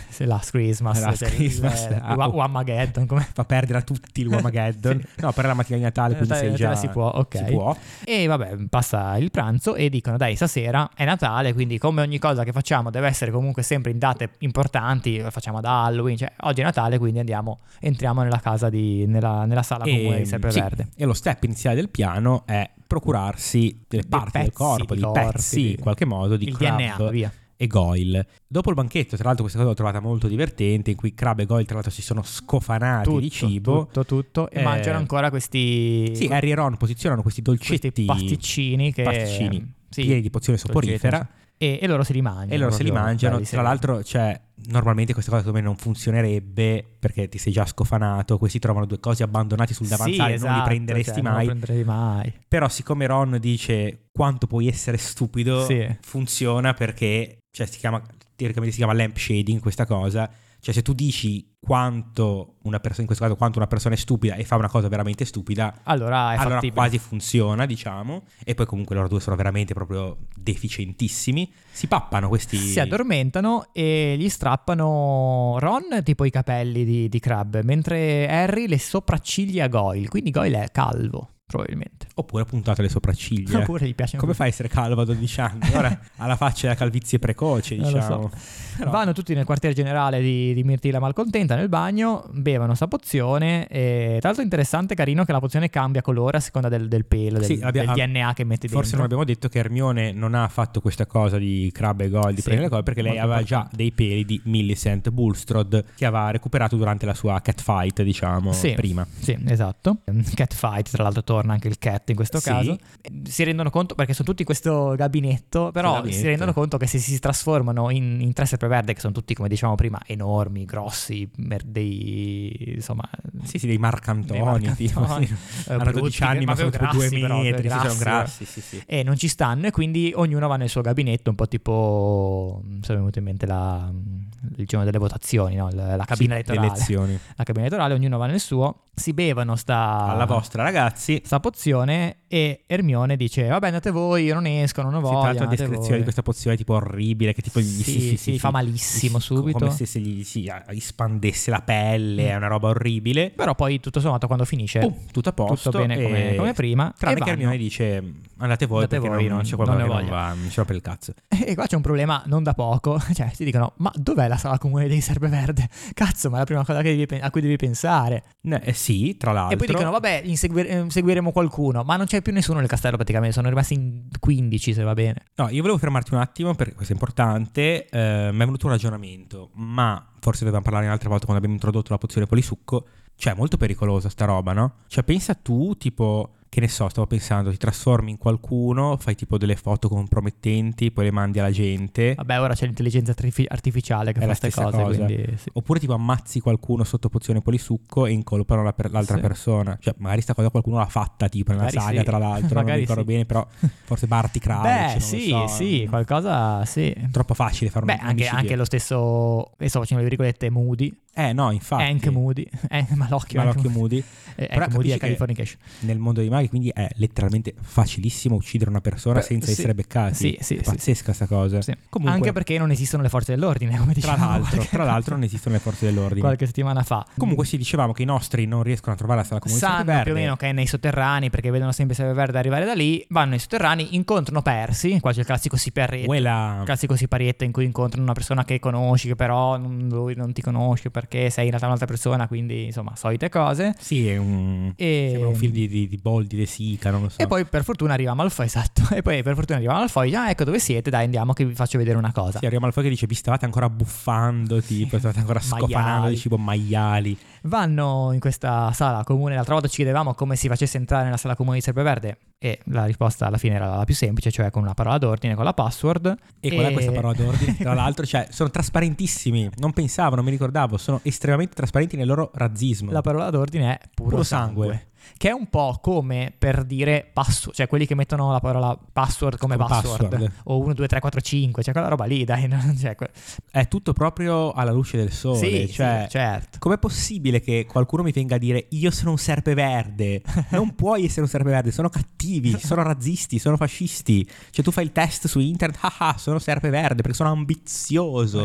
Speaker 1: Se Last Christmas,
Speaker 2: Last
Speaker 1: cioè il-
Speaker 2: Christmas,
Speaker 1: il-
Speaker 2: ah,
Speaker 1: Wa-
Speaker 2: oh.
Speaker 1: Whamageddon, come...
Speaker 2: fa perdere a tutti l'Uomageddon. No, però è la mattina di Natale, quindi
Speaker 1: Eh,
Speaker 2: sei
Speaker 1: te- te
Speaker 2: già...
Speaker 1: la si può, ok.
Speaker 2: Si può.
Speaker 1: E vabbè, passa il pranzo e dicono dai, stasera è Natale, quindi come ogni cosa che facciamo deve essere comunque sempre in date importanti, lo facciamo ad Halloween, cioè oggi è Natale, quindi andiamo, entriamo nella casa di, nella, nella sala comune di Serpeverde.
Speaker 2: Ehm, sì, e lo step iniziale del piano è procurarsi delle
Speaker 1: Dei
Speaker 2: parti del
Speaker 1: pezzi
Speaker 2: corpo,
Speaker 1: di
Speaker 2: dei
Speaker 1: corpi,
Speaker 2: pezzi
Speaker 1: di-
Speaker 2: in qualche modo di
Speaker 1: il
Speaker 2: Crab
Speaker 1: DNA, via.
Speaker 2: e Goyle. Dopo il banchetto, tra l'altro questa cosa l'ho trovata molto divertente, in cui Crab e Goyle tra l'altro si sono scofanati di cibo.
Speaker 1: tutto, tutto, e
Speaker 2: Eh,
Speaker 1: mangiano ancora questi,
Speaker 2: Sì, eh, Harry e Ron posizionano questi dolcetti
Speaker 1: questi pasticcini che...
Speaker 2: pasticcini
Speaker 1: sì,
Speaker 2: pieni di pozione
Speaker 1: dolcetti,
Speaker 2: soporifera
Speaker 1: e, e loro se li mangiano.
Speaker 2: E loro se li
Speaker 1: proprio
Speaker 2: mangiano.
Speaker 1: belli
Speaker 2: Tra
Speaker 1: seri.
Speaker 2: l'altro, cioè, normalmente questa cosa secondo me non funzionerebbe perché ti sei già scofanato. Questi trovano due cose abbandonate sul davanzale,
Speaker 1: Sì,
Speaker 2: non
Speaker 1: esatto,
Speaker 2: li prenderesti
Speaker 1: cioè, Non
Speaker 2: mai.
Speaker 1: li prenderei mai.
Speaker 2: Però, siccome Ron dice quanto puoi essere stupido,
Speaker 1: Sì.
Speaker 2: funziona perché, cioè, si chiama, teoricamente si chiama lamp shading questa cosa. Cioè, se tu dici quanto una persona, in questo caso, quanto una persona è stupida e fa una cosa veramente stupida,
Speaker 1: Allora Ah, è
Speaker 2: allora
Speaker 1: fattibile.
Speaker 2: quasi funziona, diciamo. E poi comunque loro due sono veramente proprio deficientissimi. Si pappano questi.
Speaker 1: Si addormentano e gli strappano Ron tipo i capelli di, di Crab, mentre Harry le sopracciglia a Goyle, quindi Goyle è calvo, probabilmente.
Speaker 2: Oppure puntate le sopracciglia.
Speaker 1: Oppure gli piacciono
Speaker 2: Come fa a essere calvo a 12 anni? Ora alla faccia la calvizie precoce,
Speaker 1: Non lo so.
Speaker 2: diciamo. Però-
Speaker 1: Vanno tutti nel quartier generale di, di Mirtilla Malcontenta nel bagno, bevono sta pozione. E tra l'altro, interessante e carino che la pozione cambia colore a seconda del, del pelo, del,
Speaker 2: Sì, abbia-
Speaker 1: del DNA che metti
Speaker 2: Forse non
Speaker 1: dentro.
Speaker 2: abbiamo detto che Hermione non ha fatto questa cosa di Crab e Gold, di
Speaker 1: Sì,
Speaker 2: prendere le cose, perché lei
Speaker 1: molto
Speaker 2: aveva già
Speaker 1: importante.
Speaker 2: dei peli di Millicent Bulstrode che aveva recuperato durante la sua catfight, diciamo,
Speaker 1: Sì.
Speaker 2: prima.
Speaker 1: Sì, esatto. Cat fight, tra l'altro torna anche il cat in questo
Speaker 2: Sì.
Speaker 1: caso. Eh, Si rendono conto, perché sono tutti in questo gabinetto, però
Speaker 2: Questo gabinetto.
Speaker 1: si rendono conto che se si trasformano in, in tre serpeverde, che sono tutti, come diciamo prima, enormi, grossi, mer- dei... insomma...
Speaker 2: Sì, sì, dei
Speaker 1: dei
Speaker 2: marcantoni, tipo,
Speaker 1: marcantoni,
Speaker 2: sì.
Speaker 1: eh,
Speaker 2: hanno
Speaker 1: brutti,
Speaker 2: 12 anni, ma, sono tipo
Speaker 1: proprio
Speaker 2: 2
Speaker 1: grassi, però, cioè,
Speaker 2: metri, sì, sono
Speaker 1: grassi, eh.
Speaker 2: grassi, sì, sì.
Speaker 1: e non mm, ci stanno e quindi ognuno va nel suo gabinetto un po' tipo mi è venuta in mente la, mm, il giorno delle votazioni, no? Il- la cabina
Speaker 2: Sì, le
Speaker 1: elettorale.
Speaker 2: elezioni.
Speaker 1: La cabina elettorale, ognuno va nel suo, si bevono sta,
Speaker 2: Alla vostra, ragazzi.
Speaker 1: sta pozione e Ermione dice vabbè andate voi, io non esco, non ho
Speaker 2: si
Speaker 1: voglia.
Speaker 2: tratta a
Speaker 1: andate
Speaker 2: descrizione
Speaker 1: voi."
Speaker 2: di questa pozione tipo orribile che tipo gli
Speaker 1: Sì,
Speaker 2: si, si-
Speaker 1: sì,
Speaker 2: si-
Speaker 1: fa
Speaker 2: si-
Speaker 1: malissimo
Speaker 2: si-
Speaker 1: subito.
Speaker 2: Come se, se gli si a- espandesse la pelle,
Speaker 1: Mm.
Speaker 2: è una roba orribile.
Speaker 1: Però poi tutto sommato quando finisce
Speaker 2: Pum, tutto a posto.
Speaker 1: tutto bene come-
Speaker 2: e-
Speaker 1: come prima,
Speaker 2: Tranne
Speaker 1: e
Speaker 2: che
Speaker 1: vanno.
Speaker 2: Hermione dice andate voi
Speaker 1: Andate
Speaker 2: perché
Speaker 1: voi,
Speaker 2: non, non c'è
Speaker 1: non
Speaker 2: qualcosa
Speaker 1: ne
Speaker 2: che non
Speaker 1: voglio."
Speaker 2: va, mi ci per il cazzo.
Speaker 1: E qua c'è un problema non da poco, cioè ti dicono ma dov'è la sala comune dei Serpeverde? Cazzo, ma è la prima cosa che devi pen- a cui devi pensare.
Speaker 2: Ne- eh, sì, tra l'altro.
Speaker 1: E poi dicono vabbè inseguire- eh, seguiremo qualcuno, ma non c'è più nessuno nel castello praticamente, sono rimasti in 15 se va bene.
Speaker 2: No, io volevo fermarti un attimo perché questo è importante. Eh, mi è venuto un ragionamento, ma forse dovevamo parlare un'altra volta quando abbiamo introdotto la pozione polisucco. Cioè, è molto pericolosa sta roba, no? Cioè, pensa tu, tipo, che ne so, stavo pensando, ti trasformi in qualcuno, fai tipo delle foto compromettenti, poi le mandi alla gente.
Speaker 1: Vabbè ora c'è l'intelligenza artifi- artificiale che fa
Speaker 2: È la
Speaker 1: queste
Speaker 2: stessa
Speaker 1: cose,
Speaker 2: cosa.
Speaker 1: quindi sì.
Speaker 2: Oppure tipo ammazzi qualcuno sotto pozione polisucco e incolpano la per- l'altra
Speaker 1: Sì.
Speaker 2: persona. Cioè, magari sta cosa qualcuno l'ha fatta tipo nella
Speaker 1: Magari
Speaker 2: saga,
Speaker 1: sì.
Speaker 2: tra l'altro. non mi
Speaker 1: Magari
Speaker 2: ricordo
Speaker 1: sì.
Speaker 2: bene, però forse Barty Crouch. non
Speaker 1: Beh
Speaker 2: lo
Speaker 1: sì,
Speaker 2: so.
Speaker 1: sì, qualcosa sì.
Speaker 2: Troppo facile fare un
Speaker 1: Beh, anche,
Speaker 2: omicidio.
Speaker 1: anche lo stesso, e sto facendo le virgolette, Moody,
Speaker 2: Eh no, infatti.
Speaker 1: Hank Moody, eh, ma l'occhio, Hank
Speaker 2: Malocchio
Speaker 1: Moody.
Speaker 2: Moody.
Speaker 1: Eh,
Speaker 2: Però
Speaker 1: Hank Moody è
Speaker 2: capisci che-
Speaker 1: Californication.
Speaker 2: Nel mondo dei maghi, quindi è letteralmente facilissimo uccidere una persona
Speaker 1: Beh,
Speaker 2: senza
Speaker 1: sì.
Speaker 2: essere beccati.
Speaker 1: Sì, sì,
Speaker 2: È
Speaker 1: sì,
Speaker 2: pazzesca sta cosa.
Speaker 1: Sì.
Speaker 2: Comunque,
Speaker 1: Anche perché non esistono le forze dell'ordine, come
Speaker 2: tra
Speaker 1: dicevamo
Speaker 2: l'altro,
Speaker 1: qualche-
Speaker 2: tra l'altro non esistono le forze dell'ordine.
Speaker 1: qualche settimana fa.
Speaker 2: Comunque eh. sì, dicevamo che i nostri non riescono a trovare la sala comunità
Speaker 1: sanno più o meno che è nei sotterranei perché vedono sempre Seve Verde arrivare da lì, vanno nei sotterranei, incontrano Persi, qua c'è il classico siparietto,
Speaker 2: Quella...
Speaker 1: il classico siparietto in cui incontrano una persona che conosci, che però non- lui non ti conosce perché sei in realtà un'altra persona, quindi insomma, solite cose.
Speaker 2: Sì, è un...
Speaker 1: E-
Speaker 2: Sembra un film di, di, di Boldi, De Sica, non lo so.
Speaker 1: E poi per fortuna arriva Malfoy, esatto, e poi per fortuna arriva Malfoy, ah ecco dove siete, dai andiamo che vi faccio vedere una cosa.
Speaker 2: Sì, arriva Malfoy che dice, vi stavate ancora buffando, tipo, stavate ancora scofanando di
Speaker 1: Maiali.
Speaker 2: cibo maiali.
Speaker 1: Vanno in questa sala comune. L'altra volta ci chiedevamo come si facesse entrare nella sala comune di Serpeverde e la risposta alla fine era la più semplice, cioè con una parola d'ordine, con la password.
Speaker 2: E qual è
Speaker 1: Eh.
Speaker 2: questa parola d'ordine? Tra l'altro, cioè, sono trasparentissimi. Non pensavo, non mi ricordavo. Sono estremamente trasparenti nel loro razzismo.
Speaker 1: La parola d'ordine è puro,
Speaker 2: Puro sangue.
Speaker 1: sangue. Che è un po' come per dire password, cioè quelli che mettono la parola password come,
Speaker 2: Come
Speaker 1: password,
Speaker 2: password.
Speaker 1: o 1, 2, 3, 4, 5, cioè quella roba lì, dai. non- cioè, que-
Speaker 2: È tutto proprio alla luce del sole.
Speaker 1: sì,
Speaker 2: cioè,
Speaker 1: sì, certo.
Speaker 2: Com'è possibile che qualcuno mi venga a dire io sono un serpeverde? Non puoi essere un serpeverde, sono cattivi, sono razzisti, sono fascisti. Cioè tu fai il test su internet, ah ah, sono serpeverde perché sono ambizioso.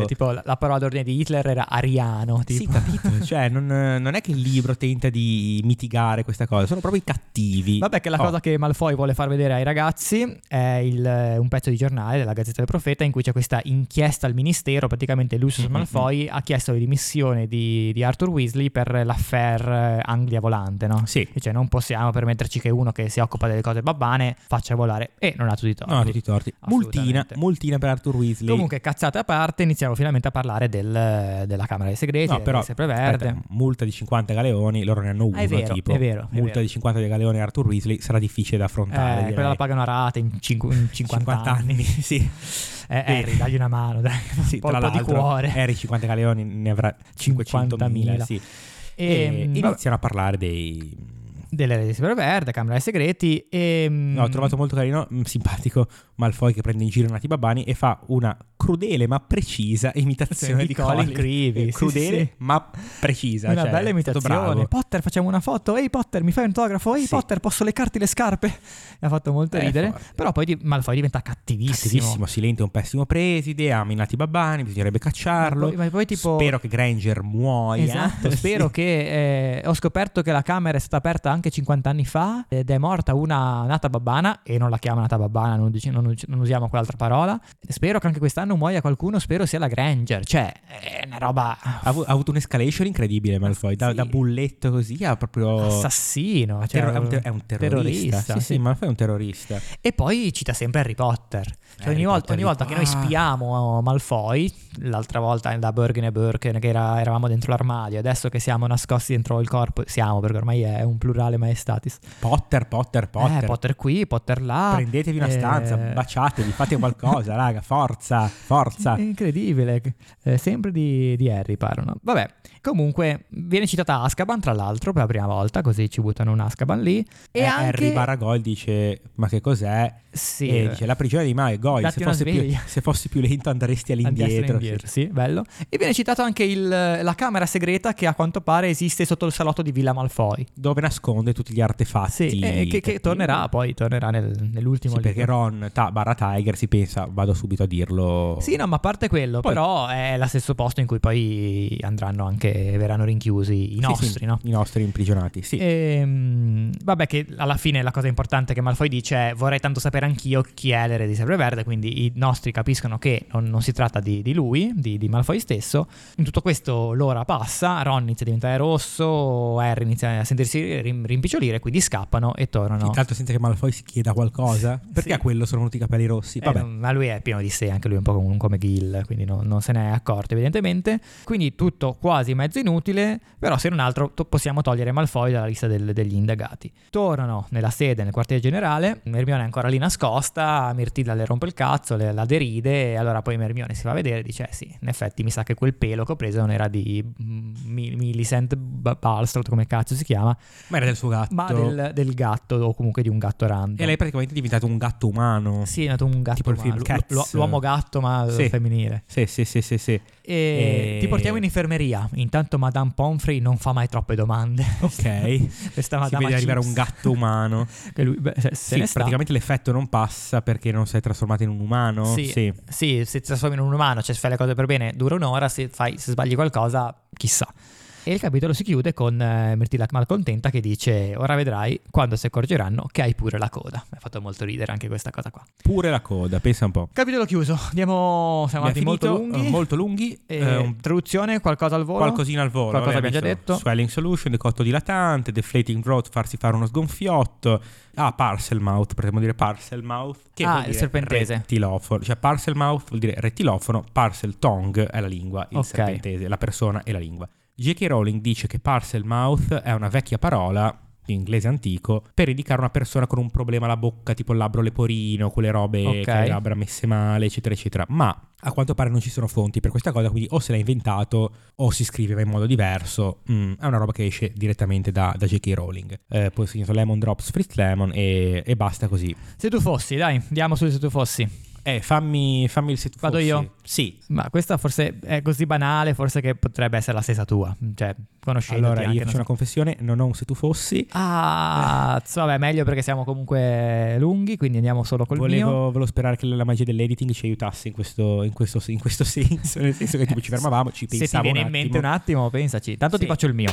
Speaker 1: Eh, Tipo la, la parola d'ordine di Hitler era ariano,
Speaker 2: Sì,
Speaker 1: tipo.
Speaker 2: capito. Cioè, non, non è che il libro tenta di mitigare questa cosa, sono proprio i cattivi.
Speaker 1: Vabbè, che la
Speaker 2: Oh,
Speaker 1: cosa che Malfoy vuole far vedere ai ragazzi è il, eh, un pezzo di giornale della Gazzetta del Profeta in cui c'è questa inchiesta al ministero. Praticamente Lucius
Speaker 2: Mm,
Speaker 1: Malfoy ha chiesto le dimissioni di, di Arthur Weasley per l'affair eh, Anglia volante, no?
Speaker 2: Sì.
Speaker 1: E Cioè, non possiamo permetterci che uno che si occupa delle cose babbane faccia volare e non ha tutti i torti.
Speaker 2: No, tutti i torti. Multina,
Speaker 1: Assolutamente.
Speaker 2: multina per Arthur Weasley.
Speaker 1: Comunque, cazzate a parte, iniziamo finalmente a parlare del- eh, della Camera dei Segreti,
Speaker 2: No, però,
Speaker 1: sempre verde.
Speaker 2: aspetta, multa di 50 galeoni, loro ne hanno uno
Speaker 1: Ah, è vero,
Speaker 2: tipo.
Speaker 1: è vero, è
Speaker 2: multa
Speaker 1: vero.
Speaker 2: di 50 galeoni a Arthur Weasley sarà difficile da affrontare.
Speaker 1: Eh,
Speaker 2: direi.
Speaker 1: quella la pagano a rate in, cinqu- in 50,
Speaker 2: 50
Speaker 1: anni.
Speaker 2: anni, sì.
Speaker 1: Eh,
Speaker 2: Bene.
Speaker 1: Harry, dagli una mano, dai.
Speaker 2: sì
Speaker 1: un po', un po' di
Speaker 2: l'altro,
Speaker 1: cuore.
Speaker 2: Harry 50 galeoni ne avrà 500.000, sì.
Speaker 1: E,
Speaker 2: E,
Speaker 1: mh, vabbè,
Speaker 2: iniziano a parlare
Speaker 1: Ehm,
Speaker 2: dei
Speaker 1: delle di Verde, Camera dei Segreti ehm, e... mh,
Speaker 2: No, ho trovato molto carino, mh, simpatico Malfoy che prende in giro Nati Babani e fa una crudele ma precisa imitazione
Speaker 1: Sì,
Speaker 2: di,
Speaker 1: di
Speaker 2: Colin
Speaker 1: Colin Creevy,
Speaker 2: Eh,
Speaker 1: sì,
Speaker 2: crudele
Speaker 1: sì, sì.
Speaker 2: ma precisa.
Speaker 1: Una
Speaker 2: cioè,
Speaker 1: bella
Speaker 2: è stato
Speaker 1: imitazione.
Speaker 2: bravo.
Speaker 1: Potter, facciamo una foto. Ehi Potter, mi fai un autografo? Ehi
Speaker 2: Sì.
Speaker 1: Potter, posso leccarti le scarpe? Mi ha fatto molto
Speaker 2: Eh,
Speaker 1: ridere.
Speaker 2: forte.
Speaker 1: Però poi di- Malfoy diventa cattivissimo.
Speaker 2: Cattivissimo, Silente è un pessimo preside, ami Nati Babani, bisognerebbe cacciarlo.
Speaker 1: Ma poi- ma poi tipo-
Speaker 2: Spero che Granger muoia.
Speaker 1: Esatto,
Speaker 2: Sì.
Speaker 1: spero che eh, ho scoperto che la Camera è stata aperta anche 50 anni fa ed è morta una nata babbana e non la chiama nata babbana, non, dice- non us- non usiamo quell'altra parola. Spero che anche quest'anno muoia qualcuno, spero sia la Granger, cioè è una roba
Speaker 2: Ha, avu- ha avuto un'escalation incredibile Malfoy, da,
Speaker 1: Sì.
Speaker 2: da bulletto così a proprio...
Speaker 1: assassino, cioè,
Speaker 2: Terro- Oh. è, un ter- è un terrorista. Sì, sì, Malfoy è un terrorista.
Speaker 1: E poi cita sempre Harry Potter. Cioè,
Speaker 2: Eh, Harry
Speaker 1: ogni, volta,
Speaker 2: Potter Ah.
Speaker 1: ogni
Speaker 2: di
Speaker 1: volta
Speaker 2: qua.
Speaker 1: che noi spiamo oh, Malfoy, l'altra volta da Bergen e Birken, che era- eravamo dentro l'armadio, adesso che siamo nascosti dentro il corpo, siamo perché ormai è un plurale maestatis.
Speaker 2: Potter, Potter, Potter.
Speaker 1: Eh, Potter qui, Potter là.
Speaker 2: Prendetevi una stanza,
Speaker 1: Eh,
Speaker 2: baciatevi, fate qualcosa, raga, forza, forza.
Speaker 1: È incredibile, Eh, sempre di, di Harry parlano. Vabbè, comunque viene citata Azkaban tra l'altro per la prima volta, così ci buttano un Azkaban lì. E
Speaker 2: Eh,
Speaker 1: anche...
Speaker 2: Harry Baragol dice, ma che cos'è?
Speaker 1: Sì.
Speaker 2: E dice la prigione di Maya Goy,
Speaker 1: Datti
Speaker 2: se
Speaker 1: una
Speaker 2: fossi, più,
Speaker 1: sveglia.
Speaker 2: se fossi più lento andresti
Speaker 1: Andiamo
Speaker 2: all'indietro.
Speaker 1: indietro, sì, bello. E viene citato anche il- la camera segreta che a quanto pare esiste sotto il salotto di Villa Malfoy.
Speaker 2: Dove nasconde tutti gli artefatti.
Speaker 1: Sì, eh, che, che tornerà poi, tornerà nel- nell'ultimo
Speaker 2: Sì, perché
Speaker 1: libro.
Speaker 2: Ron ta- barra Tiger si pensa, vado subito a dirlo.
Speaker 1: Sì, no, ma a parte quello,
Speaker 2: Poi-
Speaker 1: però è lo stesso posto in cui poi andranno anche, verranno rinchiusi i
Speaker 2: Sì,
Speaker 1: nostri,
Speaker 2: sì,
Speaker 1: no? Eh,
Speaker 2: I nostri imprigionati, sì.
Speaker 1: Ehm, vabbè, che alla fine la cosa importante che Malfoy dice è vorrei tanto sapere anch'io chi è l'erede di Serpeverde, quindi i nostri capiscono che non, non si tratta di, di lui, di, di Malfoy stesso. In tutto questo l'ora passa, Ron inizia a diventare rosso, Harry inizia a sentirsi rim- rimpicciolire, quindi scappano e tornano.
Speaker 2: Intanto senza che Malfoy si chieda qualcosa. Perché
Speaker 1: Sì.
Speaker 2: a quello sono venuti i capelli rossi?
Speaker 1: Eh,
Speaker 2: Vabbè.
Speaker 1: non- ma lui è pieno di sé, anche lui è un po' come, come Gil, quindi non, non se ne è accorto evidentemente. Quindi tutto quasi mezzo inutile, però se non altro to- possiamo togliere Malfoy dalla lista del- degli indagati. Tornano nella sede, nel quartiere generale, Mermione è ancora lì nascosta, Mirtilla le rompe il cazzo, le- la deride e allora poi Mermione si fa vedere e dice "Eh sì, in effetti mi sa che quel pelo che ho preso non era di mm, Mil- Millicent B- Balstrode, come cazzo si chiama,
Speaker 2: Ma era del suo gatto.
Speaker 1: ma del, del gatto o comunque di un gatto random.
Speaker 2: E lei è praticamente diventato un gatto umano.
Speaker 1: Eh, Sì, è nato un gatto
Speaker 2: Tipo il
Speaker 1: ma-
Speaker 2: film
Speaker 1: l'u-
Speaker 2: Cats.
Speaker 1: l'u- l'uomo gatto, ma
Speaker 2: Sì.
Speaker 1: femminile.
Speaker 2: Sì, sì, sì, sì, sì.
Speaker 1: E
Speaker 2: E-
Speaker 1: ti portiamo in infermeria. Intanto Madame Pomfrey non fa mai troppe domande.
Speaker 2: Ok.
Speaker 1: Questa
Speaker 2: si
Speaker 1: Madame
Speaker 2: vede arrivare un gatto umano.
Speaker 1: Che lui, beh, se, se
Speaker 2: Sì,
Speaker 1: ne sta.
Speaker 2: praticamente l'effetto non passa perché non sei trasformato in un umano.
Speaker 1: Sì, sì. se ti trasformi in un umano, cioè se fai le cose per bene, dura un'ora. Se, fai- se sbagli qualcosa, chissà. E il capitolo si chiude con eh, Mirtilla malcontenta che dice: Ora vedrai quando si accorgeranno che hai pure la coda. Mi ha fatto molto ridere anche questa cosa qua.
Speaker 2: Pure la coda, pensa un po'.
Speaker 1: Capitolo chiuso. Andiamo. Siamo andati molto
Speaker 2: Abbiamo finito,
Speaker 1: lunghi.
Speaker 2: eh, molto lunghi,
Speaker 1: Eh,
Speaker 2: eh, un-
Speaker 1: traduzione, qualcosa al volo?
Speaker 2: Qualcosina al volo.
Speaker 1: Qualcosa
Speaker 2: vabbè,
Speaker 1: abbiamo già
Speaker 2: visto.
Speaker 1: detto.
Speaker 2: Swelling solution, decotto dilatante, deflating throat, farsi fare uno sgonfiotto. Ah, parcel mouth, potremmo dire parcel mouth. Che
Speaker 1: Ah,
Speaker 2: vuol
Speaker 1: il
Speaker 2: dire
Speaker 1: serpentese.
Speaker 2: Rettilofono. Cioè, parcel mouth vuol dire rettilofono, parcel tongue è la lingua, il
Speaker 1: Ok.
Speaker 2: serpentese, la persona e la lingua. J.K. Rowling dice che parcel mouth è una vecchia parola in inglese antico per indicare una persona con un problema alla bocca, tipo il labbro leporino, quelle robe
Speaker 1: Ok.
Speaker 2: che ha le labbra messe male, eccetera, eccetera. Ma a quanto pare non ci sono fonti per questa cosa, quindi o se l'ha inventato o si scriveva in modo diverso. Mm, è una roba che esce direttamente da, da J.K. Rowling. Eh, poi ho segnato Lemon Drops, Fritz Lemon e, e basta così.
Speaker 1: Se tu fossi, dai, andiamo su se tu fossi.
Speaker 2: Eh, fammi, fammi il se tu
Speaker 1: Vado
Speaker 2: fossi.
Speaker 1: io?
Speaker 2: Sì.
Speaker 1: Ma questa forse è così banale, forse che potrebbe essere la stessa tua. Cioè, conoscendoti
Speaker 2: Allora, io
Speaker 1: anche.
Speaker 2: faccio
Speaker 1: non
Speaker 2: una
Speaker 1: so-
Speaker 2: confessione, non ho un se tu fossi.
Speaker 1: Ah, so, vabbè, meglio perché siamo comunque lunghi, quindi andiamo solo col
Speaker 2: Volevo,
Speaker 1: mio.
Speaker 2: volevo sperare che la magia dell'editing ci aiutasse in questo, in questo- in questo senso, nel senso che tipo ci fermavamo,
Speaker 1: Se
Speaker 2: ci
Speaker 1: ti
Speaker 2: pensavamo
Speaker 1: viene in
Speaker 2: un
Speaker 1: mente
Speaker 2: attimo.
Speaker 1: un attimo, pensaci. Tanto ti
Speaker 2: Sì.
Speaker 1: faccio il mio.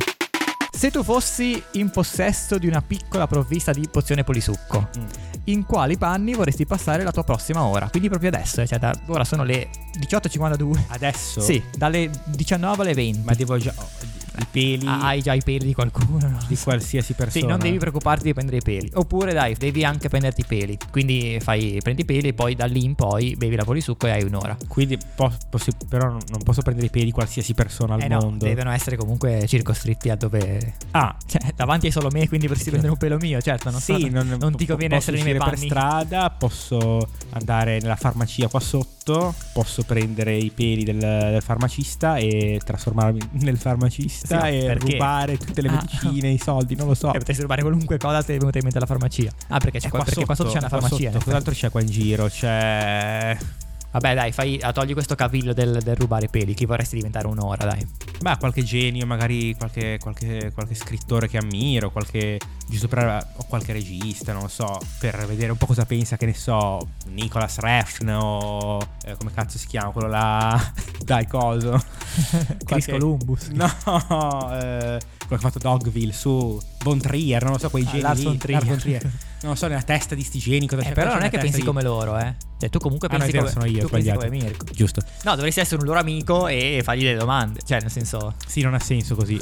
Speaker 1: Se tu fossi in possesso di una piccola provvista di pozione polisucco,
Speaker 2: Mm.
Speaker 1: in quali panni vorresti passare la tua prossima ora? Quindi proprio adesso, eh, cioè da- ora sono le 18.52.
Speaker 2: Adesso?
Speaker 1: Sì, dalle 19 alle 20.
Speaker 2: Ma devo già... oh, I peli
Speaker 1: Ah, hai già i peli di qualcuno. no?
Speaker 2: di qualsiasi persona.
Speaker 1: Sì, non devi preoccuparti di prendere i peli. Oppure, dai, devi anche prenderti i peli. Quindi fai, prendi i peli e poi da lì in poi bevi la polisucco e hai un'ora.
Speaker 2: Quindi po- posso- però non non posso prendere i peli di qualsiasi persona al
Speaker 1: eh no,
Speaker 2: mondo.
Speaker 1: devono essere comunque circoscritti a dove.
Speaker 2: Ah,
Speaker 1: Cioè, davanti hai solo me, quindi potresti prendere un pelo mio, certo. Non,
Speaker 2: sì,
Speaker 1: so, non, ti
Speaker 2: po-
Speaker 1: conviene
Speaker 2: posso
Speaker 1: essere nei miei
Speaker 2: uscire
Speaker 1: panni.
Speaker 2: per strada, posso andare nella farmacia qua sotto, posso prendere i peli del, del farmacista e trasformarmi nel farmacista
Speaker 1: Sì,
Speaker 2: e
Speaker 1: perché?
Speaker 2: rubare tutte le
Speaker 1: Ah.
Speaker 2: medicine, i soldi, non lo so.
Speaker 1: Eh, potresti rubare qualunque cosa se ti è venuta in mente la farmacia. Ah, perché, c'è
Speaker 2: Eh,
Speaker 1: qua, perché qua sotto c'è una
Speaker 2: qua
Speaker 1: farmacia. in
Speaker 2: sotto,
Speaker 1: effetti.
Speaker 2: Cos'altro c'è qua in giro? C'è.
Speaker 1: Vabbè, dai, fai, ah, togli questo cavillo del, del rubare i peli. Chi vorresti diventare un'ora, dai.
Speaker 2: Ma qualche genio, magari qualche, qualche- qualche scrittore che ammiro, qualche. giusto per. o qualche regista, non lo so. Per vedere un po' cosa pensa, che ne so, Nicolas Refn o. eh, come cazzo si chiama quello là? Dai, coso.
Speaker 1: Chris
Speaker 2: Qualche-
Speaker 1: Columbus.
Speaker 2: No, eh, quello che ha fatto Dogville su Von Trier, non lo so, quei
Speaker 1: Ah,
Speaker 2: geni.
Speaker 1: Lars
Speaker 2: lì,
Speaker 1: von Trier.
Speaker 2: Lars von Non lo so, nella testa di sti geni cosa
Speaker 1: Eh,
Speaker 2: c'è
Speaker 1: però
Speaker 2: cosa
Speaker 1: non
Speaker 2: c'è
Speaker 1: è che
Speaker 2: nella testa
Speaker 1: pensi
Speaker 2: di-
Speaker 1: come loro, eh. Cioè, tu comunque
Speaker 2: Ah, no,
Speaker 1: pensi
Speaker 2: è vero,
Speaker 1: come
Speaker 2: sono io,
Speaker 1: tu pensi
Speaker 2: sbagliato.
Speaker 1: come Mirko.
Speaker 2: Giusto.
Speaker 1: No, dovresti essere un loro amico e fargli delle domande. Cioè, nel senso.
Speaker 2: Sì, non ha senso così.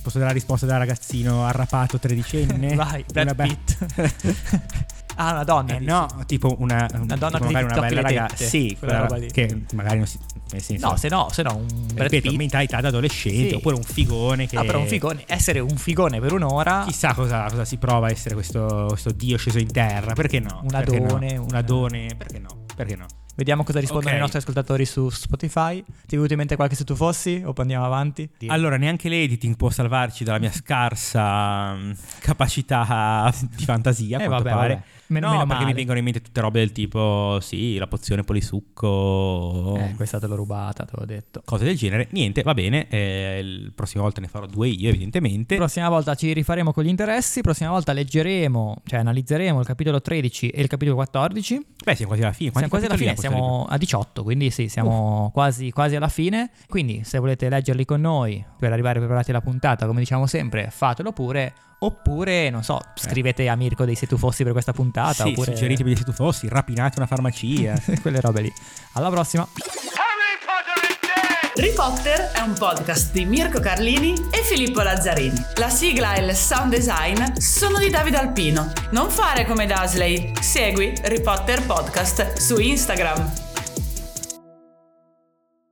Speaker 2: Posso dare la risposta da ragazzino arrapato tredicenne?
Speaker 1: Vai, Brad
Speaker 2: Una be-
Speaker 1: Pitt. ah, una donna.
Speaker 2: Eh,
Speaker 1: dici.
Speaker 2: no, tipo una, una
Speaker 1: donna
Speaker 2: tipo
Speaker 1: che ti
Speaker 2: magari una
Speaker 1: tocca
Speaker 2: bella
Speaker 1: le
Speaker 2: ragazza.
Speaker 1: tette,
Speaker 2: Sì,
Speaker 1: quella
Speaker 2: quella
Speaker 1: roba lì.
Speaker 2: che magari non si. Nel senso,
Speaker 1: No, se no, se no, un Brad
Speaker 2: ripeto,
Speaker 1: Pitt.
Speaker 2: mentalità da adolescente
Speaker 1: Sì.
Speaker 2: oppure un figone che.
Speaker 1: Ah, però un figone. Essere un figone per un'ora.
Speaker 2: Chissà cosa, cosa si prova a essere questo, questo dio sceso in terra, perché no?
Speaker 1: Un
Speaker 2: Perché no?
Speaker 1: adone, un-
Speaker 2: un adone, perché no? Perché no?
Speaker 1: Vediamo cosa rispondono
Speaker 2: Ok.
Speaker 1: i nostri ascoltatori su Spotify. Ti è venuto in mente qualche se tu fossi? O poi andiamo avanti?
Speaker 2: Allora, neanche l'editing può salvarci dalla mia scarsa mm, capacità di fantasia, a
Speaker 1: Eh,
Speaker 2: quanto
Speaker 1: vabbè,
Speaker 2: pare.
Speaker 1: vabbè. Men-
Speaker 2: no,
Speaker 1: meno
Speaker 2: perché mi
Speaker 1: male.
Speaker 2: vengono in mente tutte robe del tipo, sì, la pozione polisucco,
Speaker 1: Eh, questa te l'ho rubata, te l'ho detto.
Speaker 2: cose del genere. Niente, va bene, eh, la prossima volta ne farò due io, evidentemente.
Speaker 1: Prossima volta ci rifaremo con gli interessi, prossima volta leggeremo, cioè analizzeremo il capitolo 13 e il capitolo 14.
Speaker 2: Beh, siamo quasi alla fine.
Speaker 1: siamo
Speaker 2: Quanti
Speaker 1: quasi alla
Speaker 2: capitoli
Speaker 1: fine,
Speaker 2: ha questo libro?
Speaker 1: siamo a 18, quindi sì, siamo quasi, quasi alla fine. Quindi se volete leggerli con noi per arrivare preparati alla puntata, come diciamo sempre, fatelo pure. Oppure, non so, scrivete a Mirko dei se tu fossi per questa puntata.
Speaker 2: Eh. Sì,
Speaker 1: oppure
Speaker 2: suggeritemi se tu fossi, rapinate una farmacia.
Speaker 1: quelle robe lì. Alla prossima.
Speaker 3: Harry Potter is dead!
Speaker 4: Harry Potter è un podcast di Mirko Carlini e Filippo Lazzarini. La sigla e il sound design sono di Davide Alpino. Non fare come Dasley. Segui Harry Potter Podcast su Instagram.